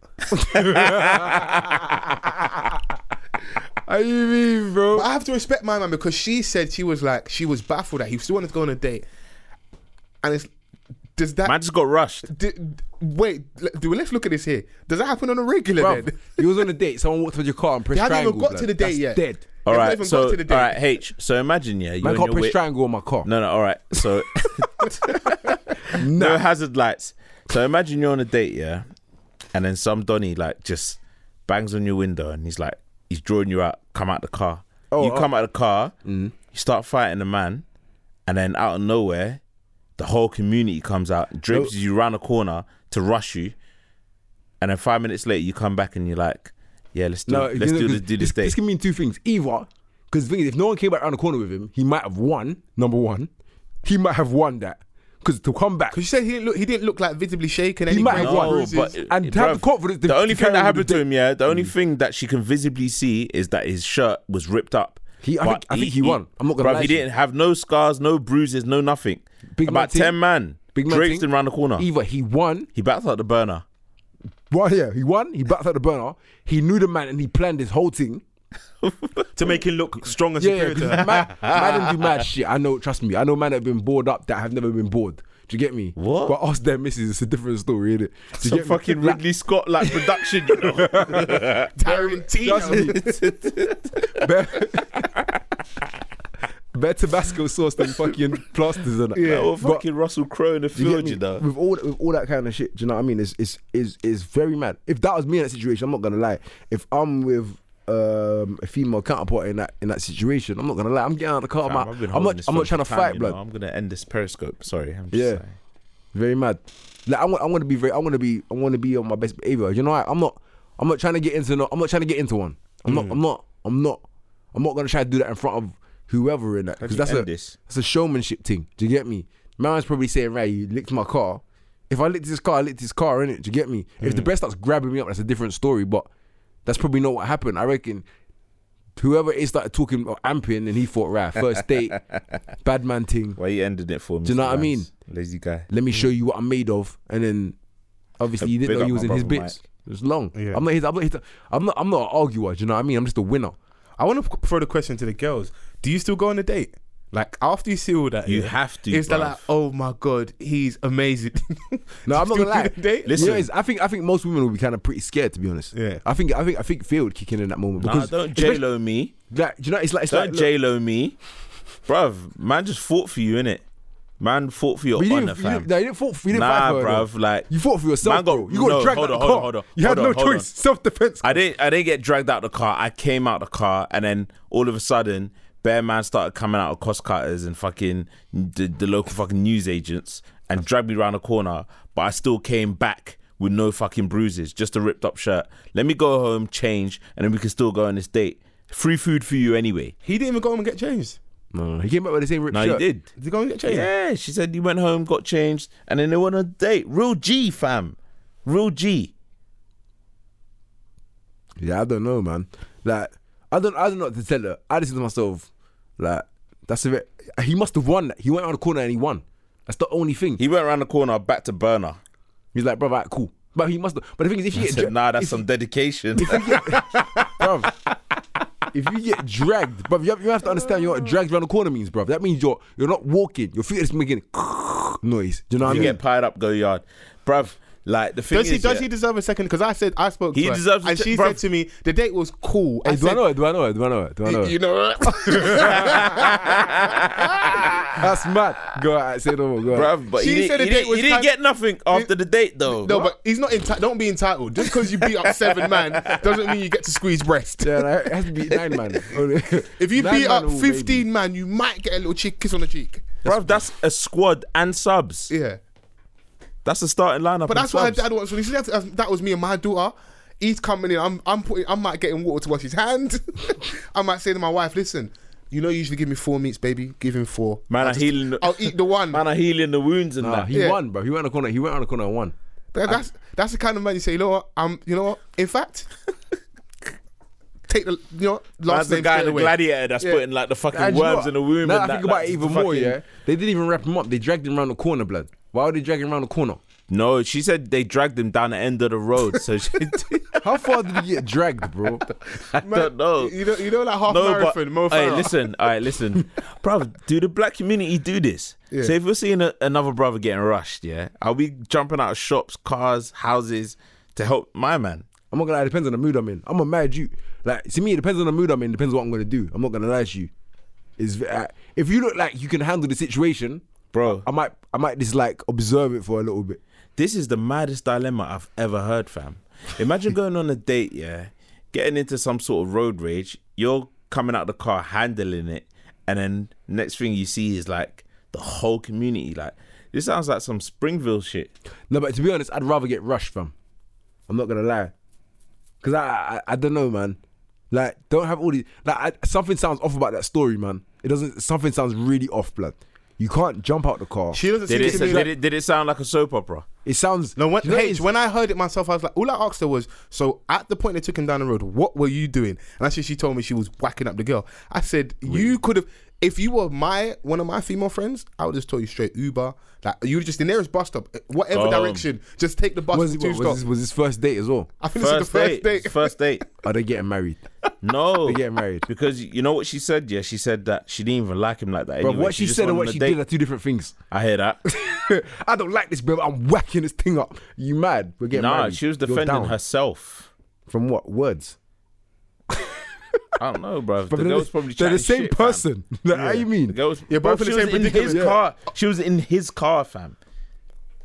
How you mean, bro?
But I have to respect my man because she said she was like she was baffled that he still wanted to go on a date, and it's does that
Man just got rushed.
D d- wait, l- do let's look at this here. Does that happen on a regular?
Bruv,
then?
you was on a date. Someone walked with your car and pressed
They haven't even
triangle.
got
blood.
to the date
That's
yet.
Dead.
All
They've not
right,
even
so
got
all
to the date.
right, H. So imagine, yeah, you're
Man
on
can't
your
press
way.
triangle on my car.
No, no. All right,
*laughs*
so *laughs* no hazard lights. So imagine you're on a date, yeah, and then some Donny like just bangs on your window and he's like, he's drawing you out. Come out the car.
Oh,
you
oh. Mm.
come out the car. You start fighting the man, and then out of nowhere, the whole community comes out, drapes
Oh.
you round a corner to rush you, and then five minutes later you come back and you're like, yeah, let's do,
No,
let's
you know,
do,
'cause
this, do this date.
This can mean two things. Either, because thing is, if no one came back around the corner with him, he might have won. Number one, he might have won that because to come back,
Because you said he didn't look. He didn't look like visibly shaken. Any
might have
grave
won,
bruises.
but
And to have the confidence to-
The only
to
thing
carry
that
on
happened
with the Hmm.
to him, yeah, the only thing that she can visibly see is that his shirt was ripped up.
He- I
But
think- I think he won. I'm not gonna
bruv,
lie
he
to you.
didn't have no scars, no bruises, no nothing.
Big man
About
thing.
ten man,
Big man
draped
thing.
him round the corner.
either he won.
He backed out the *laughs* burner.
Well, yeah, he won. He backed out the burner. He knew the man and he planned his whole thing.
to make him look strong and
Yeah, yeah. *laughs* 'cause Man, man don't do mad
*laughs*
shit. I know. Trust me. I know man that have been bored up that have never been bored. Do you get me?
What?
But ask their missus. It's a different story, innit? Do you
Some
get me?
fucking
Like,
Ridley Scott
*laughs*
like production. You know?
Trust
Tarantino.
me.
*laughs*
Bear, bear Tabasco sauce than fucking plasters and that.
Like, or
But-
fucking Russell Crowe in the
Do you get
field,
me?
you know.
With all with all that kind of shit, do you know what I mean? It's it's is is very mad. If that was me in that situation, I'm not gonna lie. If I'm with um, a female counterpart in that in that situation, I'm not gonna lie. I'm getting out of the car.
Fam,
man.
I've been
I'm
holding
not
this
I'm not
phone
trying to
for time,
fight,
you
blood.
know. I'm gonna end this Periscope. Sorry, I'm just
Yeah.
saying.
Very mad. Like I want I want to be very I want to be I want to be on my best behavior. You know I, I'm not I'm not trying to get into no, I'm not trying to get into one. I'm not
Mm.
I'm not I'm not I'm not gonna try to do that in front of whoever in that because
you
that's a
end this?
that's a showmanship thing. Do you get me? Man's probably saying right, you licked my car. If I licked his car, I licked his car in it. Do you get me? If the
Mm.
bear starts grabbing me up, that's a different story. But that's probably not what happened. I reckon whoever it is started talking or amping, and he thought right first
*laughs*
date, bad man thing
Why you ended it for me?
Do you know what I mean?
Lazy guy.
let me show you what I'm made of, and then obviously
Uh,
you didn't
big
know
up
he was
my
in his
brother,
bits. It was long.
Yeah.
I'm not. His, I'm not. His, I'm not. I'm not an arguer. Do you know what I mean? I'm just a winner.
I want to throw the question to the girls. Do you still go on a date? Like after you see all that,
You
yeah,
have to,
Is
bruv.
that like, oh my god, he's amazing? *laughs*
No, I'm not
*laughs*
Still
gonna lie.
do the date?
Listen,
Listen.
I think I think most women will be kind of pretty scared to be honest.
Yeah.
I think I think I think fear would kick in in that moment
Nah,
because
don't J Lo me.
Like, do you know, it's like it's
Don't
like
J Lo me, bruv. Man just fought for you, innit? Man fought for your
look, you
honor,
didn't, you
fam.
didn't, no, you didn't fight for, you didn't
nah,
fight for her, though.
bruv. Like
You fought for yourself,
Man got-
bro. You got
no,
dragged
hold
out
on,
the
hold on,
car.
hold on,
you had
hold on,
no
hold
choice.
on.
Self defense.
I didn't I didn't get dragged out the car. I came out the car and then all of a sudden Bear Man started coming out of cost cutters and fucking the, the local fucking news agents and dragged me around the corner, but I still came back with no fucking bruises, just a ripped up shirt. Let me go home, change, and then we can still go on this date. Free food for you anyway.
He didn't even go home and get changed.
No, no, he came back with the same ripped
No,
shirt.
you did.
Did he go and get changed?
Yeah, she said you went home, got changed, and then they went on a date. Real G, fam. Real G.
Yeah, I don't know, man. Like, I don't, I don't know what to tell her. I just think to myself, like, that's a bit. He must have won. He went around the corner and he won. That's the only thing.
He went around the corner, back to burner.
He's like, bro, right, cool. But he must. But the thing is, if you
I
get
said,
dra-
nah, that's some dedication.
bruv, *laughs* if you get dragged, bruv, you have, you have to understand you're not dragged around the corner means, bruv. That means you're you're not walking. Your feet are just making *laughs* noise. Do you know what
you
I mean?
get pied up, go yard, bruv. Like the thing
Does
is,
he does
yeah,
he deserve a second? Because I said I spoke
He
to her,
deserves a
and
che-
she
bruv.
said to me the date was cool.
Hey,
I
do I
said,
know it? Do I know it? Do I know it? Do
*laughs*
I know it?
You know,
That's mad. Go out, say no more. Go out.
bruv. But
She
he, didn't-
said the
he
date
didn't,
was
he didn't
kind-
get nothing after the date though.
no, but he's not. Enti- don't be entitled. Just because you beat up seven man doesn't mean you get to squeeze breast.
Yeah, like, it has to be nine man.
If you
Nine
beat
man
up
all,
fifteen
maybe.
man, you might get a little cheek kiss on the cheek.
bruv, that's a squad and subs.
Yeah,
That's a starting lineup.
but
and
that's what her
subs.
dad wants. When he said that, that was me and my daughter. He's coming in. I'm I'm putting. I might get him water to wash his hand. *laughs* I might say to my wife, listen. You know, you usually give me four meats, baby. Give him four.
Man
I'll
are
just-
healing the-
I'll eat the one.
man are healing the wounds and
Nah,
that.
he
Yeah.
won, bro. He went on the corner. He went on the corner and won.
That- that's that's the kind of man you say, you know what? Um, you know what? In fact, take the you know what?
That's
last
the
name
guy
straight
in the
away.
gladiator that's
Yeah.
putting like the fucking
And you know
worms
what?
in the womb.
Now that
and
I think about it even more,
fucking-
yeah. They didn't even wrap him up. They dragged him around the corner, blood. Why would they drag him around the corner?
No, she said they dragged him down the end of the road. So she,
How far did he get dragged, bro?
I don't know.
You know, you know that half
No,
marathon. Mo
but hey,
Farah.
listen, all
*laughs*
right, listen, bruv. Do the black community do this?
Yeah.
So if we're seeing a, another brother getting rushed, yeah, are we jumping out of shops, cars, houses to help my man?
I'm not gonna lie, it depends on the mood I'm in. I'm a mad you. Like, to me, it depends on the mood I'm in, depends on what I'm gonna do. I'm not gonna lie to you. Is uh, if you look like you can handle the situation,
Bro,
I might I might just like observe it for a little bit.
this is the maddest dilemma I've ever heard, fam.
*laughs*
Imagine going on a date, yeah, getting into some sort of road rage. You're coming out the car, handling it, and then next thing you see is like the whole community. Like this sounds like some Springville shit.
No, but to be honest, I'd rather get rushed, fam. I'm not gonna lie, cause I I, I don't know, man. Like, don't have all these. Like, I, something sounds off about that story, man. It doesn't. Something sounds really off, blood. You can't jump out the car.
she doesn't
Did it,
seem to me.
did
Like,
it did it sound like a soap opera?
It sounds.
no, when,
do you know what it
H,
is?
when I heard it myself, I was like, all I asked her was, so at the point they took him down the road, what were you doing? And actually, she told me she was whacking up the girl. I said, you could have, if you were my one of my female friends, I would just tell you straight Uber. Like you were just the nearest bus stop, whatever
Um,
direction, just take the bus
was,
for
it-
two
was,
stops.
this, was this first date as well?
I think this is
First
the first
date,
date.
first date.
Are they getting married? *laughs*
No,
They getting
*laughs*
married.
because you know what she said. Yeah, she said that she didn't even like him like that.
Bro,
anyway.
what she,
just
said and
wanted
what
a
she
date.
did are two different things. *laughs*
I hear that.
I don't like this, bro. I'm whacking this thing up. You mad? We're getting
nah,
married.
she was
You're
defending
down.
herself.
from what words?
I don't know, bro. The
But they're
girl's
the-
probably
they're the
chatting
same
shit, fam.
person. *laughs* Like, How you mean?
The girl's
You're both
bruv,
in the
she
same
was in his
predicament. Yeah.
car. She was in his car, fam.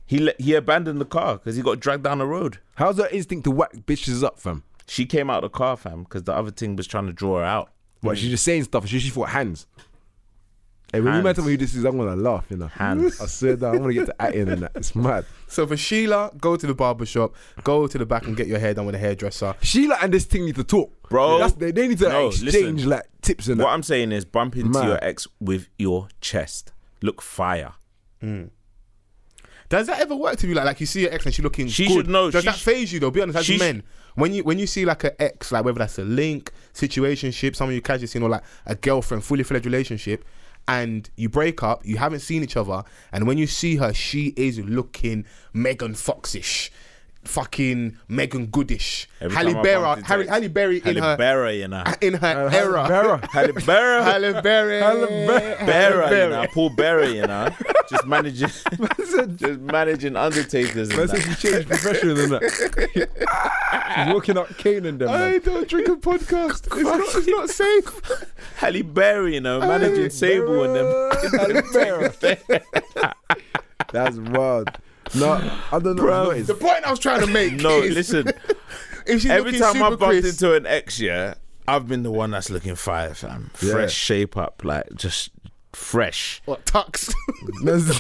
He let, he abandoned the car because he got dragged down the road.
How's her instinct to whack bitches up, fam?
She came out of the car, fam, because the other thing was trying to draw her out.
What she's just saying stuff. She she thought hands. And when you
Hands.
man tell me who this is, I'm gonna laugh. You know,
Hands.
I swear that I'm gonna get to acting and that. It's mad.
So for Sheila, go to the barber shop, go to the back and get your hair done with a hairdresser.
Sheila and this thing need to talk,
Bro,
That's, they, they need to like,
no,
exchange
listen.
like tips and
What
that.
I'm saying is, bump into
Mad.
your ex with your chest. Look fire.
Does that ever work to you? Like, like you see your ex and she looking.
She
good.
should know.
Does
She
that
sh-
phase you though? Be honest, as
she sh-
men, when you when you see like an ex, like whether that's a link situationship, someone you casually seen, or like a girlfriend, fully fledged relationship, and you break up, you haven't seen each other, and when you see her, she is looking Megan Foxish. fucking Megan Goodish,
Every
Halle
time I bumped
Berry,
into
Harry,
it,
Halle Berry in
Halle
her
Berry, you know.
in her era.
*laughs* Halle Berry.
Halle Berry.
Halle Berry.
*laughs* Berry, you know. Paul Berry, you know. Just
*laughs*
managing, just managing undertakers
*laughs*
and
That's
that.
if you change profession and that. *laughs* She's walking up Kane and them.
I
Man.
don't drink a podcast. It's not, it's not safe.
*laughs* Halle Berry, you know, managing Sable and them. *laughs*
That's wild. No, I don't know. what it is.
The point I was trying to make.
No,
is,
listen.
is she
Every
looking
time I
super
bumped
Chris?
into an ex, yeah, I've been the one that's looking fire, fam. Fresh
Yeah.
shape up, like just fresh,
what tux?
That's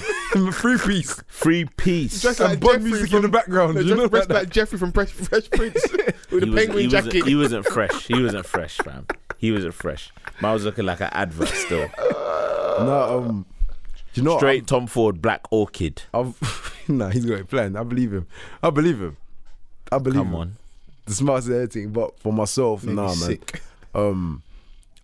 *laughs* free piece.
free piece.
Dressed
And bud
Jeffrey
music in the background.
No,
you know
dressed
that?
like Jeffrey from Fresh, Fresh Prince *laughs* with a
He was-
penguin
he wasn't-
jacket.
He wasn't fresh. He wasn't fresh, fam. He wasn't fresh. I was looking like an advert still.
no, um, do you know what?
Straight Tom Ford, Black Orchid.
I've, *laughs* nah, he's got a plan. I believe him. I believe him. I believe
Come
him.
on.
The smartest of everything, but for myself,
Made me
nah, man.
sick.
Um,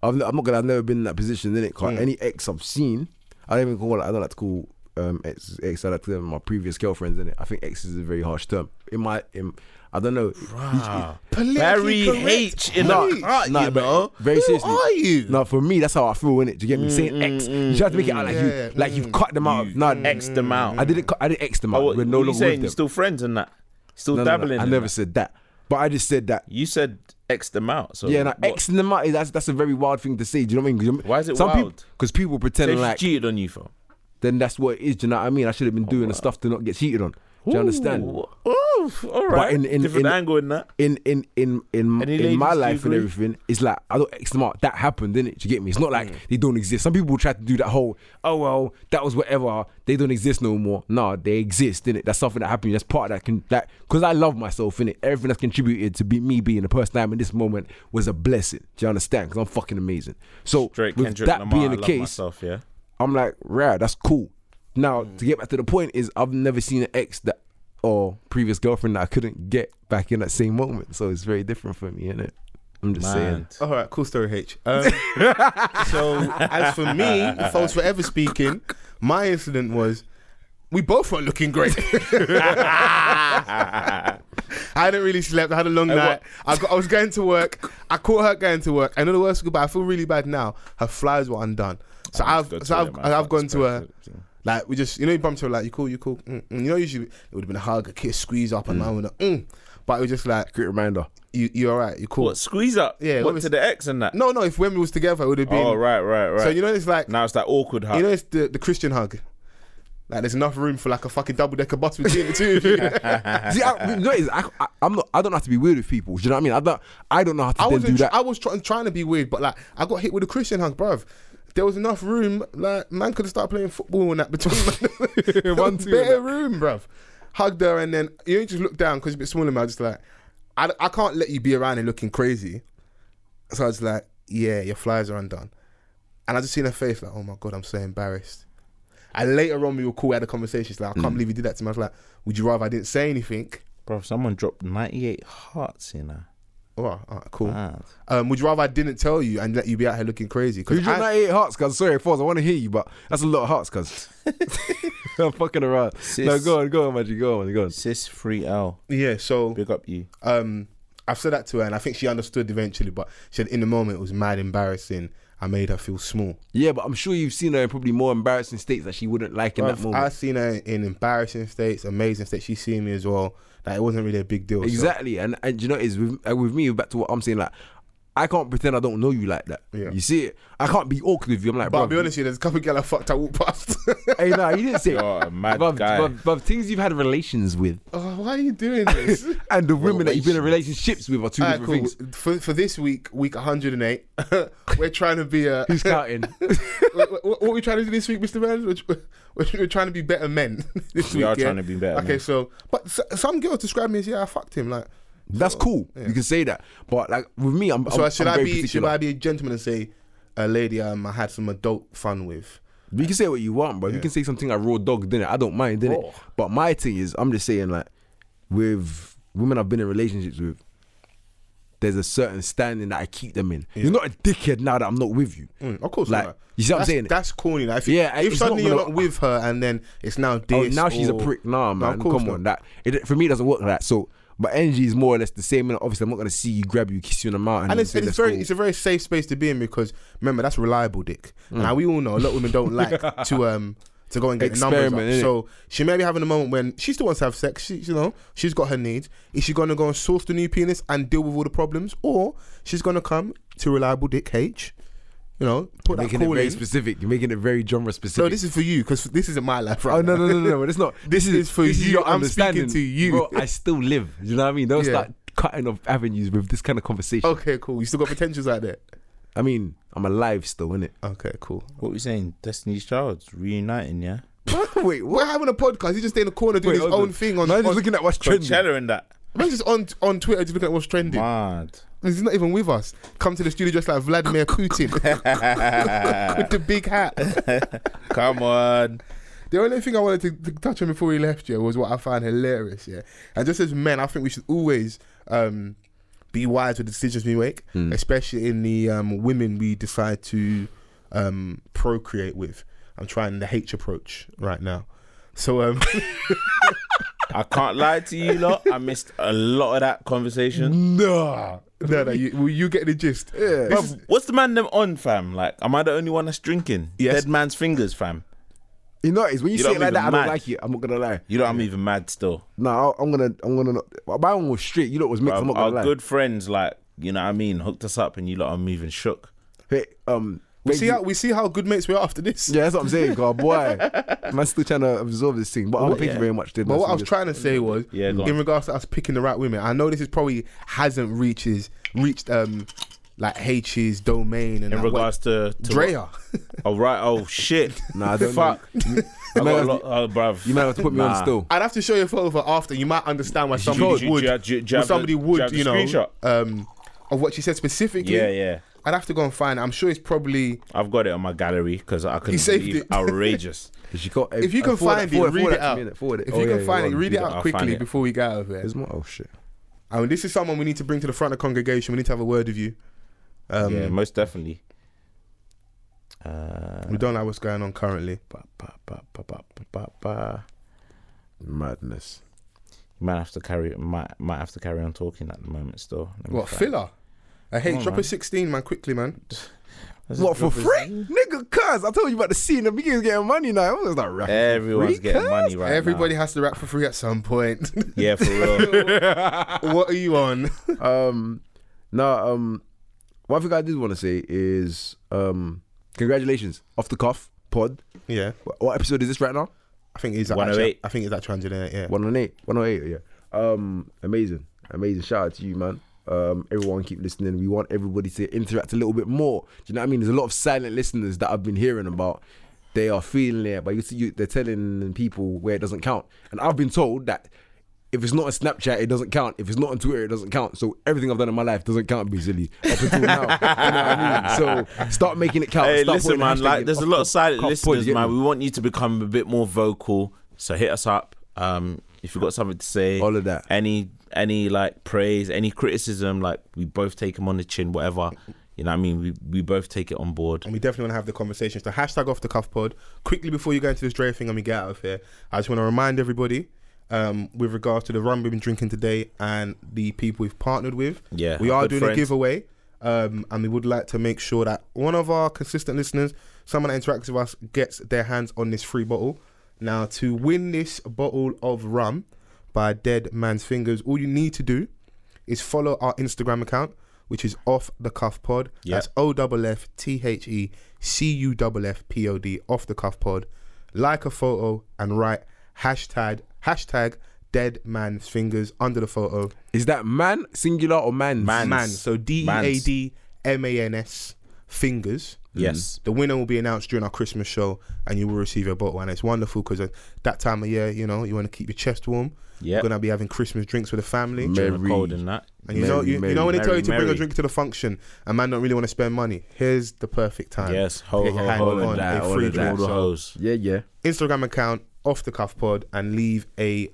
I've, n- I'm not gonna. I've never been in that position, innit? Cause
Mm.
any ex I've seen, I don't even call. I don't like to call um ex. ex I like to call them my previous girlfriends, innit? I think ex is a very harsh term. In my, in, I don't know.
Wow.
Politically
Barry
correct.
H in
Nah,
the art,
nah,
you
but
know.
Very
Who
seriously.
are you? Mm,
No, for me, that's how I feel, innit? Do you get me? Saying ex, you try to make it out like
yeah, Mm,
you, like you've cut them out. No,
X them out.
I didn't. cut- I didn't ex them out.
Oh, what,
We're no
what you
longer
saying?
with
You're
them.
still friends and that. Still
No, no, no,
dabbling.
I
in
never
that.
said that, but I just said that.
You said X them out. So
Yeah, now
what?
X them out is that's that's a very wild thing to say. Do you know what I mean? 'Cause you-
Why is it
some
wild?
Because people
So
pretend
she
like
cheated on you, fam.
then that's what it is. Do you know what I mean? I should have been doing the stuff to not get cheated on. Do you understand?
Oh, Ooh, oof, all right.
in- in-
Different
in-
angle in that.
In in in in,
Any
in my
ladies, do
life
you
and
agree?
everything, it's like I don't X them out. That happened, didn't it? Do you get me? It's not
Mm.
like they don't exist. Some people try to do that whole oh well that was whatever. They don't exist no more. No, they exist, didn't it? That's something that happened. That's part of that can that because I love myself in it. Everything that's contributed to be me being the person I am in this moment was a blessing. Do you understand? Because I'm fucking amazing. So
Drake,
with
Kendrick
that
Lamar.
being
I
the
love
case,
myself, yeah.
I'm like, right, that's cool. Now, to get back to the point is I've never seen an ex that or previous girlfriend that I couldn't get back in that same moment. So it's very different for me, innit? I'm just saying.
Man.
All right, cool story, H. Um, *laughs* so, as for me, if I was forever speaking, my incident was we both were looking great. *laughs*
*laughs*
I hadn't really slept. I had a long night. I, got, I was going to work. I caught her going to work. I know the worst goodbye. I feel really bad now. Her flies were undone. So
I need to
I've
go to
so I've,
the
I've,
man,
gone to her.
expensive.
Like we just you know you bumped her like you cool you cool. Mm, mm. You know usually it would have been a hug, a kiss, squeeze up, and I would have. Mm. But it was just like
Great reminder. *laughs*
you you all right, you cool.
*laughs* What squeeze up?
Yeah,
What
what
to
was-
the X and that?
No, no. If when we was together, it would have been.
Oh right, right, right.
So you know it's like
now it's that awkward hug.
you know it's the, the Christian hug. Like there's enough room for like a fucking double decker bus between the two of
*laughs*
you.
See, I, you know, what it is? I, I, I'm not. I don't have to be weird with people. Do you know what I mean? I don't. I don't know how to
I
then
was
do that.
I was trying trying to be weird, but like I got hit with a Christian hug, bruv. There was enough room. Like man could have started playing football and that between *laughs*
*laughs* One,
one
two,
bare room, bruv. Hugged her and then you know, you just look down because you're a bit smaller. than me. I was just like I, I can't let you be around and looking crazy. So I was like, yeah, your flies are undone. And I just seen her face like, oh my god, I'm so embarrassed. And later on, we were cool. We had a conversation. She's like, I
Mm.
can't believe you did that to me. I was like, would you rather I didn't say anything?
Bro, someone dropped 98 hearts in her.
Oh, all right, cool.
Mad.
Um, would you rather I didn't tell you and let you be out here looking crazy?
You
Because
just not eight hearts, cuz. Sorry, Foz, I want to hear you, but that's a lot of hearts, *laughs* cuz. I'm fucking around. No,
Sis.
go on, go on, Magic. Go on, go on.
Sis 3L.
yeah, so
Big up you.
um, I've said that to her, and I think she understood eventually. But she said in the moment it was mad embarrassing. I made her feel small.
Yeah, but I'm sure you've seen her in probably more embarrassing states that she wouldn't like in that
I've,
moment.
I've seen her in embarrassing states, amazing states. She's seen me as well. Like it wasn't really a big deal. so-
Exactly, and and you know is with uh, with me back to what I'm saying. Like, I can't pretend I don't know you like that.
Yeah.
You see it? I can't be awkward with you. I'm like,
But
bro.
I'll be honest, with you, there's a couple of girls I fucked. I walked past.
*laughs*
*laughs*
Hey, nah, you didn't say.
You are a mad
Bruv,
guy.
bruv, bruv, things you've had relations
*laughs*
with,
oh, why are you doing *laughs* this?
and the women that you've been in relationships with are two
All right,
different
cool.
things.
For, for this week, week 108, *laughs* we're trying to be a.
Who's counting?
*laughs* what, what, what are we trying to do this week, Mr. Burns? We're, we're, we're trying to be better men *laughs* this
We
week.
are
yeah?
trying to be better.
Okay, so but s- some girls describe me as yeah, I fucked him. Like,
That's cool. You can say that, but like with me, I'm.
so
I'm,
should
I'm
i
very
be should
particular.
I be a gentleman and say, a lady um, I had some adult fun with?
You can say what you want, but you can say something like raw dog, didn't it? I don't mind, didn't
Raw.
it? But my thing is, I'm just saying like, with women I've been in relationships with, there's a certain standing that I keep them in. You're not a dickhead now that I'm not with you.
Mm, of course,
Like,
not.
you see what I'm
That's-
saying?
That's corny. Like, if,
Yeah,
if
it's
suddenly
not
you're
gonna-
not with her and then it's now
Oh,
this.
now she's a
or-
prick. Nah,
No, of
man.
course
come
not.
on, that it, for me it doesn't work like that. So my energy is more or less the same. And obviously, I'm not gonna see you grab you, kiss you on the mouth, and,
And
then
it's,
say,
it's
"Let's
very
go."
it's a very safe space to be in because remember that's reliable dick.
Mm.
Now we all know a lot of
*laughs*
women don't like to um to go and get the
Experiment,
numbers
innit?
up. So she may be having a moment when she still wants to have sex. She you know she's got her needs. Is she gonna go and source the new penis and deal with all the problems, or she's gonna come to reliable dick H? You know, put that
making it
call
very
in.
specific. You're making it very genre specific.
No, this is for you because this isn't my life. Right
Oh no
now.
no no no! But *laughs* it's not.
This is for you.
your
I'm speaking
understanding.
to you.
Bro, I still live. You know what I mean? Don't
Yeah.
start cutting off avenues with this kind of conversation.
*laughs* okay, cool. You still got potentials out there.
I mean, I'm alive still, innit?
Okay, *laughs* cool.
What we saying? Destiny's Child's reuniting, yeah.
Wait,
We're having a podcast. He's just stay in the corner doing
Wait,
his
hold
own
on.
thing on.
Man, just
on
looking at what's trending.
Coachella and that.
man's just on on Twitter, just looking at what's trending.
*laughs* Mad.
He's not even with us. Come to the studio dressed like Vladimir Putin *laughs* with the big hat.
Come on.
The only thing I wanted to, to touch on before we left, yeah, was what I found hilarious, yeah. And just as men, I think we should always um, be wise with the decisions we make, especially in the um, women we decide to um, procreate with. I'm trying the H approach right now. So um, *laughs*
I can't lie to you lot. I missed a lot of that conversation.
no, no, no. You, well, you get the gist. Yeah.
Bruv, what's the man them on, fam? Like, am I the only one that's drinking?
Yes.
Dead man's fingers, fam.
You know, it's when you,
You
say it
don't
like that,
even
I don't
mad.
like it. I'm not gonna lie.
You know, I'm even mad still.
Nah, I- I'm gonna, I'm gonna. Not, my one was straight. You know, it was mixed. I'm
Bruv,
not
Um, our
gonna lie.
good friends, like, you know what I mean, hooked us up and you lot, I'm even shook.
Hey, um,
we
Reggie-
see how we see how good mates we are after this.
Yeah, that's what I'm saying, God, *laughs* boy. Man, still trying to absorb this thing. But um,
What-
thank
yeah.
you very much, dude.
But
That's
what I was
really-
trying to say was,
Yeah, go on.
in regards to us picking the right women, I know this is probably hasn't reaches reached um like H's domain and
In
that,
regards to,
what-
to what-
Drea. *laughs*
Oh right. Oh shit.
Nah, I don't know.
Fuck. I got a
have
lot. Oh, bruv.
You might have to put me
Nah.
on still.
I'd have to show you a photo of her after. You might understand why
Do you-
somebody
do you-
would,
do you- do you- do you
why
have the-
somebody
do you
would,
have the
you know,
screenshot?
um, of what she said specifically.
Yeah, yeah.
I'd have to go and find. it. I'm sure it's probably
I've got it on my gallery because I couldn't
saved
believe
it.
outrageous.
She got,
if you can find it, read it out.
Forward it.
If
Oh,
you
yeah,
can
yeah,
find
go
it,
on,
read
do
it
I'll
out
find
quickly
it.
before we get out of here.
There's more. Oh shit.
I mean, this is someone we need to bring to the front of the congregation. We need to have a word with you. Um,
yeah, most definitely. Uh,
We don't know what's going on currently.
ba, ba, ba, ba, ba, ba, ba, ba.
Madness.
You might have to carry might might have to carry on talking at the moment still. Let me
What
try.
filler? I hate
on,
drop
man.
a sixteen, man, quickly, man.
Let's
What for
drop
free,
this-
nigga? Cuz I told you about the scene. The beginner's getting money now. I was like, rap.
Eh. Everyone's getting money right
Everybody has to rap for free at some *laughs* point.
now. Yeah, for real.
what are you on?
Um, no. Um, one thing I did want to say is, um, congratulations, off the cuff pod.
Yeah,
What- What episode is this right now?
I think it's that
108.
actually- I think it's that transgender. Yeah,
One on eight. One on eight. Yeah. Um, amazing, amazing. Shout out to you, man. Um, everyone keep listening. We want everybody to interact a little bit more. Do you know what I mean? There's a lot of silent listeners that I've been hearing about. They are feeling it, but you see, you, they're telling people where it doesn't count. And I've been told that if it's not on Snapchat, it doesn't count. If it's not on Twitter, it doesn't count. So everything I've done in my life doesn't count, basically, up until now. *laughs* you know what I mean? So start making it count.
hey,
Start
listen,
putting
man.
hashtag
Like,
in.
there's a
Off
lot
the
of silent
cuff pod,
listeners,
you get
man.
me?
We want you to become a bit more vocal. So hit us up. Um, if you've got something to say,
All of that.
any any like praise, any criticism, like we both take them on the chin, whatever. You know what I mean? We we both take it on board.
and we definitely want to have the conversation. So hashtag off the cuff pod quickly before you go into this Dre thing and we get out of here. I just want to remind everybody. Um, with regards to the rum we've been drinking today and the people we've partnered with,
Yeah,
we
our
are
good
doing a
friends.
giveaway, um, and we would like to make sure that one of our consistent listeners, someone that interacts with us, gets their hands on this free bottle. Now, to win this bottle of rum by Dead Man's Fingers, all you need to do is follow our Instagram account, which is off the cuff pod.
Yeah.
That's O F F T H E C U F F P O D off the cuff pod. Like a photo and write hashtag hashtag Dead Man's Fingers under the photo.
Is that man singular or man?
Man.
Man. So D E A D M A N S fingers.
Yes.
The winner will be announced during our Christmas show, and you will receive your bottle. And it's wonderful because at that time of year, you know, you want to keep your chest warm.
Yeah.
You're gonna be having Christmas drinks with the family.
During the cold and that.
And you know,
Merry,
you,
merry,
you know when they tell
merry,
you to bring a
merry.
drink to the function, a man don't really want to spend money. Here's the perfect time.
Yes,
to
ho,
get your
ho,
hand
ho, and
on
that,
a
all
free
of that.
drink.
All the
So,
hoes.
Yeah, yeah.
Instagram account off the cuff pod and leave a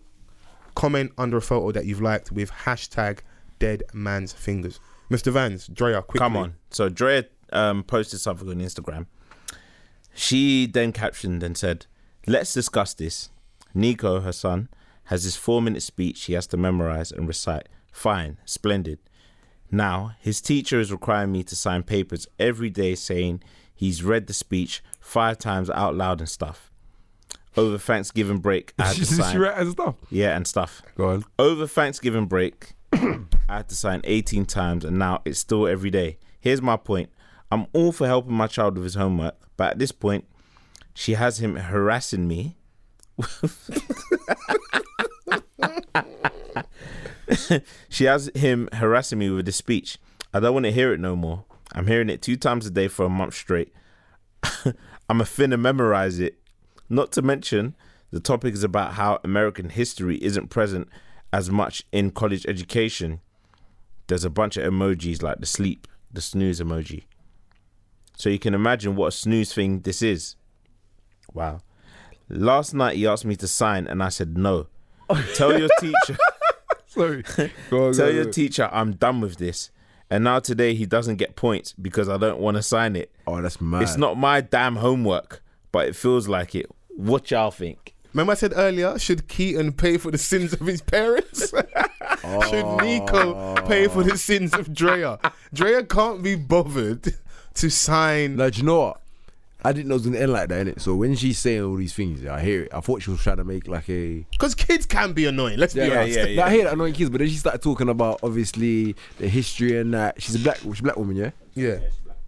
comment under a photo that you've liked with hashtag Dead Man's Fingers. Mr. Vans, Drea, quickly.
Come on. So Drea um, posted something on Instagram. She then captioned and said, "Let's discuss this." Nico, her son, has this four-minute speech he has to memorize and recite. Fine, splendid. Now his teacher is requiring me to sign papers every day saying he's read the speech five times out loud and stuff. Over Thanksgiving break, *laughs* I had
*laughs*
to
She's just
sign.
right and stuff.
Yeah, and stuff.
Go on.
Over Thanksgiving break, *coughs* I had to sign 18 times and now it's still every day. Here's my point I'm all for helping my child with his homework, but at this point, she has him harassing me. *laughs* she has him harassing me with this speech. I don't want to hear it no more. I'm hearing it two times a day for a month straight. *laughs* I'm a finna memorize it. Not to mention, the topic is about how American history isn't present as much in college education. There's a bunch of emojis like the sleep, the snooze emoji. So you can imagine what a snooze thing this is. Wow. Last night he asked me to sign and I said no. Tell your teacher
Sorry. Go on, go
Tell
on,
your
go on.
teacher I'm done with this. And now today he doesn't get points because I don't want to sign it.
Oh, that's mad.
It's not my damn homework, but it feels like it. What y'all think?
Remember I said earlier, should Keaton pay for the sins of his parents? *laughs* should Nico pay for the sins of Drea? Drea can't be bothered to sign.
Like, do you know what? I didn't know it was gonna end like that, innit? So when she's saying all these things, yeah, I hear it. I thought she was trying to make like a
Because kids can be annoying, let's be honest.
yeah,
Like, I hear that annoying kids, but then she started talking about obviously the history and that. She's a black, she's a black woman, yeah.
Yeah.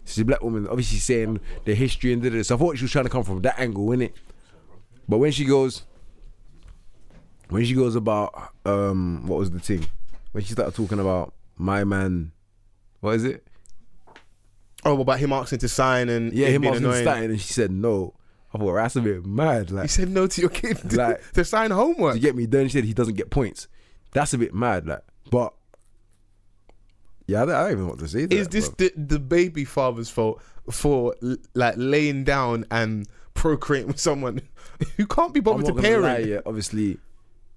She's a black woman, obviously saying the history and this. So I thought she was trying to come from that angle, innit? But when she goes, when she goes about um, what was the thing? When she started talking about my man, what is it?
Oh, about him asking to sign and
Yeah,
it
him
being
asking
annoying.
starting, and she said no. I thought that's a bit mad.
You
Like,
said no to your kid
Like-
*laughs* to sign homework.
you get me? Then she said he doesn't get points. That's a bit mad, like. But yeah, I don't, I don't even know what to say. To
Is
that,
this
bruv.
the, the baby father's fault for l- like laying down and procreating with someone *laughs* who can't be
I'm
bothered
not
to
gonna lie,
parent?
yeah, obviously,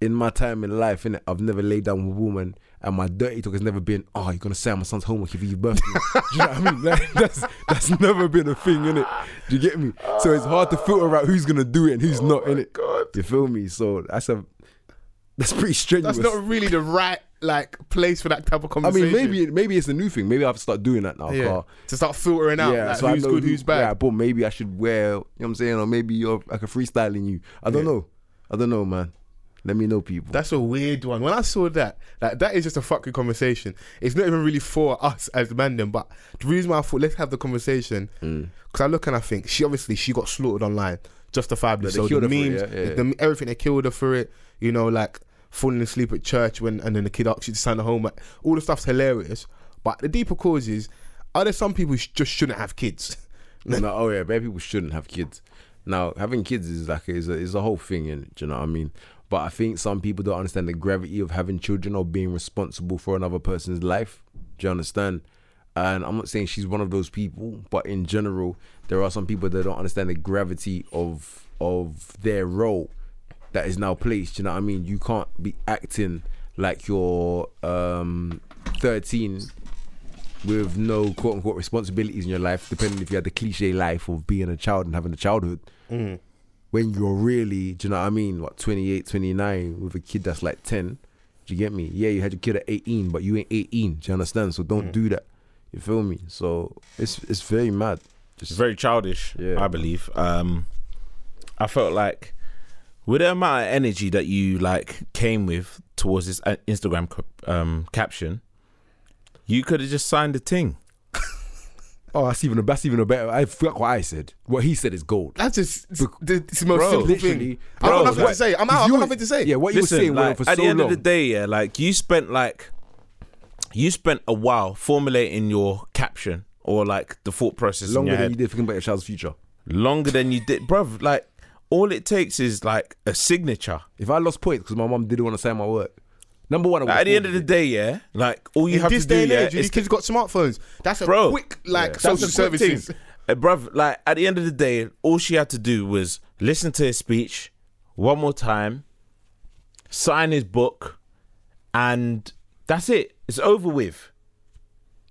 in my time in life, innit, I've never laid down with a woman, and my dirty talk has never been, "Oh, you're gonna sign my son's homework if you birth me." *laughs* Do you know what I mean? Like, that's that's never been a thing, innit? Do you get me? So it's hard to filter out who's gonna do it and who's not, innit?
Oh God.
You feel me? So that's a that's pretty strenuous.
That's not really the right like place for that type of
I
conversation.
mean, maybe maybe it's a new thing. Maybe I have to start doing that now.
yeah.
'cause-
to start filtering out like,
so I
who's
know
good,
who-
who's bad.
Yeah, but maybe I should wear. You know what I'm saying? Or maybe you're like a freestyling you. I don't know. I don't know, man. Let me know, people.
That's a weird one. When I saw that, like that is just a fucking conversation. It's not even really for us as men then, but the reason why I thought let's have the conversation because
Mm.
I look and I think she obviously she got slaughtered online, justifiably.
But they
so
killed
the
her for it,
memes,
yeah, yeah,
the- everything they killed her for it. You know, like falling asleep at church when and then the kid asks you to sign the homework. All the stuff's hilarious, but the deeper cause is, are there some people who sh- just shouldn't have kids? *laughs*
no, oh yeah, bare people shouldn't have kids. Now having kids is like is a, is a whole thing, and do you know what I mean? But I think some people don't understand the gravity of having children or being responsible for another person's life. Do you understand? And I'm not saying she's one of those people, but in general, there are some people that don't understand the gravity of of their role that is now placed. do You know what I mean? You can't be acting like you're um, 13 with no quote unquote responsibilities in your life, depending if you had the cliche life of being a child and having a childhood,
Mm.
when you're really, do you know what I mean, what, 28, 29, with a kid that's like 10, do you get me? Yeah, you had your kid at 18, but you ain't 18, do you understand? So
Mm.
don't do that. You feel me? So it's it's very mad.
It's very childish,
Yeah.
I believe. Um, I felt like with the amount of energy that you like came with towards this uh, Instagram cap- um, caption, you could have just signed the thing.
Oh, that's even a, that's even a better. I forgot what I said. What he said is gold.
That's just it's the most
Bro,
simple thing.
literally,
I
bro,
got nothing
like,
to say. I'm out. I've
You-
got nothing to say.
Yeah, what you were saying went on
like,
for
at
so
the end
long.
of the day, yeah, like you spent like you spent a while formulating your caption or like the thought process in
longer
your
than
head.
you did thinking about your child's future.
longer than you did, bruv. Like all it takes is like a signature.
If I lost points because my mom didn't want to sign my work, number one, I
Like,
would've
at the end of
called
the day, yeah, like all you
in
have
this
to do,
day and
yeah,
age,
is
these kids got smartphones. That's a
Bro.
quick like
That's
social
the quick
services.
thing. Uh, bruv, like at the end of the day, all she had to do was listen to his speech one more time, sign his book, and that's it. It's over with.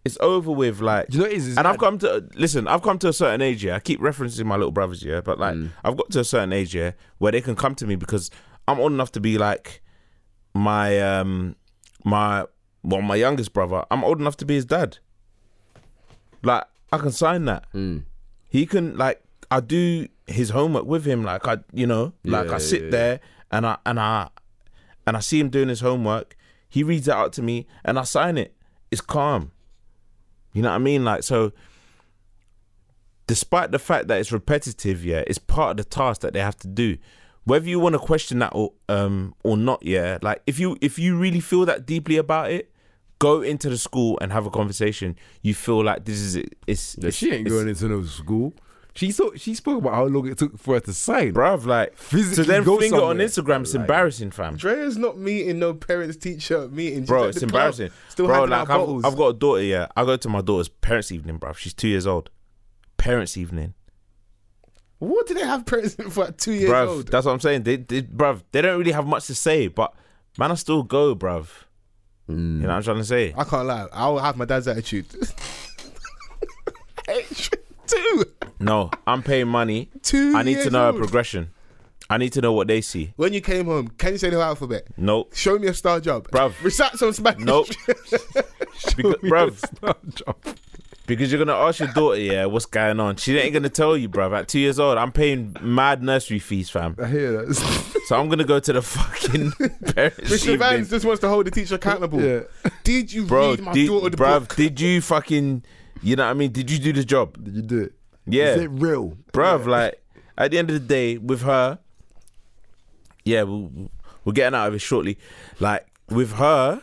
it's over with. Like,
you know what it is? It's
and I've
mad.
come to listen. I've come to a certain age. Yeah, I keep referencing my little brothers. Yeah, but like, I've got to a certain age. Yeah, where they can come to me because I'm old enough to be like my um my well my youngest brother. I'm old enough to be his dad. Like, I can sign that. He can like I do his homework with him. Like I, you know, like I sit there and I and I and I see him doing his homework. He reads it out to me and I sign it. It's calm. You know what I mean? Like so despite the fact that it's repetitive, yeah, it's part of the task that they have to do. Whether you want to question that or um or not, yeah, like if you if you really feel that deeply about it, go into the school and have a conversation. You feel like this is it. It's,
Yeah,
it's
she ain't
it's-
going into no school. She saw, she spoke about how long it took for her to sign.
bruv, like
Physically
to then
go
finger on
somewhere.
Instagram is embarrassing, fam.
Drea's not meeting no parents teacher meeting. She's
Bro,
at
it's
the club,
embarrassing.
Still
bro,
handing
like
out
I've,
bottles.
I've got a daughter. Yeah, I go to my daughter's parents' evening, bruv. She's two years old. Parents' evening,
What do they have parents for at two years
bruv.
old?
That's what I'm saying. They, they, bruv, they don't really have much to say, but man, I still go, bruv.
Mm.
You know what I'm trying to say?
I can't lie. I'll have my dad's attitude. two,
No, I'm paying money.
two.
I need to
years
know her
old.
progression. I need to know what they see.
When you came home, can you say the whole alphabet?
Nope.
Show me a star job, *laughs*
Bruv.
Recite some Spanish.
Nope. because, bruv,
Bruv.
Because you're gonna ask your daughter, yeah, what's going on? She ain't gonna tell you, bruv. At two years old, I'm paying mad nursery fees, fam.
I hear that.
So I'm gonna go to the
*laughs*
fucking parents'
*laughs* Mr.
evening.
Vans just wants to hold the teacher accountable.
Yeah.
Did you
bro,
read my
did,
daughter the
bruv,
book?
did you fucking, you know what I mean? Did you do the job,
Did you do it?
Yeah.
Is it real?
bruv? Like at the end of the day, with her, yeah, we'll, we're getting out of it shortly. Like with her,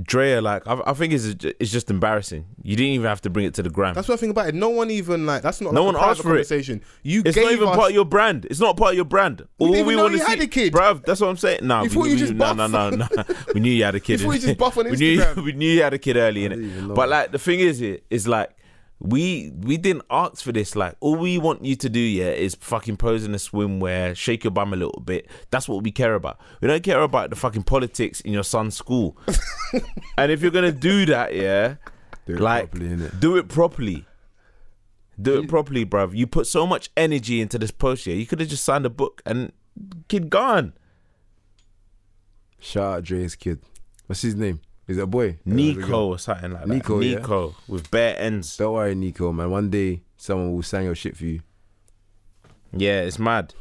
Drea, like I, I think it's it's just embarrassing. You didn't even have to bring it to the gram.
That's what I think about it. No one even like. That's not.
No one
like a private
asked for it.
conversation. You
It's
gave
not even
us.
part of your brand. It's not part of your brand. All
didn't even
we
know
want to
you
see,
had a kid.
bruv. That's what I'm saying. Nah,
You thought
we,
you
we,
just
no, no, no, no.
*laughs*
We knew you had a kid.
You thought you just buff
*laughs*
on
we knew,
Instagram.
we knew you had a kid early in
didn't even know.
it. But like the thing is, it is like we we didn't ask for this. Like all we want you to do, yeah, is fucking pose in a swimwear, shake your bum a little bit. That's what we care about. We don't care about the fucking politics in your son's
*laughs*
school. and if you're gonna do that, yeah,
Do it
like
properly, innit?
do it properly. Do it properly, bruv. You put so much energy into this post here. You could have just signed a book and kid gone.
Shout out Dre's kid. What's his name? Is it a boy?
Nico or something like that.
Nico, yeah.
Nico with bare ends.
Don't worry, Nico, man. One day someone will sang your shit for you.
Yeah, it's mad.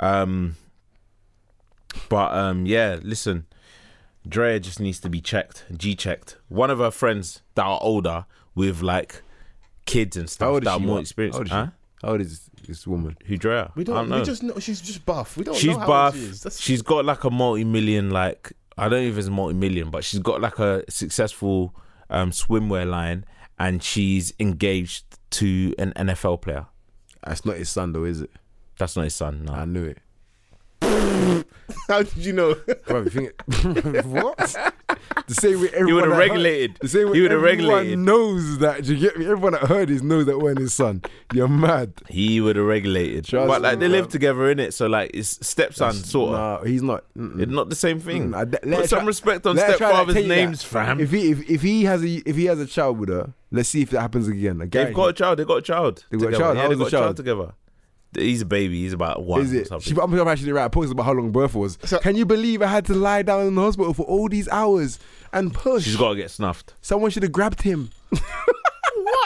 Um But um yeah, listen. Drea just needs to be checked, G checked. One of her friends that are older with like kids and stuff
How old
that
is
are
she?
more
man?
experienced.
How old is she?
Huh?
How old is this woman?
Who Drea?
We
I
don't.
don't know.
We just know she's just buff. We don't
she's
know how
buff.
old she is. That's,
she's got like a multi-million, like I don't know if it's multi-million, but she's got like a successful um, swimwear line, and she's engaged to an NFL player.
That's not his son, though, is it?
That's not his son. No.
I knew it.
*laughs* how did you know?
Bro, you think *laughs* what? The same way everyone
He would have
that
regulated.
Heard, the same way
He would have
everyone
regulated.
knows that. Do you get me? Everyone that heard this knows that wasn't his son. You're mad.
He would have regulated.
Trust
but like
me,
they live
bruv.
together in it, so like it's stepson sort of.
Nah, he's not. Mm-mm.
It's not the same thing.
Mm, I- let her
Put some
try-
respect on
let her try to tell
stepfather's
you that.
names, fam.
If he if, if he has a if he has a child with her, let's see if that happens again. I
They've
guarantee
got a child. They got a child.
They got a
together.
child.
Yeah,
How
they
old's
got a
the
child
child?
together. He's a baby. He's about one.
Is
or
it?
something.
She, I'm sure I actually write a post about how long birth was.
So-
Can you believe I had to lie down in the hospital for all these hours and push?
She's got to get snuffed.
Someone should have grabbed him.
*laughs*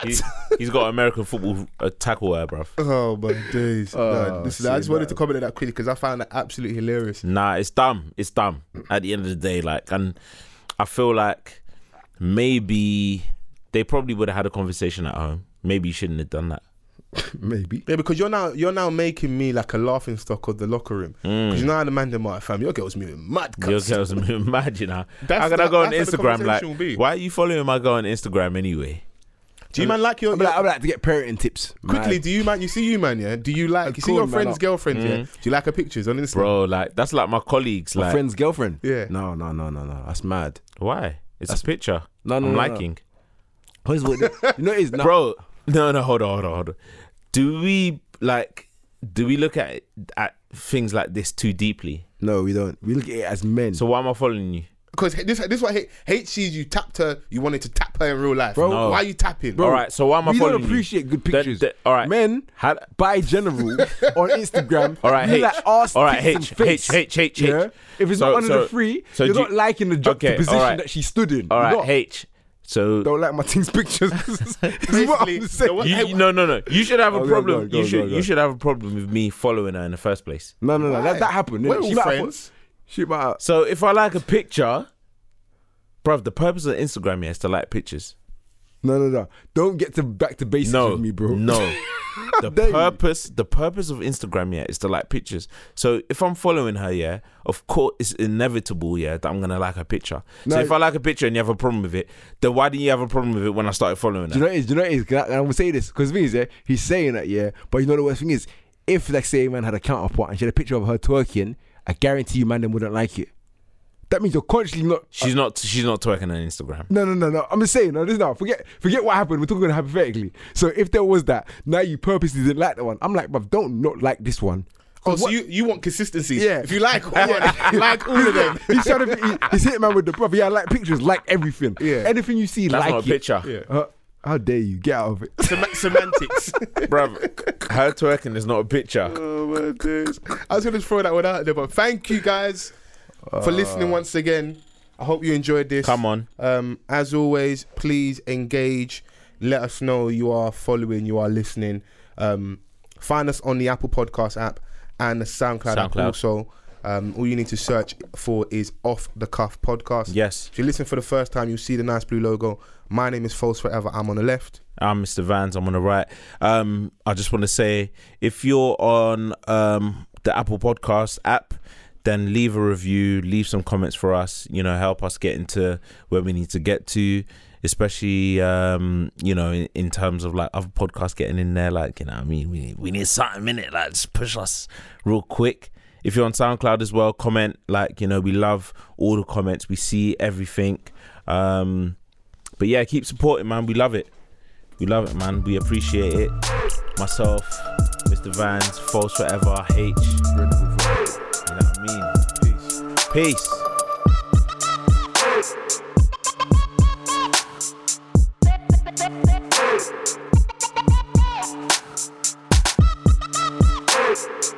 He, has got American football uh, tackle hair, bruv.
oh my days!
Oh,
Nah, this is, I
see,
just wanted
man.
to comment on that quickly because I found that absolutely hilarious.
Nah, it's dumb. It's dumb. At the end of the day, like, and I feel like maybe they probably would have had a conversation at home. Maybe you shouldn't have done that.
Maybe.
Yeah, because you're now you're now making me like a laughing stock of the locker room. Because
Mm. Hmm.
you know how the man them are, fam. Your girl's moving mad.
Your
cuz.
girls are *laughs* imagine how.
That's
how can I
the-
go on
that's how the
Instagram? Like,
conversation will be.
why are you following my girl on Instagram anyway?
Do you man like your,
I'd be like, I'd like to get parenting tips.
quickly?
Man.
Do you man? You see you man, yeah. Do you like? You see
call
your
man hmm.
friend's
up.
girlfriend, yeah. Do you like her pictures on Instagram?
Bro, like, that's like my colleagues.
My
like,
friend's girlfriend.
Yeah.
No, no, no, no, no. That's mad.
why? It's a picture.
No, no, no,
I'm
no.
liking.
Here's what
*laughs*
you know it is now.
bro. No, no, hold on, hold on, hold on. Do we like? Do we look at at things like this too deeply?
No, we don't. We look at it as men.
So why am I following you?
because this this is what hate, hate sees you tapped her. You wanted to tap her in real life.
Bro. No.
why are you tapping?
All right, so why am I
we
following
don't
you?
appreciate good
The-
pictures.
the- all right,
men
How-
by
*laughs*
general on Instagram.
All right,
you
H.
like ass,
all right,
tits,
H,
and face.
H, H, H, H.
Yeah? If it's
So-
not one of
so-
the three,
so
you're
do you-
not liking the job
Okay, all
position
right.
that she stood in.
All
You're
right,
not.
H. So
Don't like my thing's pictures. *laughs* this is what
Basically,
I'm
the
saying.
one-
you, you- no, no, no. You should have a
Oh, go,
problem.
go, go,
you should
go, go.
you should have a problem with me following her in the first place.
No, no, no. That,
Why?
that happened.
We're
innit?
all
she might have-
friends.
She might. have-
So if I like a picture, bruv, the purpose of Instagram yeah, is to like pictures.
No, no, no. Don't get to back to basics
No,
with me, bro. *laughs*
No. The
dare you.
purpose, the purpose of Instagram, yeah, is to like pictures. So if I'm following her, yeah, of course it's inevitable, yeah, that I'm gonna like her picture.
No.
So if I like a picture and you have a problem with it, then why didn't you have a problem with it when I started following
Do
her?
you know what it is? Do you know what it is? Can I, and I'm gonna say this because thing is, yeah, he's saying that, yeah. But you know the worst thing is, if like say a man had a counterpart and she had a picture of her twerking, I guarantee you, man, then wouldn't like it. That means you're consciously not.
She's not. She's not twerking on Instagram.
No, no, no, no. I'm just saying. No, this now. Forget, forget what happened. We're talking hypothetically. So if there was that, now you purposely didn't like that one. I'm like, bruv, don't not like this one.
Oh, so you, you want consistency?
Yeah.
If
*laughs*
you like all, like all of them.
He's trying to.
*laughs*
He, he's hitting man with the brother. Yeah, I like pictures. Like everything.
Yeah.
Anything you see,
That's
like
not a
it.
picture,
Yeah.
Uh, how dare you get out of it?
Sem- semantics.
*laughs* bruv. Her twerking is not
*laughs*
a picture.
oh my days. I was gonna throw that one out there, but thank you guys for listening once again. I hope you enjoyed this.
Uh. Come on.
Um, as always, please engage. Let us know you are following, you are listening. Um, find us on the Apple Podcast app and the SoundCloud, app
SoundCloud.
also. Um, all you need to search for is Off the Cuff Podcast.
Yes,
If you listen for the first time, you'll see the nice blue logo. My name is False Forever. I'm on the left.
I'm Mr. Vans. I'm on the right. Um, I just want to say if you're on um, the Apple Podcast app, then leave a review, leave some comments for us. You know, help us get into where we need to get to, especially um, you know in, in terms of like other podcasts getting in there. Like you know, what I mean, we we need something in it. Like just push us real quick. If you're on SoundCloud as well, comment. Like you know, we love all the comments. We see everything. Um, but yeah, keep supporting, man. We love it. We love it, man. We appreciate it. Myself, Mr. Vans, False Forever, H. You know what I mean? Peace. Peace.
Hey!